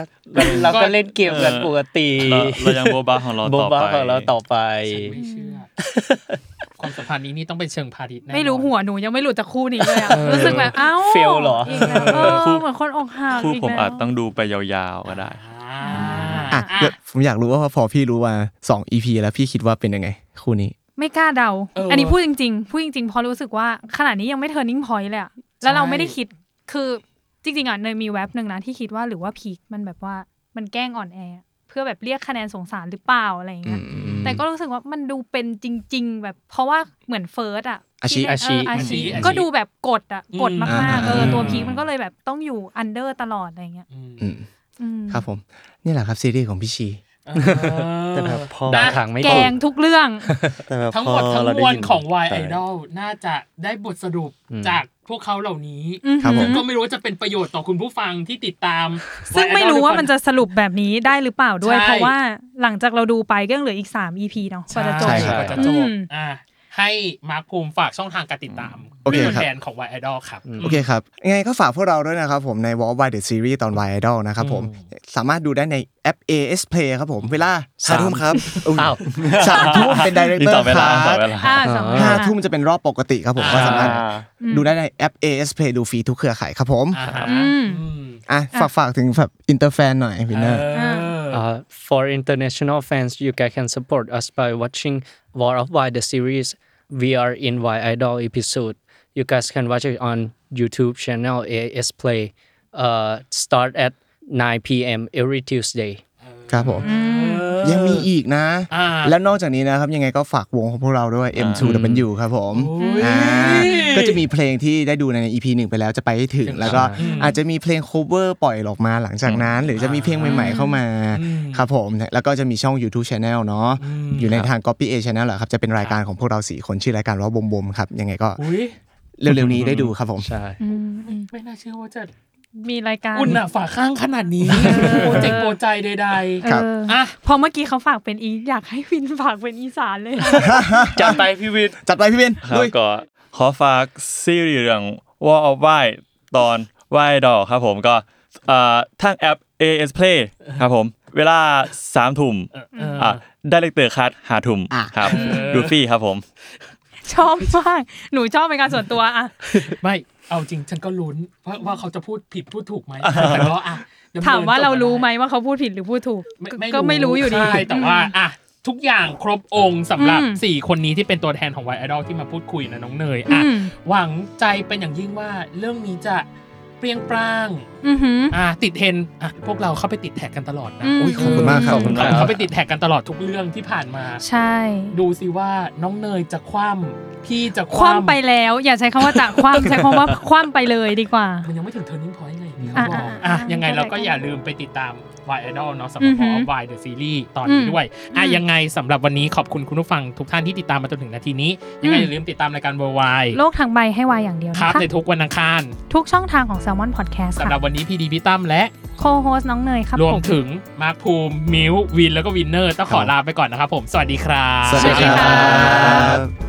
G: เราก็เล่นเกมกันปกติ
F: เราเรายังโบบาของเรา
G: โบ
F: ต่อไป
G: บ้าของเราต่อไป
C: ฉันไม่เชื่อ ความสัมพันธ์นี้นี่ต้องเป็นเชิงพาณิชย์แน่นอน
B: ไม่รู้หัวหนูยังไม่หลุดจากคู่นี้เลยอ่ะ
C: เออ
B: รู้สึกแบบเอ้า
G: Fail เหรอ
B: อีกแล้วเอ
F: คู่
B: อเหมือนคนอกหัก
F: คู่
B: ก
F: ผม
B: แล้ว
F: อาจต้องดูไปยาวๆก็ได้
C: อ่า
D: อ่ะแล้วผมอยากรู้ว่าพอพี่รู้มาสอง EP แล้วพี่คิดว่าเป็นยังไง คู่นี้
B: ไม่กล้าเดา
C: เอออั
B: อันนี้พูดจริงๆพูดจริงๆเพราะรู้สึกว่าขนาดนี้ยังไม่ turning point เลยอ่ะ แล้วเรา
C: ใช่
B: ไม่ได้คิดคือจริงๆอ่ะเนยมีแว็บหนึ่งนะที่คิดว่าหรือว่าพีคมันแบบว่ามันแกล้งอ่อนแอ เพื่อแบบเรียกคะแนนสงสารหรือเปล่าอะไรอย่างเงี้ย แต่ก็รู้สึกว่ามันดูเป็นจริง ๆ แบบเพราะว่าเหมือนเฟิร์สอะ
D: อาชิ
B: ที่เล่นเอออา
G: อาชิ
C: อาชิ
B: ชิ
C: อาชิ
B: ก็ดูแบบกดอะ
C: อืม
B: กดมากๆเออ
D: อ่า
B: ตัวพีคมันก็เลยแบบต้องอยู่อันเดอร์ตลอดอะไรเงี้ย
C: อืม
D: อืม
B: อืม
D: ครับผม นี่แหละครับซีรีส์ของพี่ชี
C: เออ
E: แต่แบบพอ
G: ดาทางไม่
B: แก
G: ถูก
B: งทุกเรื่อง
E: แต่แบบ
C: ทั้ง
E: พ
C: ห
E: อ
C: มดทั้ง
E: เรา
C: ม
E: ไยิน
C: วลของวายไอ
E: ใช่
C: ดอลน่าจะได้บทสรุปจากพวกเขาเหล่านี้
B: อือหือ
D: ครับผม
C: ก็ไม่รู้ว่าจะเป็นประโยชน์ต่อคุณผู้ฟังที่ติดตาม
B: ซึ่ง
C: Y Idol
B: ไม่รู้ว่ามัน
C: ห
B: จะ
C: อเปล่
B: สรุปแบบนี้ได้หรือเปล่าด้วย
C: ใช่
B: เพราะว่าหลังจากเราดูไปก็ยังเหลืออีก 3 EP เนาะกว่าจะจบ
C: ใช่กว่าจะจ
B: อื
C: บ
B: ม
C: อ่ะให้มาร์คภูมิฝากช่องทางการติดตาม
D: โอเค
C: ป็นตัว
D: ครับ
C: แทนของวายไอดอลครับ
D: โอเคครับ ยังไงก็ฝากพวกเราด้วยนะครับผมใน w a l l by the Series ตอน Y Idol นะครับผม สามารถดูได้ในแอป AS Play ครับผม เวลา
E: ห้าทุ่มครับ
D: อุ๊ยสามทุ่มเป็น
F: อี
D: Director
F: กต่อเวลา
D: ค
F: ต่
D: รั
F: อบ เวลา
B: อ่าสอง
D: ห้าทุ่มจะเป็นรอบปกติครับผม ก็สามารถ
F: อ่า
D: ดูได้ในแอป AS Play ดูฟรีทุกเครือข่ายครับผม
C: อ่า
B: อืม
C: อืม
D: อ่ะฝากฝากถึงแบบอินเตอร์แฟนหน่อยวินเนอร์
C: เออ
G: Uh, for international fans, you guys can support us by watching War of Why the series. We are in Why Idol episode. You guys can watch it on YouTube channel AS Play. Uh, start at 9 p.m. every Tuesday.
D: ครับผม ยังมีอีกนะ
C: อ่า
D: แล้วนอกจากนี้นะครับ ยังไงก็ฝากวงของพวกเราด้วย M2W ครับผมอ่าก็จะมีเพลงที่ได้ดูใน EP หนึ่งไปแล้วจะไปให้ถึง แล้วก็อาจจะมีเพลง cover ปล่อยออกมาหลังจากนั้น หรือจะมีเพลงใหม่ ๆ เข้ามาครับผมแล้วก็จะมีช่อง YouTube Channel เนาะอยู่ในทาง Copy A Channel แหละครับจะเป็นรายการของพวกเราสี่คนชื่อรายการว่าบมบมครับยังไงก็
C: อุ้ย
D: เร็วๆนี้ได้ดูครับผม
G: Bye.
C: ไม่น่าเชื่อว่าจะ
B: มีรายการ
C: อุ่นอะฝาข้างขนาดนี้โปรเจกต์โปรใจใด
B: เอ
D: ครับ
B: อ
C: ๆอ่ะ
B: พอเมื่อกี้เขาฝากเป็นอีอยากให้วินฝากเป็นอีสานเลย
D: จัดไปพี่เบน
F: ครับ
D: ด้วย
F: ก็ขอฝากซีรีส์เรื่องว่าเอาไหวตอนไหวดอกครับผมก็เอ่อทั้งแอป AS Play ครับผม เวลาสามทุ่มอ่ะได้เลกเตอร์คัดหาทุ่ม
D: อ่ะ
F: ครับดูฟี่ครับผม
B: ชอบมาก หนูชอบเป็นการส่วนตัวอะ
C: ไม่เอาจริงฉันก็ลุ้นว่าว่าเขาจะพูดผิดพูดถูกไหมแต่ก็อ่ะดำนิน
B: ถามว่า
C: ต่อ
B: เรารู้ไหม
C: ด้
B: ว่าเขาพูดผิดหรือพูดถูก
C: ไม่
B: ก็ไม่รู้อยู่ดี
C: ใช่แต่ว่าอ่ะทุกอย่างครบองค์สำหรับ
B: อืม
C: 4 คนนี้ที่เป็นตัวแทนของวายไอดอลที่มาพูดคุยนะน้องเนยอ่ะ
B: อืม
C: หวังใจเป็นอย่างยิ่งว่าเรื่องนี้จะเปรียงปร้าง
B: อือหือ
C: อ่ะติดเทรนด์อ่ะพวกเราเข้าไปติดแท็กกันตลอดนะ
B: อืม
D: อุ๊ยขอบคุณมากครับ
C: เข้าไปติดแท็กกันตลอดทุกเรื่องที่ผ่านมา
B: ใช่
C: ดูสิว่าน้องเนยจะคว่ำพี่จะ
B: ค
C: ค
B: ว่ำ
C: ว่ำ
B: ไปแล้ว อย่าใช้คำว่าจะคว่ำใช้คำว่า คว่ำไปเลยดีกว่า
C: มันยังไม่ถึง turning point ไงที่
B: อ่ะ
C: เขาบอก
B: อ่ะ
C: อ่ะ
B: อ่ะ
C: ยังไงเราก็
B: เข้าใจ
C: อย่าลืมไปติดตาม Y Idol เนาะสำห
B: อื
C: รับ
B: อหื
C: ขอ
B: อง
C: Y The Series ตอนนี้
B: อืม
C: ด้วยอ่ะ
B: อืม
C: ยังไงสำหรับวันนี้ขอบคุณคุณผู้ฟังทุกท่านที่ติดตามมาจนถึงนาทีนี้ ยังไง
B: อืม
C: อย่าลืมติดตามรายการ w y
B: โลกทางใบให้วายอย่างเดียว
C: ครั
B: นะ
C: บ
B: คะ
C: ในทุกวันอังคาร
B: ทุกช่องทางของ Salmon Podcast
C: สำหรั
B: ค่ะ
C: บวันนี้พี่ดีพี่ตั้มและ
B: โคโฮสน้องเนยครับ
C: รว
B: ผ
C: มถึงมาร์คภูมิมิววินแล้วก็วินเนอร์ต้องขอลาไปก่อนนะครับผม สวัสดีครับ
D: สวัสดีครับ
E: ครับ